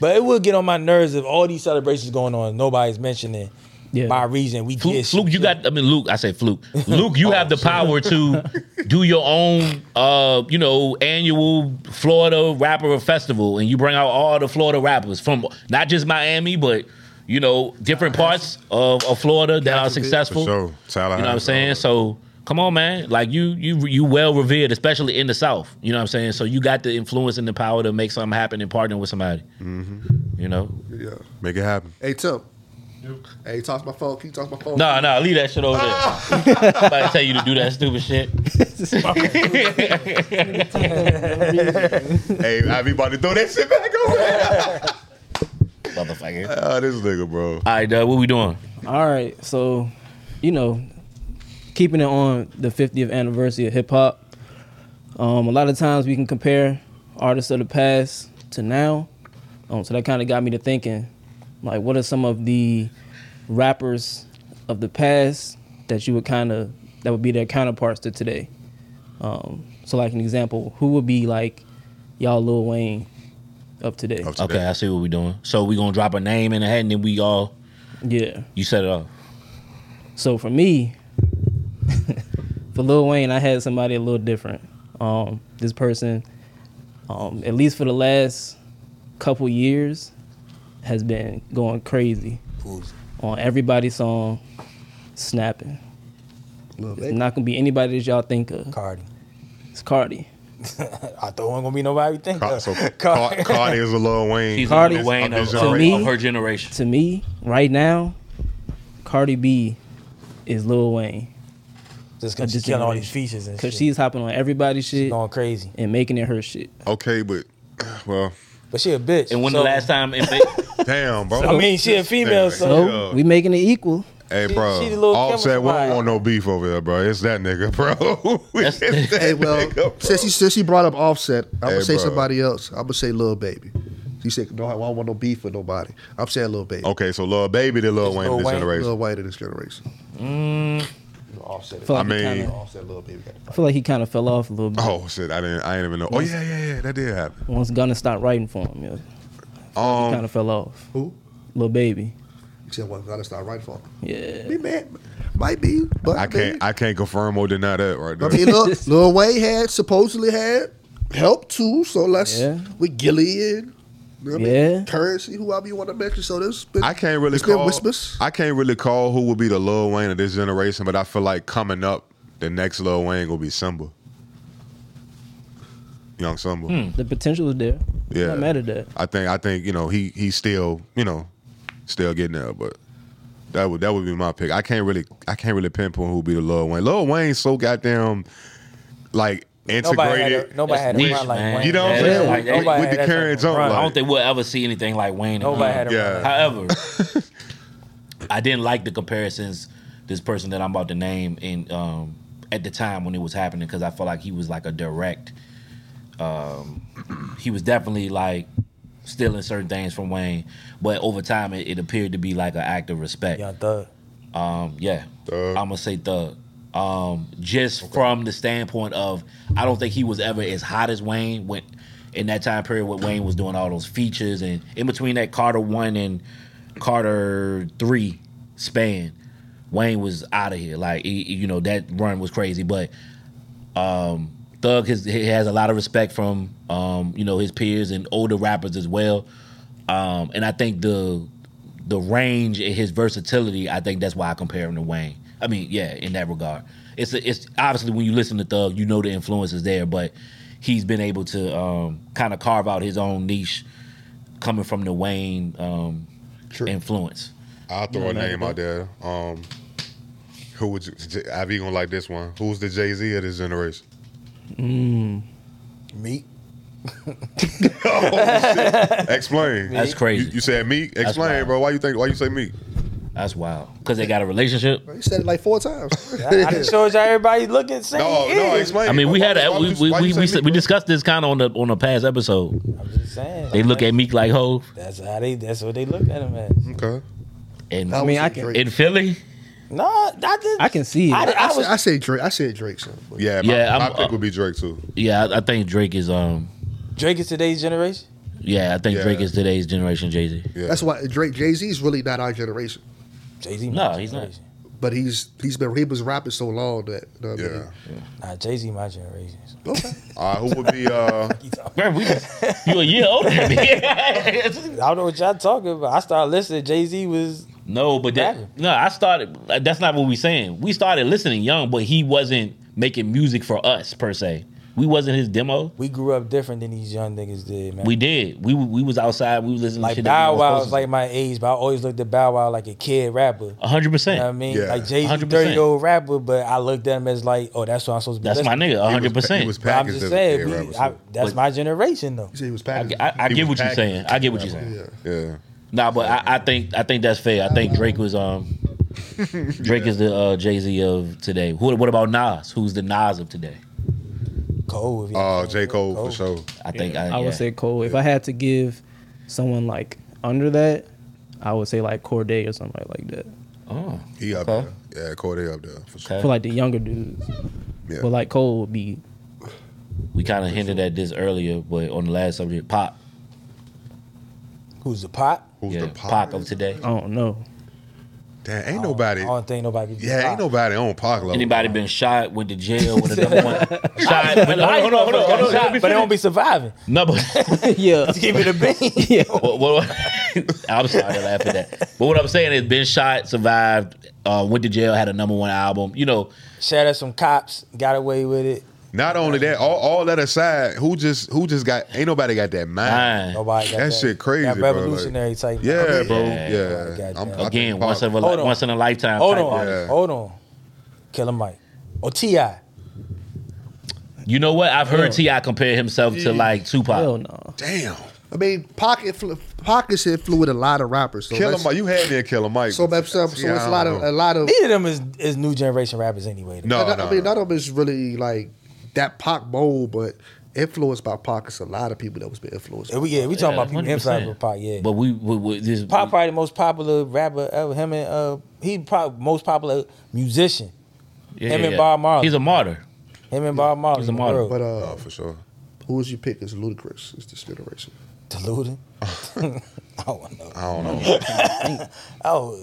Speaker 6: But it will get on my nerves if all these celebrations going on, nobody's mentioning
Speaker 2: Yeah.
Speaker 6: my reason. We
Speaker 1: Fluke,
Speaker 6: get
Speaker 1: Fluke, you got. I mean, Luke. I say Fluke. Luke, you have the power to do your own, uh, you know, annual Florida rapper festival, and you bring out all the Florida rappers from not just Miami, but you know, different parts of, of Florida that are successful.
Speaker 4: sure. Tallahassee.
Speaker 1: You know what I'm saying? So come on, man. Like you, you, you well revered, especially in the South. You know what I'm saying? So you got the influence and the power to make something happen and partner with somebody. You know?
Speaker 3: Yeah.
Speaker 4: make it happen.
Speaker 3: Hey Tim. Hey, toss my phone. Can you toss my phone?
Speaker 1: No, no, leave that shit over there. I'm about to tell you to do that stupid shit.
Speaker 4: hey, everybody, throw that shit back over. there.
Speaker 1: Motherfucker.
Speaker 4: Ah, this nigga, bro.
Speaker 1: All right, Doug, what we doing?
Speaker 2: All right, so you know, keeping it on the 50th anniversary of hip hop. Um, a lot of times we can compare artists of the past to now. Um, so that kind of got me to thinking, like, what are some of the rappers of the past that you would kind of that would be their counterparts to today? Um, so, like an example, who would be like y'all Lil Wayne of today?
Speaker 4: Up to
Speaker 1: Okay, I
Speaker 4: that.
Speaker 1: see what we doing. So we gonna drop a name in the head and then we all
Speaker 2: Yeah.
Speaker 1: you set it off.
Speaker 2: So for me, for Lil Wayne, I had somebody a little different. Um, this person, um, at least for the last couple years, has been going crazy on everybody's song, snapping.
Speaker 3: Lil
Speaker 2: It's
Speaker 3: Baby.
Speaker 2: not gonna be anybody that y'all think of.
Speaker 6: Cardi.
Speaker 2: It's Cardi.
Speaker 6: I thought it wasn't gonna be nobody we think
Speaker 4: Car-
Speaker 6: of.
Speaker 4: so
Speaker 6: Car-
Speaker 4: Car- Cardi is a Lil Wayne.
Speaker 1: He's
Speaker 2: Cardi-
Speaker 1: Lil Wayne
Speaker 4: I'm
Speaker 1: of,
Speaker 4: just
Speaker 1: of-
Speaker 4: already-
Speaker 1: of her generation.
Speaker 2: To me, right now, Cardi B is Lil Wayne
Speaker 6: just
Speaker 2: of
Speaker 6: cause she's
Speaker 2: this
Speaker 6: killing all these
Speaker 2: generation.
Speaker 6: features and shit.
Speaker 2: because she's hopping on everybody's shit
Speaker 6: going crazy.
Speaker 2: and making it her shit.
Speaker 4: Okay, but well,
Speaker 6: But she a bitch.
Speaker 1: And when
Speaker 6: so-
Speaker 1: the last time in fa-
Speaker 4: damn, bro.
Speaker 6: I mean she a female,
Speaker 4: Hey,
Speaker 6: so
Speaker 2: So
Speaker 4: Yeah.
Speaker 2: we making it equal.
Speaker 4: Hey,
Speaker 6: She-
Speaker 4: bro.
Speaker 6: she the little
Speaker 4: All
Speaker 6: Kim
Speaker 4: said, we don't
Speaker 6: Wilde.
Speaker 4: want no beef over there, bro. It's that nigga, bro. It's that
Speaker 3: Hey, well,
Speaker 4: nigga, bro.
Speaker 3: since he since he brought up Offset, I'm
Speaker 4: Hey,
Speaker 3: gonna say
Speaker 4: bro.
Speaker 3: somebody else. I'm gonna say Lil Baby. He said, "No, I don't want no beef with nobody." I'm saying Lil Baby,
Speaker 4: Okay, so Lil Baby, the Lil Wayne
Speaker 6: Lil
Speaker 4: of this
Speaker 6: Wayne.
Speaker 4: generation.
Speaker 3: Lil White in this generation.
Speaker 2: Mm.
Speaker 3: Offset.
Speaker 2: feel
Speaker 4: I
Speaker 2: he
Speaker 4: mean-
Speaker 2: kinda-
Speaker 3: Offset Lil Baby got
Speaker 2: I feel like he kind of fell off a little bit
Speaker 4: Oh shit, I didn't, I didn't even know. Oh yeah, yeah, yeah, that did happen.
Speaker 2: once Gunna stopped writing for him. Yeah, he kind
Speaker 4: Um,
Speaker 2: of fell off.
Speaker 3: who?
Speaker 2: Little baby.
Speaker 3: He said, "Well, that's not right for him."
Speaker 2: Yeah.
Speaker 3: Be mad, might be, but
Speaker 4: I can't, I can't confirm or deny that right
Speaker 3: I
Speaker 4: there.
Speaker 3: mean, Lil, Lil Wayne had supposedly had help too, so let's
Speaker 2: Yeah.
Speaker 3: with Gillian, You know what I mean?
Speaker 2: Yeah.
Speaker 3: Currency, whoever you want to mention. So this, been,
Speaker 4: I can't really
Speaker 3: it's been
Speaker 4: call.
Speaker 3: whispers.
Speaker 4: I can't really call who will be the Lil Wayne of this generation, but I feel like coming up, the next Lil Wayne will be Simba, Young Simba.
Speaker 6: Hmm.
Speaker 2: The potential is there.
Speaker 4: Yeah.
Speaker 2: I'm not mad at that.
Speaker 4: I think I think you know he he's still you know still getting there, but that would that would be my pick. I can't really I can't really pinpoint who would be the Lil Wayne. Lil Wayne's so goddamn like
Speaker 6: Nobody had
Speaker 4: integrated.
Speaker 6: a, nobody had a
Speaker 1: Niche,
Speaker 6: run like
Speaker 7: man.
Speaker 6: Wayne.
Speaker 4: you know what I'm
Speaker 7: Yeah,
Speaker 4: saying?
Speaker 7: like,
Speaker 4: with,
Speaker 7: nobody
Speaker 4: with the
Speaker 6: had that
Speaker 4: Karen
Speaker 6: type of
Speaker 4: Zone,
Speaker 6: run.
Speaker 4: like,
Speaker 7: I don't think we'll ever see anything like Wayne.
Speaker 6: Nobody
Speaker 7: again.
Speaker 6: had a
Speaker 4: Yeah.
Speaker 6: run. like-
Speaker 7: However, I didn't like the comparisons this person that I'm about to name in um, at the time when it was happening because I felt like he was like a direct. Um, he was definitely like stealing certain things from Wayne, but over time it, it appeared to be like an act of respect.
Speaker 6: Young Thug.
Speaker 7: Um, yeah,
Speaker 4: Thug.
Speaker 7: I'm gonna say thug. Um, just from the standpoint of, I don't think he was ever as hot as Wayne went in that time period when Wayne was doing all those features and in between that Carter one and Carter three span, Wayne was out of here. Like he, you know that run was crazy, but um, Thug has, he has a lot of respect from um, you know his peers and older rappers as well, um, and I think the the range and his versatility. I think that's why I compare him to Wayne. I mean, yeah, in that regard, it's it's obviously when you listen to Thug, you know the influence is there, but he's been able to um, kind of carve out his own niche coming from the Wayne um, influence.
Speaker 4: I'll throw a name out there. Um, who would you? J- I be gonna like this one? Who's the Jay Z of this generation?
Speaker 6: Meek.
Speaker 4: Explain.
Speaker 7: That's
Speaker 4: You,
Speaker 7: crazy.
Speaker 4: you said Meek. Explain,
Speaker 7: wild.
Speaker 4: bro. Why you think? Why you say Meek?
Speaker 7: That's wild because they got a relationship.
Speaker 3: You said it like four times.
Speaker 6: I just showed y'all everybody looking. Saying,
Speaker 4: No, no.
Speaker 6: yeah.
Speaker 4: Explain.
Speaker 1: I mean, we
Speaker 4: Why-
Speaker 1: had a,
Speaker 4: why
Speaker 1: we
Speaker 4: you-
Speaker 1: we
Speaker 4: why you
Speaker 1: we, we,
Speaker 4: say Meek,
Speaker 1: we
Speaker 4: bro?
Speaker 1: discussed this kind of on the on the past episode.
Speaker 6: I'm just saying.
Speaker 1: They look at Meek like ho
Speaker 6: That's how they. That's what they look at him as.
Speaker 4: Okay.
Speaker 1: and
Speaker 2: I mean, I can,
Speaker 3: Drake.
Speaker 1: in Philly.
Speaker 6: No, I didn't.
Speaker 2: I can see
Speaker 6: I,
Speaker 2: it.
Speaker 3: I,
Speaker 6: I
Speaker 3: said,
Speaker 6: was.
Speaker 3: I said Drake. I said Drake. Son.
Speaker 4: Yeah, my,
Speaker 1: Yeah,
Speaker 4: my
Speaker 1: I'm-
Speaker 4: pick
Speaker 1: uh,
Speaker 4: would be Drake too.
Speaker 1: Yeah, I, I think Drake is um.
Speaker 6: Drake is today's generation.
Speaker 1: Yeah, I think
Speaker 4: Yeah.
Speaker 1: Drake is today's generation Jay Z.
Speaker 4: Yeah.
Speaker 3: That's why Drake Jay Z is really not our generation,
Speaker 6: Jay Z.
Speaker 1: No, he's not.
Speaker 3: but he's he's been he was rapping so long that you know what I mean?
Speaker 4: yeah.
Speaker 6: Nah, Jay Z my generation.
Speaker 4: All right, who would be uh
Speaker 1: Bro, we just, you a year older than me.
Speaker 6: I don't know what y'all talking about. I started listening. Jay Z was
Speaker 1: no, but that,
Speaker 6: Rapper.
Speaker 1: no, I started. like, That's not what we saying. We started listening young, but he wasn't making music for us per se. We wasn't his demo.
Speaker 6: we grew up different than these young niggas did, man.
Speaker 1: We did. We we was outside. We was listening to
Speaker 6: like
Speaker 1: shit. that
Speaker 6: Bow
Speaker 1: we
Speaker 6: Wow
Speaker 1: wasn't
Speaker 6: was
Speaker 1: supposed
Speaker 6: like my age, but I always looked at Bow Wow like a kid rapper.
Speaker 1: to. hundred
Speaker 6: You know what I
Speaker 1: percent.
Speaker 6: mean?
Speaker 4: Yeah.
Speaker 6: Like Jay Z,
Speaker 1: 100%.
Speaker 6: thirty year old rapper, but I looked at him as like, oh, that's what I'm supposed to be.
Speaker 1: That's my
Speaker 6: listening
Speaker 1: nigga. hundred
Speaker 4: He was
Speaker 1: percent.
Speaker 6: to. I'm
Speaker 4: packaged
Speaker 6: just
Speaker 4: as
Speaker 6: saying,
Speaker 4: a
Speaker 6: we-
Speaker 4: kid rapper, so-
Speaker 6: I, that's
Speaker 1: But-
Speaker 6: my generation though.
Speaker 3: He said he was
Speaker 1: I,
Speaker 3: packaged.
Speaker 1: I, I
Speaker 4: He
Speaker 1: get
Speaker 4: was
Speaker 1: what you're
Speaker 4: packaged
Speaker 1: saying. I get what you're saying.
Speaker 3: yeah.
Speaker 4: yeah.
Speaker 1: Nah, but I, I think I think that's fair. I think Drake was um Drake is the uh, Jay Z of today. Who, what about Nas? Who's the Nas of today?
Speaker 6: Cole. if you know what
Speaker 4: Uh
Speaker 6: I'm
Speaker 4: J.
Speaker 6: saying.
Speaker 4: Cole, for sure.
Speaker 1: I think I,
Speaker 2: I
Speaker 1: yeah.
Speaker 2: would say Cole. If I had to give someone like under that, I would say like Corday or somebody like that.
Speaker 1: Oh,
Speaker 4: He up
Speaker 1: Okay.
Speaker 4: there. Yeah, Corday up there for sure.
Speaker 1: Okay.
Speaker 2: For like the younger dudes,
Speaker 4: Yeah.
Speaker 2: but like Cole would be
Speaker 1: we kind of hinted at this earlier, but on the last subject, Pop,
Speaker 6: Who's the pop?
Speaker 4: Who's
Speaker 1: yeah,
Speaker 4: the
Speaker 1: Pop,
Speaker 4: pop? Oh.
Speaker 1: of today.
Speaker 2: I don't know.
Speaker 4: Damn, ain't nobody.
Speaker 6: I don't think nobody. could be
Speaker 4: Yeah,
Speaker 6: Pac.
Speaker 4: ain't nobody on Pac level.
Speaker 1: Oh, Anybody been shot? Went to jail? Went to number one? Shot? Went, hold on, hold on, hold on, hold on.
Speaker 6: But they don't be surviving.
Speaker 1: No, but
Speaker 2: yeah,
Speaker 6: Give it a bean.
Speaker 2: yeah.
Speaker 1: what, what- I'm sorry to laugh at that. But what I'm saying is, been shot, survived, uh, went to jail, had a number one album. You know,
Speaker 6: Shout out some cops. Got away with it.
Speaker 4: Not only that, all, all that aside, who just who just got ain't nobody got that mind.
Speaker 1: nine.
Speaker 6: Nobody got
Speaker 4: That
Speaker 6: that,
Speaker 4: shit crazy,
Speaker 6: That
Speaker 4: bro, like-
Speaker 6: revolutionary type.
Speaker 4: Yeah, bro.
Speaker 1: Yeah.
Speaker 4: Yeah. I'm- I think
Speaker 1: Again,
Speaker 4: Pac-
Speaker 1: once of a
Speaker 6: Hold on.
Speaker 1: once in a lifetime.
Speaker 6: Hold
Speaker 1: type
Speaker 6: on,
Speaker 1: artist.
Speaker 4: Yeah.
Speaker 6: hold on. Killer Mike or Ti.
Speaker 1: You know what? I've heard Ti compare himself to like Tupac.
Speaker 2: Hell no.
Speaker 4: Damn.
Speaker 3: I mean, pocket influ- pockets influenced a lot of rappers. So
Speaker 4: Killer
Speaker 3: that's-
Speaker 4: Mike. You had me at Killer Mike.
Speaker 3: So that's um, so,
Speaker 4: Yeah,
Speaker 3: it's
Speaker 4: I
Speaker 3: a lot
Speaker 4: don't
Speaker 3: of a
Speaker 4: know.
Speaker 3: lot of.
Speaker 6: Neither of them is, is new generation rappers anyway. though.
Speaker 4: No,
Speaker 3: I,
Speaker 4: no,
Speaker 3: I mean,
Speaker 4: no.
Speaker 3: none of them is really like that Pac mold, but influenced by Pac. It's a lot of people that was been influenced.
Speaker 6: Yeah, we yeah, we talking
Speaker 1: Yeah,
Speaker 6: about people
Speaker 1: 100%.
Speaker 6: influenced by Pop. Yeah,
Speaker 1: But we, we, we this
Speaker 6: Pop probably the most popular rapper ever. Him and uh, he probably most popular musician.
Speaker 1: yeah,
Speaker 6: him and Bob Marley.
Speaker 1: He's a martyr.
Speaker 6: Him and Bob Marley.
Speaker 1: He's a model.
Speaker 6: But
Speaker 3: But uh,
Speaker 4: Oh, for sure.
Speaker 3: who was you pick? Is ludicrous. It's this generation.
Speaker 4: Oh,
Speaker 6: deluded. I don't know.
Speaker 4: I don't know.
Speaker 6: Oh,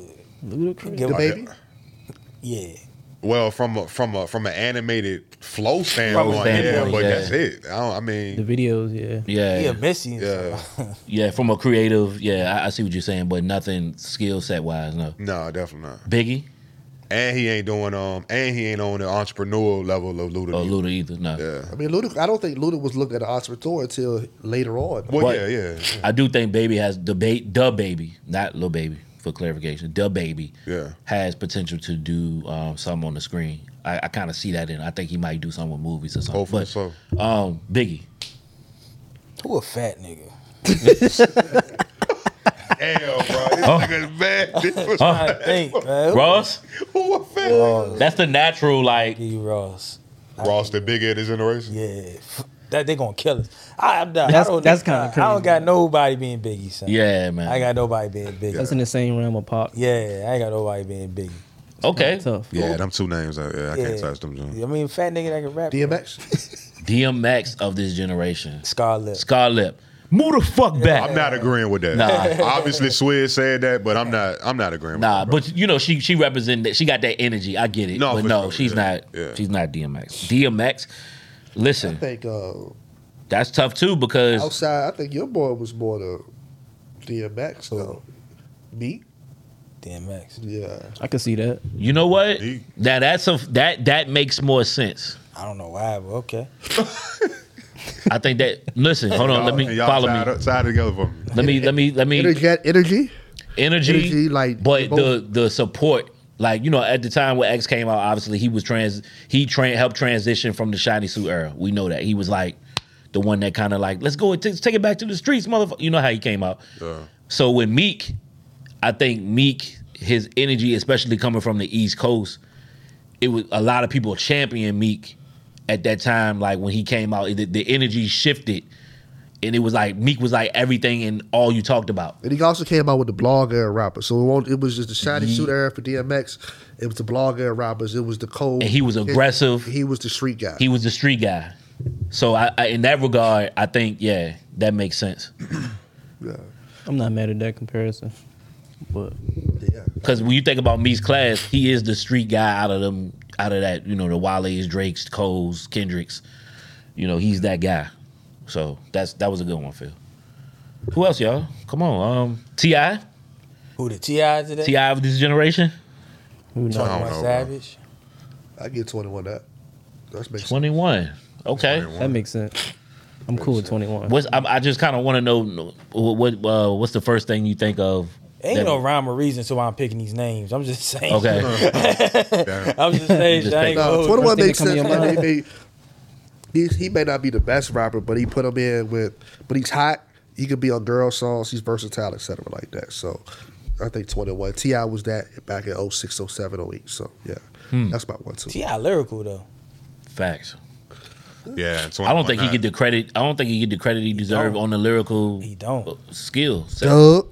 Speaker 2: Ludacris.
Speaker 6: give
Speaker 3: The
Speaker 6: a-
Speaker 3: baby.
Speaker 6: yeah.
Speaker 4: Well, from a, from a from an animated flow standpoint, yeah,
Speaker 1: standpoint,
Speaker 4: but
Speaker 1: yeah.
Speaker 4: that's it. I, don't, I
Speaker 2: The
Speaker 4: mean,
Speaker 2: videos, yeah.
Speaker 1: Yeah, yeah,
Speaker 6: Yeah, Missy.
Speaker 4: yeah,
Speaker 1: From a creative, yeah, I, I see what you're saying, but nothing skill set wise. No,
Speaker 4: no, definitely not.
Speaker 1: Biggie
Speaker 4: And he ain't doing um, and he ain't on the entrepreneurial level of
Speaker 1: or
Speaker 4: Luda. Nigga.
Speaker 1: Oh, Luda either. No,
Speaker 4: Yeah.
Speaker 3: I mean, Luda. I don't think Luda was looking at an entrepreneur until later on.
Speaker 4: Well,
Speaker 1: But-
Speaker 4: yeah, yeah, yeah.
Speaker 1: I do think Baby has the ba- the baby, not little baby for clarification. The baby,
Speaker 4: Yeah.
Speaker 1: has potential to do um, something on the screen. I, I kind of see that in. I think he might do something with movies or something.
Speaker 4: Hopefully
Speaker 1: but,
Speaker 4: so.
Speaker 1: Um, Biggie,
Speaker 6: Who a fat nigga?
Speaker 4: Hell, bro, this nigga's bad. This was-
Speaker 6: I think, man. Who
Speaker 1: Ross.
Speaker 4: Who a fat nigga?
Speaker 1: That's the natural, like
Speaker 6: be Ross.
Speaker 4: Ross, the big head is in the race.
Speaker 6: Yeah. That they gonna kill us. I, I'm not,
Speaker 2: That's-
Speaker 6: I don't,
Speaker 2: that's kinda
Speaker 6: I don't
Speaker 2: crazy.
Speaker 6: got nobody being Biggie, son.
Speaker 1: yeah, man.
Speaker 6: I ain't got nobody being Biggie.
Speaker 2: That's in the same realm of pop.
Speaker 6: Yeah, I ain't got nobody being Biggie.
Speaker 1: okay,
Speaker 2: Tough.
Speaker 4: Yeah, them two names out. Yeah, I
Speaker 6: Yeah.
Speaker 4: can't touch them. John.
Speaker 6: I mean, fat nigga that can rap.
Speaker 3: DMX.
Speaker 1: DMX of this generation,
Speaker 6: Scarlett.
Speaker 1: Scarlett, move the fuck back.
Speaker 4: I'm not agreeing with that.
Speaker 1: Nah.
Speaker 4: Obviously, Swizz said that, but I'm not. I'm not agreeing.
Speaker 1: Nah,
Speaker 4: with that,
Speaker 1: but you know she she represented that she got that energy. I get it,
Speaker 4: No,
Speaker 1: but
Speaker 4: for
Speaker 1: no,
Speaker 4: sure,
Speaker 1: she's
Speaker 4: yeah,
Speaker 1: not.
Speaker 4: yeah.
Speaker 1: She's not DMX. DMX, listen,
Speaker 3: I think uh,
Speaker 1: that's tough too because
Speaker 3: outside. I think your boy was more the DMX though. Me.
Speaker 6: DMX.
Speaker 3: Yeah.
Speaker 2: I can see that.
Speaker 1: You know what?
Speaker 4: He-
Speaker 1: Now that's a that that makes more sense.
Speaker 6: I don't know why, but okay.
Speaker 1: I think that listen, hold on, let
Speaker 4: Y'all-
Speaker 1: me
Speaker 4: y'all
Speaker 1: follow
Speaker 4: side,
Speaker 1: me.
Speaker 4: Side together for me.
Speaker 1: Let me let me let me
Speaker 3: Energy. Energy.
Speaker 1: energy,
Speaker 3: energy, like,
Speaker 1: but the
Speaker 3: both-
Speaker 1: the support like you know at the time when X came out obviously he was trans he tra- helped transition from the shiny suit era. We know that. He was like the one that kind of like let's go and t- take it back to the streets motherfucker. You know how he came out.
Speaker 4: Yeah.
Speaker 1: So with Meek, I think Meek his energy especially coming from the East Coast it was a lot of people championed Meek at that time. Like when he came out, the, the energy shifted, and it was like Meek was like everything and all you talked about.
Speaker 3: And he also came out with the blog era rapper. So it, won't, it was just the shiny
Speaker 1: Mm-hmm.
Speaker 3: suit era for DMX. It was the blog era rappers. It was the cold.
Speaker 1: And he was aggressive.
Speaker 3: He, was the street guy.
Speaker 1: He was the street guy, so I, I in that regard, I think yeah, that makes sense.
Speaker 3: yeah.
Speaker 2: I'm not mad at that comparison. But
Speaker 3: yeah.
Speaker 1: Because when you think about Meek's class, he is the street guy out of them, out of that you know the Wale's, Drake's, Cole's, Kendrick's. You know he's that guy. So that's that was a good one, Phil. Who else, y'all? Come on, um, Ti,
Speaker 6: Who the Ti today?
Speaker 1: Ti of this generation.
Speaker 2: who knows?
Speaker 4: I don't
Speaker 6: Twenty
Speaker 4: know,
Speaker 6: One Savage.
Speaker 3: I get 21 that. That's makes
Speaker 1: 21. Okay.
Speaker 2: That makes sense. I'm cool with 21.
Speaker 1: What's, I, I just kind of want to know what uh, what's the first thing you think of?
Speaker 6: Ain't
Speaker 1: that-
Speaker 6: no rhyme or reason to why I'm picking these names. I'm just saying.
Speaker 1: Okay.
Speaker 6: I'm just saying.
Speaker 1: Just
Speaker 6: I
Speaker 1: pick.
Speaker 6: ain't
Speaker 3: No,
Speaker 6: gonna-
Speaker 3: 21
Speaker 2: First thing
Speaker 3: makes
Speaker 2: that Oh, come
Speaker 3: sense.
Speaker 2: in your
Speaker 3: Like,
Speaker 2: mind.
Speaker 3: they made- he's- he may not be the best rapper, but he put him in with, but he's hot. He could be on girl songs. He's versatile, etc. like that. So I think 21. T.I. was that back in 06, 07, 08. So yeah,
Speaker 1: Hmm.
Speaker 3: that's my one, too.
Speaker 6: Ti lyrical though.
Speaker 1: Facts.
Speaker 4: Yeah, and
Speaker 1: I don't think he
Speaker 4: 21
Speaker 1: get the credit. I don't think he get the credit he deserved
Speaker 6: don't.
Speaker 1: on the lyrical
Speaker 6: He don't.
Speaker 1: skill. set.
Speaker 3: Dub.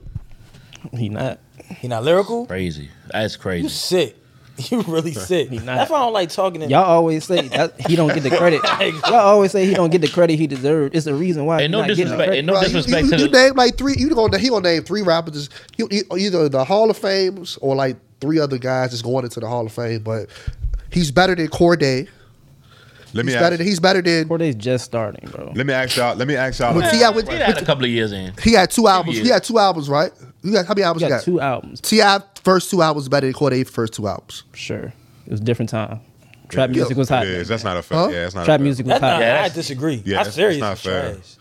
Speaker 2: He not.
Speaker 6: He not lyrical.
Speaker 1: Crazy. That's
Speaker 6: You
Speaker 1: crazy.
Speaker 6: sick. You really sick.
Speaker 2: He not.
Speaker 6: That's why I don't like talking to
Speaker 2: Y'all always say that he don't get the credit. Y'all always say he don't get the credit he deserved. It's the reason why.
Speaker 1: And
Speaker 2: he
Speaker 1: no
Speaker 2: not getting the
Speaker 1: disrespect.
Speaker 2: credit.
Speaker 1: And no
Speaker 3: Right, you,
Speaker 1: disrespect
Speaker 3: you-
Speaker 1: to
Speaker 3: you
Speaker 1: the.
Speaker 3: name like three. You gonna he gonna name three rappers. You, you- either the Hall of Fames or like three other guys that's going into the Hall of Fame. But he's better than Corday.
Speaker 4: Let me
Speaker 3: He's better.
Speaker 4: ask.
Speaker 3: Than, he's better than.
Speaker 2: Corday's just starting, bro.
Speaker 4: Let me ask y'all. Let me ask y'all.
Speaker 3: But T.I. with,
Speaker 1: He had a
Speaker 3: with-
Speaker 1: couple of years in.
Speaker 3: he had two albums. He
Speaker 1: years.
Speaker 3: had two albums, right? You got how many albums?
Speaker 2: He
Speaker 3: You
Speaker 2: got
Speaker 3: got,
Speaker 2: two albums,
Speaker 3: T.I. first two albums better than Corday first two albums.
Speaker 2: for sure. It was a different time. Trap music was hot.
Speaker 4: It is.
Speaker 2: back
Speaker 4: That's
Speaker 2: then.
Speaker 4: not a fact.
Speaker 3: Huh?
Speaker 4: Yeah, that's not.
Speaker 2: Trap
Speaker 4: a fact.
Speaker 2: music was
Speaker 6: That's not,
Speaker 2: hot.
Speaker 1: Yeah,
Speaker 6: I
Speaker 1: that's-
Speaker 6: disagree.
Speaker 4: yeah,
Speaker 6: I'm
Speaker 4: that's-
Speaker 6: serious.
Speaker 4: that's
Speaker 6: it's
Speaker 4: not fair.
Speaker 6: trash.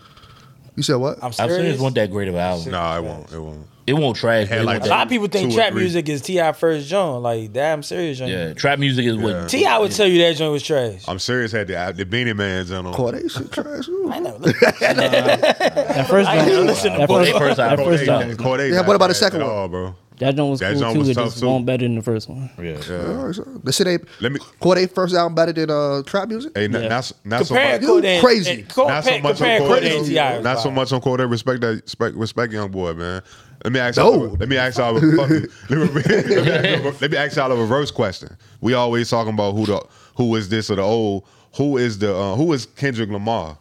Speaker 3: You said what?
Speaker 6: I'm
Speaker 1: I'm
Speaker 6: serious.
Speaker 1: serious. Wasn't that great of an album?
Speaker 4: Nah, it won't. It won't.
Speaker 1: It won't trash. but
Speaker 4: Had
Speaker 1: it
Speaker 4: like
Speaker 6: A
Speaker 1: won't
Speaker 6: lot
Speaker 1: that-
Speaker 6: of people think
Speaker 4: Two or
Speaker 6: trap
Speaker 4: three.
Speaker 6: music is Ti first John. Like that, I'm serious. John.
Speaker 1: Yeah, trap music is what.
Speaker 6: Ti would tell you that joint was trash.
Speaker 4: I'm serious. Had the the Beanie Man's on.
Speaker 3: Corday shit trash. ooh.
Speaker 6: I never listened.
Speaker 2: That first
Speaker 6: I ain't
Speaker 2: album,
Speaker 6: listen to
Speaker 2: that
Speaker 1: Cordae
Speaker 2: first,
Speaker 1: first
Speaker 2: that
Speaker 1: album.
Speaker 2: first album,
Speaker 4: Corday.
Speaker 3: Yeah, what about the second one?
Speaker 4: Oh, bro.
Speaker 2: that joint was
Speaker 4: That
Speaker 2: cool
Speaker 4: joint
Speaker 2: too.
Speaker 4: was
Speaker 2: it
Speaker 4: tough,
Speaker 2: just
Speaker 4: too.
Speaker 2: won't better than the first one.
Speaker 4: Yeah.
Speaker 3: The shit ain't.
Speaker 4: Let me.
Speaker 3: Corday first album better than uh, trap music.
Speaker 4: Hey, not
Speaker 2: Yeah.
Speaker 4: not so- not so
Speaker 6: Compare
Speaker 4: much.
Speaker 3: You
Speaker 6: Kodak.
Speaker 3: crazy.
Speaker 6: and- co-
Speaker 4: Not so
Speaker 6: compare-
Speaker 4: much
Speaker 6: compare
Speaker 4: on
Speaker 6: Kodak and
Speaker 4: Corday.
Speaker 6: Ti. is
Speaker 4: Not so
Speaker 6: fire.
Speaker 4: much on Corday. Respect that. Respect, respect, young boy, man. Let me ask
Speaker 3: No.
Speaker 4: y'all. Let me ask y'all. fuck you. Let me, let me ask y'all- let me ask y'all a reverse question. We always talking about who the who is this or the old. Who is the uh, who is Kendrick Lamar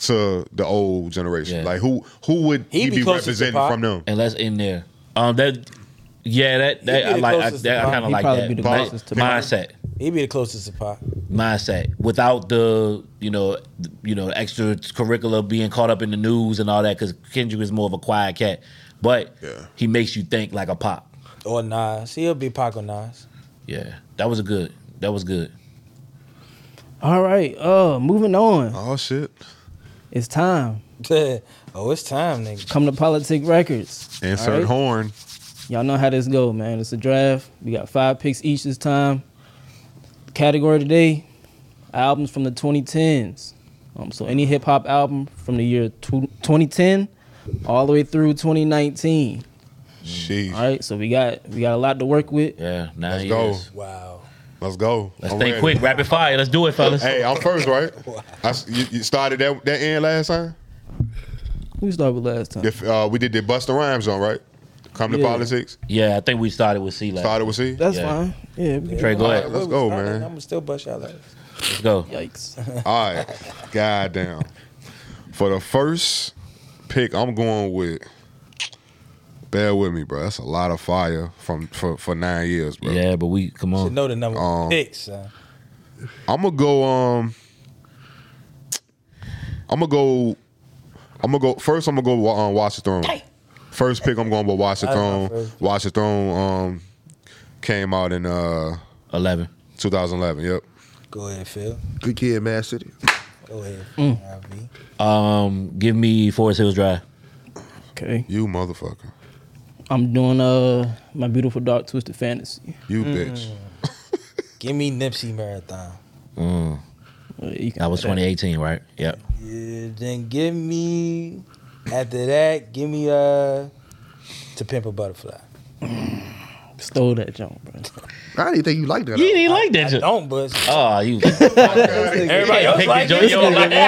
Speaker 4: to the old generation?
Speaker 1: Yeah.
Speaker 4: Like who who would
Speaker 6: He
Speaker 4: he,
Speaker 6: be
Speaker 4: be
Speaker 6: closest to
Speaker 4: representing
Speaker 6: Pac.
Speaker 4: from them?
Speaker 1: and that's in there. Um, that yeah, that, that
Speaker 6: be
Speaker 1: I
Speaker 6: the
Speaker 1: like. I,
Speaker 6: closest
Speaker 1: that,
Speaker 6: to
Speaker 1: I kind
Speaker 6: Pac.
Speaker 1: of
Speaker 2: He'd
Speaker 1: like
Speaker 2: probably
Speaker 1: that.
Speaker 2: be the
Speaker 1: Like,
Speaker 2: closest to Pac.
Speaker 1: mindset.
Speaker 6: He be the closest to Pac.
Speaker 1: mindset without the you know th- you know extracurricular being caught up in the news and all that because Kendrick is more of a quiet cat, but
Speaker 4: Yeah.
Speaker 1: he makes you think like a pop.
Speaker 6: Or Nas. He'll be Pac or Nas.
Speaker 1: Yeah, that was a good. That was good.
Speaker 2: All right, uh, moving on.
Speaker 4: Oh shit!
Speaker 2: It's time.
Speaker 6: oh, it's time, nigga.
Speaker 2: Come to Politic Records.
Speaker 4: Insert
Speaker 2: All right.
Speaker 4: horn.
Speaker 1: Mm.
Speaker 2: Y'all know how this go, man. It's a draft. We got five picks each this time. Category today: albums from the 2010s. Um, so any hip hop album from the year tw- 2010 all the way through 2019.
Speaker 4: Sheesh.
Speaker 2: All right, so we got we got a lot to work with.
Speaker 1: Yeah, 9
Speaker 4: Let's go.
Speaker 1: years.
Speaker 6: Wow.
Speaker 4: Let's go.
Speaker 1: Let's
Speaker 4: I'm
Speaker 1: think
Speaker 4: ready.
Speaker 1: quick, rapid fire. Let's do it, fellas.
Speaker 4: Hey, I'm first, right? I s you, you started that that end last time.
Speaker 2: Who started with last time?
Speaker 4: If uh, we did the Busta Rhymes on right, come to
Speaker 2: Yeah.
Speaker 4: politics.
Speaker 1: Yeah, I think we started with C. Last.
Speaker 4: Started with C.
Speaker 2: That's
Speaker 1: Yeah.
Speaker 2: fine. Yeah. we can-
Speaker 1: Trey, go ahead.
Speaker 4: Let's go, man.
Speaker 6: I'm still bust y'all out.
Speaker 1: Let's go.
Speaker 2: Yikes.
Speaker 4: All right, goddamn. For the first pick, I'm going with. Bear with me, bro. That's a lot of fire from for, for nine years, bro.
Speaker 1: Yeah, but we come
Speaker 6: Should
Speaker 1: on.
Speaker 6: know the number
Speaker 4: Um,
Speaker 6: picks. son.
Speaker 4: I'm gonna go. Um, I'm gonna go. I'm gonna go first. I'm gonna go wa- um, Watch the Throne. First pick. I'm going with Watch the
Speaker 6: I know
Speaker 4: Throne.
Speaker 6: first.
Speaker 4: Watch the Throne. Um, came out in uh
Speaker 1: 11.
Speaker 4: 2011. Yep.
Speaker 6: Go ahead, Phil.
Speaker 3: Good kid, Mad City.
Speaker 6: Go ahead.
Speaker 1: Mm.
Speaker 6: RV.
Speaker 1: Um, give me Forest Hills Drive.
Speaker 2: Okay.
Speaker 4: You motherfucker.
Speaker 2: I'm doing uh my beautiful dark twisted fantasy.
Speaker 4: You
Speaker 6: Mm.
Speaker 4: bitch.
Speaker 6: Give me Nipsey Marathon.
Speaker 2: Uh, you can
Speaker 1: That was
Speaker 2: have
Speaker 1: 2018, right? Yep.
Speaker 6: Yeah, then give me after that, give me uh to pimp a butterfly.
Speaker 2: Stole that jump, bro.
Speaker 3: I didn't think you liked that.
Speaker 1: You
Speaker 3: album.
Speaker 1: didn't like that joke.
Speaker 6: Don't bust.
Speaker 1: Oh, you.
Speaker 6: Everybody else
Speaker 1: Pick the
Speaker 6: like
Speaker 1: joke
Speaker 6: it.
Speaker 1: you don't like. You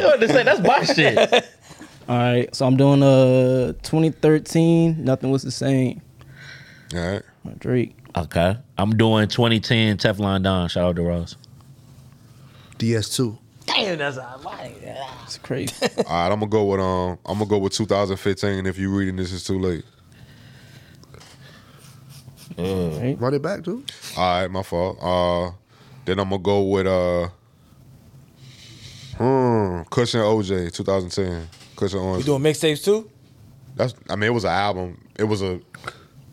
Speaker 1: know what I'm saying? That's my shit.
Speaker 2: All right, so I'm doing uh 2013. Nothing was the same.
Speaker 4: All right.
Speaker 2: by Drake.
Speaker 1: Okay. I'm doing 2010 Teflon Don. Shout out to Ross.
Speaker 3: DS2.
Speaker 6: Damn, that's a lot.
Speaker 2: It's crazy.
Speaker 4: All right. I'm gonna go with um. I'm gonna go with 2015. If you reading this, it's too late.
Speaker 3: Run it back, dude.
Speaker 4: All right, my fault. Uh, then I'm gonna go with uh, hmm, Cushion OJ 2010. Cushion
Speaker 6: You
Speaker 4: Orange.
Speaker 6: doing mixtapes too?
Speaker 4: That's I mean, it was an album. It was a,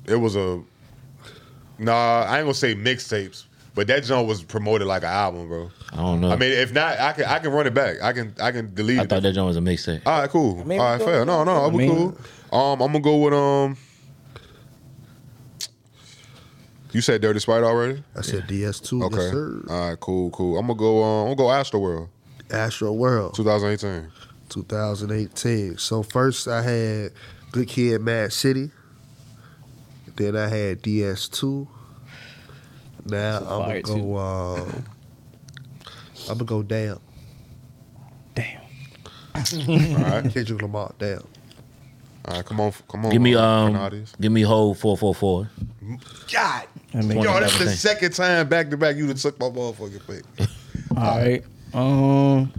Speaker 4: it was a. Nah, I ain't gonna say mixtapes, but that joint was promoted like an album, bro.
Speaker 1: I don't know.
Speaker 4: I mean, if not, I can I can run it back. I can I can delete.
Speaker 1: I
Speaker 4: it.
Speaker 1: thought that joint was a mixtape.
Speaker 4: All right, cool.
Speaker 6: mean,
Speaker 4: All right,
Speaker 6: we
Speaker 4: fair.
Speaker 6: cool.
Speaker 4: No, no, I'm
Speaker 2: I mean-
Speaker 4: cool. Um, I'm gonna go with um. You said Dirty Sprite already.
Speaker 3: I said DS2.
Speaker 4: Okay.
Speaker 3: Yes, sir.
Speaker 4: All right, cool, cool. I'm gonna go. Uh, I'm gonna go Astro World,
Speaker 3: Astro World
Speaker 4: 2018.
Speaker 3: 2018. So first I had Good Kid, Mad City. Then I had DS2. Now I'm gonna
Speaker 2: fire,
Speaker 3: go. Uh, I'm gonna go down.
Speaker 2: Damn.
Speaker 4: All right,
Speaker 3: Kendrick Lamar down.
Speaker 4: all right. Come on, f- come on.
Speaker 1: Give me
Speaker 4: uh,
Speaker 1: um,
Speaker 4: Bernardes.
Speaker 1: give me whole four four four.
Speaker 4: God,
Speaker 2: That makes-
Speaker 4: yo, that's the
Speaker 1: 2017.
Speaker 4: second time back to back you done took my motherfucking pick.
Speaker 2: All right. Um,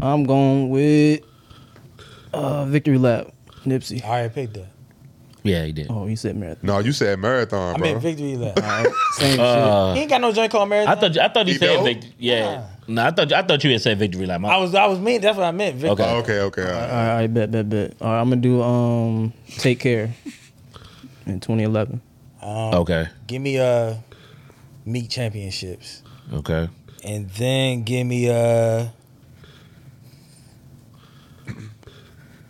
Speaker 2: I'm going with uh victory lap. Nipsey.
Speaker 6: I already picked that.
Speaker 1: Yeah, he did.
Speaker 2: Oh, he said marathon.
Speaker 4: No, you said marathon,
Speaker 6: I
Speaker 4: bro.
Speaker 6: mean victory lap.
Speaker 2: All right. Same
Speaker 1: Uh,
Speaker 6: he ain't got no joint called
Speaker 1: I
Speaker 6: marathon.
Speaker 1: thought you- I thought he
Speaker 4: You
Speaker 1: said
Speaker 4: know?
Speaker 1: victory. Yeah. No, I thought I thought you had said victory lap.
Speaker 6: I was I was mean. That's what I meant. Victory.
Speaker 1: Okay.
Speaker 4: Oh, okay, okay. All
Speaker 2: shit.
Speaker 4: right.
Speaker 2: All right. Bet. Bet. Bet. All right. I'm gonna do um take care. In 2011.
Speaker 1: Oh. okay.
Speaker 6: Give me uh meat championships,
Speaker 1: Okay.
Speaker 6: and then give me uh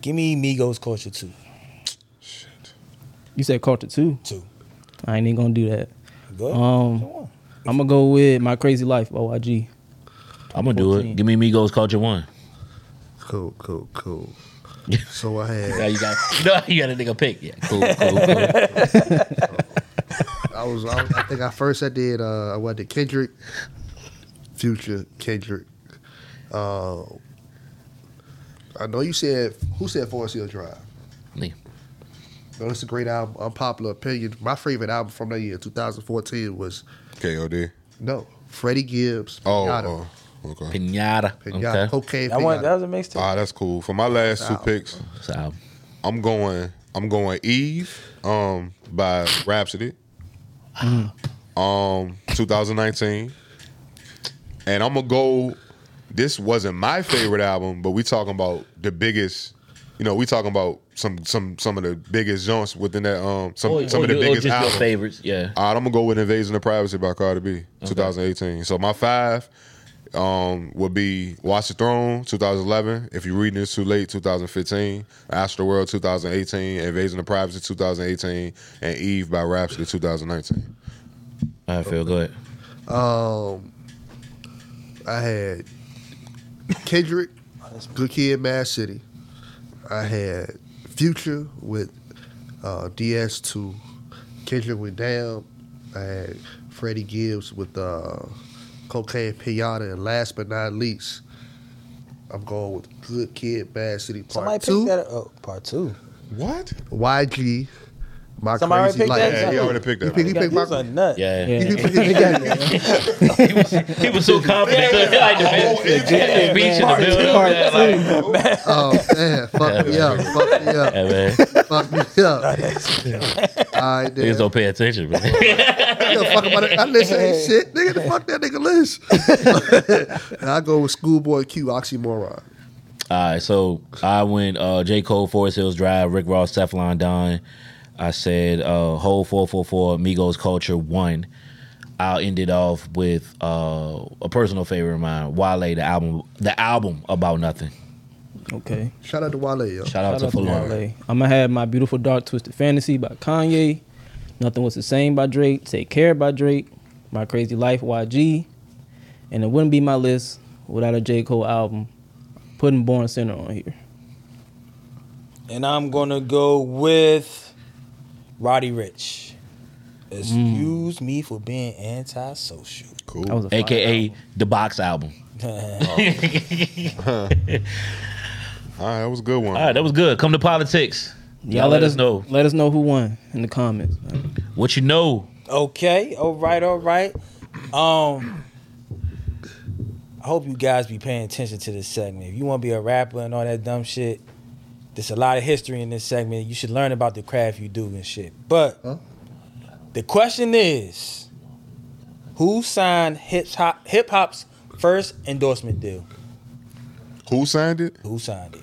Speaker 6: give me Migos culture too.
Speaker 2: You said culture too.
Speaker 6: Two.
Speaker 2: I ain't even gonna do that.
Speaker 6: Go.
Speaker 2: Um,
Speaker 6: Come on.
Speaker 2: I'm gonna go with my crazy life. by YG.
Speaker 1: I'm gonna do it.
Speaker 2: 14.
Speaker 1: Give me Migos Culture One.
Speaker 3: Cool, cool, cool. So I had.
Speaker 1: Now you got you know you got a nigga pick. Yeah. Cool. Cool. Cool.
Speaker 3: I was, I was- I think I first I did uh I went to Kendrick, Future Kendrick. Uh, I know you said who said Forest Hill Drive.
Speaker 1: Me.
Speaker 3: No, it's a great album. Unpopular opinion. My favorite album from that year, 2014, was
Speaker 4: KOD.
Speaker 3: no Freddie Gibbs.
Speaker 4: Oh,
Speaker 3: Pinata.
Speaker 4: oh, okay.
Speaker 1: Pinata.
Speaker 3: Pinata.
Speaker 1: Okay.
Speaker 3: Cocaine
Speaker 6: That one
Speaker 3: Pinata.
Speaker 6: that was a mixtape.
Speaker 4: All right, that's cool. For my last two picks,
Speaker 1: It's an album.
Speaker 4: I'm going. I'm going Eve, um, by Rhapsody. um, 2019. And I'm gonna go. This wasn't my favorite album, but we talking about the biggest. You know, we talking about some some some of the biggest joints within that. Um, some
Speaker 1: Or-
Speaker 4: some
Speaker 1: or
Speaker 4: of the
Speaker 1: you- or
Speaker 4: biggest
Speaker 1: just
Speaker 4: albums.
Speaker 1: your favorites. Yeah.
Speaker 4: All right, I'm gonna go with Invasion of Privacy by Cardi B, 2018. So my five um, would be Watch the Throne, 2011. If you're reading this too late, 2015. Astro World, 2018. Invasion of Privacy, 2018, and Eve by Rhapsody, 2019.
Speaker 1: All right, Phil, go ahead.
Speaker 3: Um, I had Kendrick, Good Kid, Mad City. I had Future with uh, DS2. Kendrick with Damn. I had Freddie Gibbs with uh, Cocaine Pinata. And last but not least, I'm going with Good Kid, Mad City Part
Speaker 6: Somebody picked
Speaker 3: 2.
Speaker 6: that up. Oh, part two.
Speaker 4: What?
Speaker 3: YG, My
Speaker 6: Somebody already
Speaker 3: Crazy
Speaker 6: picked
Speaker 3: Life.
Speaker 6: that?
Speaker 4: Yeah, he already picked
Speaker 3: He
Speaker 4: that.
Speaker 3: picked-
Speaker 4: one.
Speaker 3: he picked
Speaker 6: These
Speaker 3: my-
Speaker 6: are nuts.
Speaker 1: Yeah.
Speaker 3: he picked- he picked-
Speaker 1: He was so confident. so I feel like the
Speaker 4: Oh,
Speaker 1: bitch-
Speaker 4: it's-
Speaker 1: yeah, the bitch in the building. Yeah, like-
Speaker 3: Oh, man, fuck me up, fuck me up.
Speaker 1: Yeah, man.
Speaker 3: fuck me up. All right,
Speaker 1: Niggas
Speaker 3: then.
Speaker 1: don't pay attention, bro.
Speaker 3: Nigga, fuck about it. I listen to ain't shit. Nigga, the fuck that nigga list. and I go with Schoolboy Q, Oxymoron.
Speaker 1: All right, so I went uh, J. Cole, Forest Hills Drive, Rick Ross, Teflon Don. I said uh, Whole 444, Migos Culture 1. I ended off with uh, a personal favorite of mine, Wale, the album, the album about nothing.
Speaker 2: Okay.
Speaker 3: Shout out to Wale, yo.
Speaker 1: Shout out
Speaker 2: Shout out
Speaker 1: to
Speaker 2: to
Speaker 1: Falon.
Speaker 2: Wale. I'm gonna have my beautiful dark twisted fantasy by Kanye. Nothing was the same by Drake. Take care by Drake. My crazy life YG. And it wouldn't be my list without a J Cole album. Putting Born Center on here.
Speaker 6: And I'm gonna go with Roddy Rich. Excuse me for being antisocial.
Speaker 2: That was a fire
Speaker 1: AKA
Speaker 2: album.
Speaker 1: the box album.
Speaker 4: All right, that was a good one.
Speaker 1: All right, that was good. Come to politics.
Speaker 2: Y'all, let, us know. Let us know who won in the comments. man.
Speaker 1: What you know?
Speaker 6: Okay, all right, all right. Um, I hope you guys be paying attention to this segment. If you want to be a rapper and all that dumb shit, there's a lot of history in this segment. You should learn about the craft you do and shit. But the question is, who signed hip hop hip hop's first endorsement deal?
Speaker 4: Who signed it?
Speaker 6: Who signed it?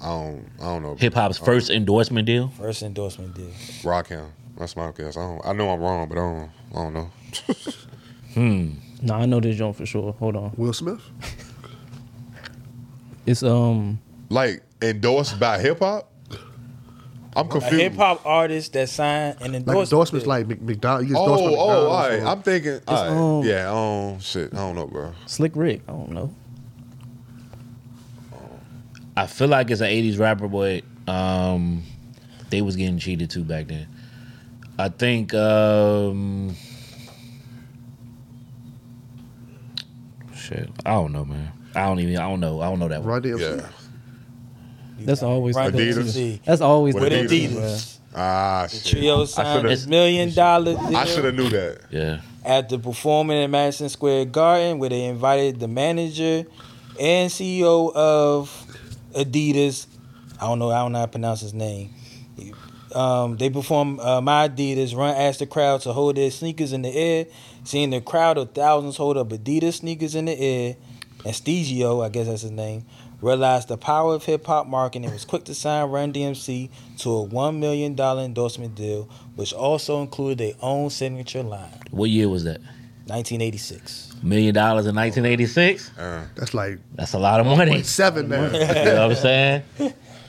Speaker 4: I don't. I don't know.
Speaker 1: Hip hop's first endorsement deal.
Speaker 6: First endorsement deal.
Speaker 4: Rock him. That's my guess. I don't. I know I'm wrong, but I don't. I don't know.
Speaker 2: Nah, I know this joint for sure. Hold on.
Speaker 3: Will Smith?
Speaker 2: It's um
Speaker 4: Like endorsed by hip hop. I'm
Speaker 6: A
Speaker 4: confused.
Speaker 6: hip hop artist that signed an
Speaker 3: Like
Speaker 6: endorsement.
Speaker 3: endorsements,
Speaker 6: deal.
Speaker 3: like Mc- McDonald. You
Speaker 4: Oh,
Speaker 3: endorse by
Speaker 4: oh, all right.
Speaker 3: McDonald's
Speaker 4: I'm thinking. All right.
Speaker 2: um,
Speaker 4: yeah. Um. Shit. I don't know, bro.
Speaker 2: Slick Rick. I don't know.
Speaker 1: I feel like it's an '80s rapper, but um, they was getting cheated too back then. I think um, shit. I don't know, man. I don't even. I don't know. I don't know that
Speaker 3: or-
Speaker 1: one.
Speaker 3: Run DMC.
Speaker 4: Yeah.
Speaker 2: That's always
Speaker 6: Right,
Speaker 4: Adidas.
Speaker 6: let's see.
Speaker 2: That's always
Speaker 4: With
Speaker 6: With
Speaker 4: Adidas.
Speaker 6: Adidas.
Speaker 4: Ah.
Speaker 6: The
Speaker 4: Shit.
Speaker 6: trio
Speaker 4: I
Speaker 6: signed
Speaker 4: shoulda-
Speaker 6: a million dollar
Speaker 4: I should
Speaker 6: deal
Speaker 4: have knew that.
Speaker 1: Yeah.
Speaker 6: after performing at Madison Square Garden, where they invited the manager and CEO of Adidas. I don't know. I don't know how to pronounce his name. Um, they performed uh, My Adidas, run asked the crowd to hold their sneakers in the air, seeing the crowd of thousands hold up Adidas sneakers in the air. And Stegio, I guess that's his name, realized the power of hip hop marketing and was quick to sign Run DMC to a $1 million endorsement deal, which also included their own signature line.
Speaker 1: What year was that?
Speaker 6: 1986.
Speaker 1: Million dollars in 1986.
Speaker 3: That's like
Speaker 1: That's a lot of money.
Speaker 3: seven, man.
Speaker 1: You know what I'm saying?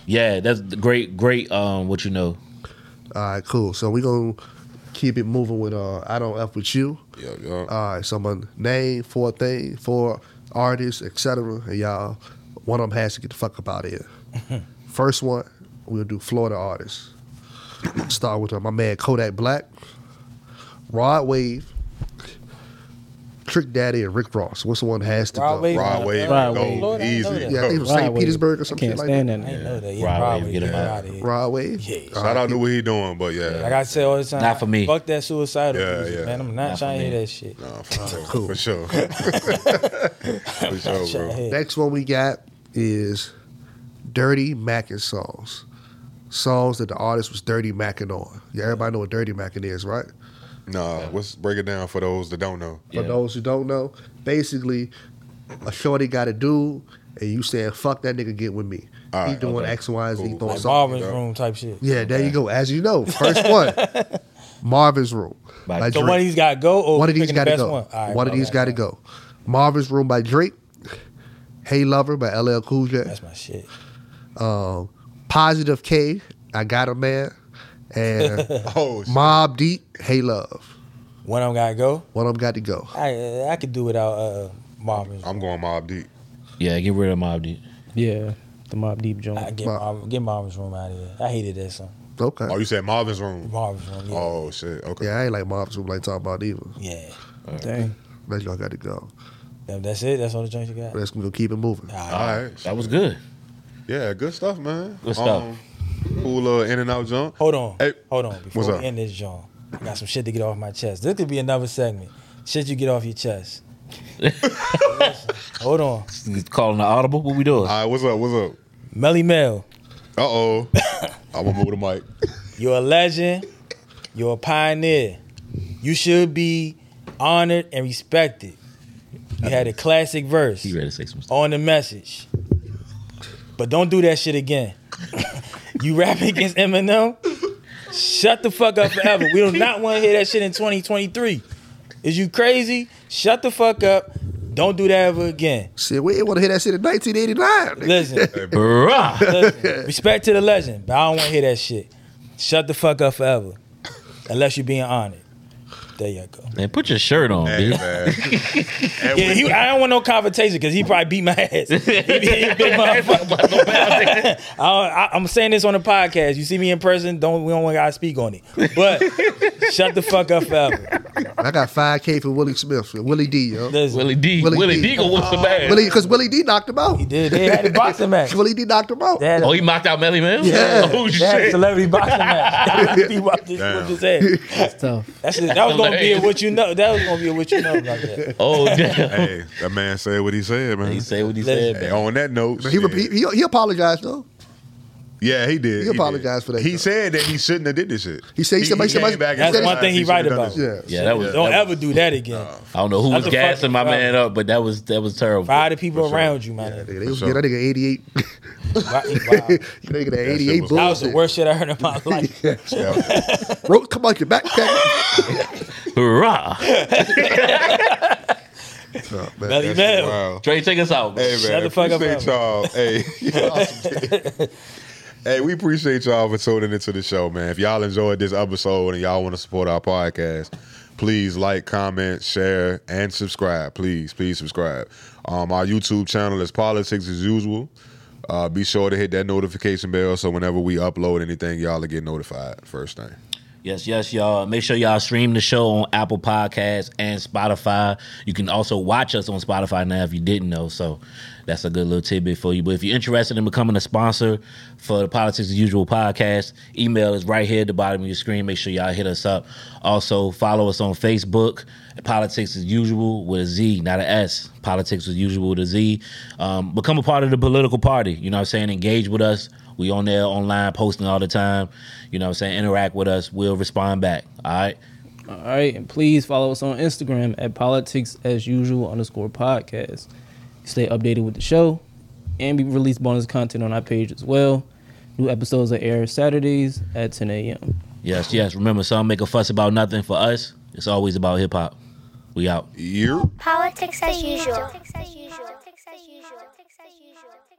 Speaker 1: Yeah, that's the great, great. Um, what you know?
Speaker 3: All right, cool. So we going to keep it moving with uh, I Don't F With You.
Speaker 4: Yeah, yeah.
Speaker 3: All right, so I'm gonna name four things, four artists, etc. And y'all, one of them has to get the fuck up out of here. First one, we'll do Florida artists. Start with uh, my man Kodak Black, Rod Wave, Trick Daddy, and Rick Ross. What's the one that has to
Speaker 6: Rod
Speaker 3: go?
Speaker 6: Wave.
Speaker 4: Rod Wave.
Speaker 2: Rod
Speaker 4: Go
Speaker 2: Wave.
Speaker 6: Lord, I
Speaker 4: easy.
Speaker 6: know that.
Speaker 3: Yeah, I think it was St.
Speaker 2: Rod Wave.
Speaker 3: Petersburg or
Speaker 2: I
Speaker 3: something
Speaker 2: can't
Speaker 3: like
Speaker 2: stand
Speaker 3: that.
Speaker 6: I
Speaker 2: that.
Speaker 6: didn't know that. Yeah,
Speaker 1: Rod
Speaker 6: Rod
Speaker 1: Wave,
Speaker 6: Wave,
Speaker 1: get him
Speaker 6: get
Speaker 1: out.
Speaker 6: out of here.
Speaker 3: Rod Wave.
Speaker 6: Yeah.
Speaker 4: I don't know what he doing, but yeah.
Speaker 6: Like I say all the time,
Speaker 1: Not for me.
Speaker 6: Fuck that suicidal
Speaker 4: Yeah,
Speaker 6: music,
Speaker 4: yeah.
Speaker 6: man. I'm not,
Speaker 1: Not
Speaker 6: trying
Speaker 1: for
Speaker 6: to
Speaker 1: me.
Speaker 6: hear that shit.
Speaker 4: Nah, for sure. For sure, for sure
Speaker 6: Trying to
Speaker 4: bro.
Speaker 6: hear-
Speaker 3: Next one we got is Dirty Mackin songs. Songs that the artist was dirty macking on. Yeah, everybody know what dirty macking is, right?
Speaker 4: Nah, let's break it down for those that don't know.
Speaker 3: For
Speaker 7: Yeah.
Speaker 3: those who don't know, basically, a shorty got a dude, and you saying, "Fuck that nigga, get with me."
Speaker 4: All
Speaker 3: he
Speaker 4: right,
Speaker 3: doing
Speaker 4: okay.
Speaker 3: X, Y, and Z.
Speaker 4: Cool.
Speaker 3: He throwing
Speaker 4: Like
Speaker 3: something.
Speaker 6: Marvin's room type shit.
Speaker 3: Yeah, there you go. As you know, first one, Marvin's Room.
Speaker 7: By
Speaker 3: by
Speaker 7: So
Speaker 6: So
Speaker 3: Drake.
Speaker 6: one of these got to go, or
Speaker 3: One of
Speaker 6: we
Speaker 3: these
Speaker 6: Oh, picking the
Speaker 3: got to
Speaker 6: best
Speaker 3: go.
Speaker 6: One,
Speaker 3: One,
Speaker 6: All right,
Speaker 3: of these
Speaker 6: okay.
Speaker 3: got to go. Marvin's Room by Drake. Hey Lover by LL Cool J.
Speaker 6: That's my shit.
Speaker 3: um, Positive K, I Got a Man, and
Speaker 4: Oh, shit.
Speaker 3: Mob Deep, Hey Love.
Speaker 6: One of them got to go.
Speaker 3: One of them got to go.
Speaker 6: I I could do without uh, Marvin's.
Speaker 4: I'm going Mob Deep.
Speaker 1: Yeah, get rid of Mob Deep.
Speaker 2: Yeah, the Mob Deep joint.
Speaker 6: I get
Speaker 3: Mar-
Speaker 6: Marvin, get Marvin's room out of here. I hated that song.
Speaker 3: Okay.
Speaker 4: Oh, you said Marvin's room.
Speaker 6: Marvin's room. Yeah.
Speaker 4: Oh shit. Okay.
Speaker 3: Yeah, I ain't like Marvin's Room like talking about either.
Speaker 6: Yeah.
Speaker 2: Dang.
Speaker 3: That y'all got to go.
Speaker 6: That- That's it. That's all the joints you got.
Speaker 3: Let's go keep it moving.
Speaker 6: All right.
Speaker 4: All right.
Speaker 1: That was good.
Speaker 4: Yeah, good stuff, man. Um,
Speaker 1: Good stuff.
Speaker 4: cool little in and out jump.
Speaker 6: Hold on.
Speaker 4: Hey,
Speaker 6: Hold on. Before
Speaker 4: what's
Speaker 6: we
Speaker 4: up?
Speaker 6: end this, John, I got some shit to get off my chest. This could be another segment. Shit you get off your chest. Hold on.
Speaker 1: He's calling the audible. What we doing?
Speaker 4: All right, what's up? What's up?
Speaker 6: Melly Mel,
Speaker 4: Uh oh. I'm gonna move the mic.
Speaker 6: you're a legend. You're a pioneer. You should be honored and respected. You had a classic verse
Speaker 1: He ready to say some stuff.
Speaker 6: on the message. But don't do that shit again. you rapping against Eminem? Shut the fuck up forever. We do not want to hear that shit in 2023. Is you crazy? Shut the fuck up. Don't do that ever again.
Speaker 3: Shit, we didn't want to hear that shit in 1989. nigga.
Speaker 6: Listen,
Speaker 1: Bruh.
Speaker 6: listen, respect to the legend, but I don't want to hear that shit. Shut the fuck up forever. Unless you're being honored. There you go.
Speaker 1: Man, put your shirt on,
Speaker 4: Hey,
Speaker 1: dude.
Speaker 4: man. And
Speaker 6: Yeah,
Speaker 4: we-
Speaker 6: he, I don't want no confrontation because he probably beat my ass. He, he a big motherfucker. I, I, I'm saying this on the podcast. You see me in person, don't we don't want to speak on it. But shut the fuck up forever.
Speaker 3: I got 5K for Willie Smith, for Willie D, yo.
Speaker 6: Listen,
Speaker 1: Willie D.
Speaker 3: Willie
Speaker 1: Willie,
Speaker 3: D.
Speaker 1: D. gonna whoop some ass.
Speaker 3: Willie, because Willie D knocked him out.
Speaker 6: he did. They had a boxing match.
Speaker 3: Willie D knocked him out.
Speaker 6: They had a,
Speaker 1: Oh, he mocked out Melly Mel?
Speaker 3: Yeah.
Speaker 1: Oh,
Speaker 6: they had a
Speaker 1: shit.
Speaker 6: celebrity boxing match. he whooped his,
Speaker 4: Damn.
Speaker 6: whooped his head.
Speaker 2: That's tough.
Speaker 6: That's it. That was gonna be a what you know. That was gonna be a what you know about that.
Speaker 1: Oh, damn.
Speaker 4: hey, that man said what he said, man.
Speaker 1: He said what he
Speaker 6: Listen.
Speaker 1: said,
Speaker 4: Hey,
Speaker 1: man.
Speaker 4: on that note,
Speaker 3: But he,
Speaker 4: shit.
Speaker 3: repeat, he he apologized though.
Speaker 4: yeah, he did.
Speaker 3: he
Speaker 4: did.
Speaker 3: apologized for that,
Speaker 4: He
Speaker 3: though.
Speaker 4: said that he shouldn't have did this shit.
Speaker 3: He said- he said- he said-
Speaker 4: came back and
Speaker 6: That's
Speaker 4: said
Speaker 6: one thing he right
Speaker 4: shouldn't have done
Speaker 6: about.
Speaker 4: this.
Speaker 3: Yeah.
Speaker 1: Yeah, that was.
Speaker 6: Don't
Speaker 1: that-
Speaker 6: ever do that again.
Speaker 1: I don't know who was
Speaker 6: That's a fucking
Speaker 1: gassing my man up, but that was that was terrible.
Speaker 6: Fire the people
Speaker 4: sure.
Speaker 6: around you, man.
Speaker 3: They was
Speaker 4: sure.
Speaker 3: getting that nigga 88.
Speaker 6: Wow. That
Speaker 3: nigga that
Speaker 4: shit
Speaker 3: 88
Speaker 4: was-
Speaker 3: bullshit.
Speaker 6: was the worst shit I heard in my life.
Speaker 4: Yeah.
Speaker 3: Bro, come out your backpack.
Speaker 1: Hurrah!
Speaker 3: no, man.
Speaker 6: Belly
Speaker 4: That's
Speaker 6: Mel.
Speaker 4: wild.
Speaker 1: Trey, take us out. man.
Speaker 4: Hey, man.
Speaker 6: Shut the fuck up,
Speaker 4: appreciate y'all. Hey. y'all- Hey, we appreciate y'all for tuning into the show, man. If y'all enjoyed this episode and y'all want to support our podcast, please like, comment, share, and subscribe. Please, please subscribe. Um, our YouTube channel is Politics as Usual. Uh, be sure to hit that notification bell so whenever we upload anything, y'all will get notified first thing.
Speaker 1: Yes, yes, y'all. Make sure y'all stream the show on Apple Podcasts and Spotify. You can also watch us on Spotify now if you didn't know. So that's a good little tidbit for you. But if you're interested in becoming a sponsor for the Politics as Usual podcast, email is right here at the bottom of your screen. Make sure y'all hit us up. Also, follow us on Facebook, Politics as Usual with a Z, not an S. Politics as Usual with a Z. Um, become a part of the political party. You know what I'm saying? Engage with us. We on there online posting all the time. You know what I'm saying? Interact with us. We'll respond back. All right.
Speaker 2: All right, and please follow us on Instagram at politics as usual underscore podcast. Stay updated with the show, and we release bonus content on our page as well. New episodes are aired Saturdays at 10 a.m.
Speaker 1: Yes, yes. Remember, some make a fuss about nothing for us. It's always about hip hop. We out.
Speaker 4: Year.
Speaker 5: Politics as usual. Politics as usual. Politics as usual.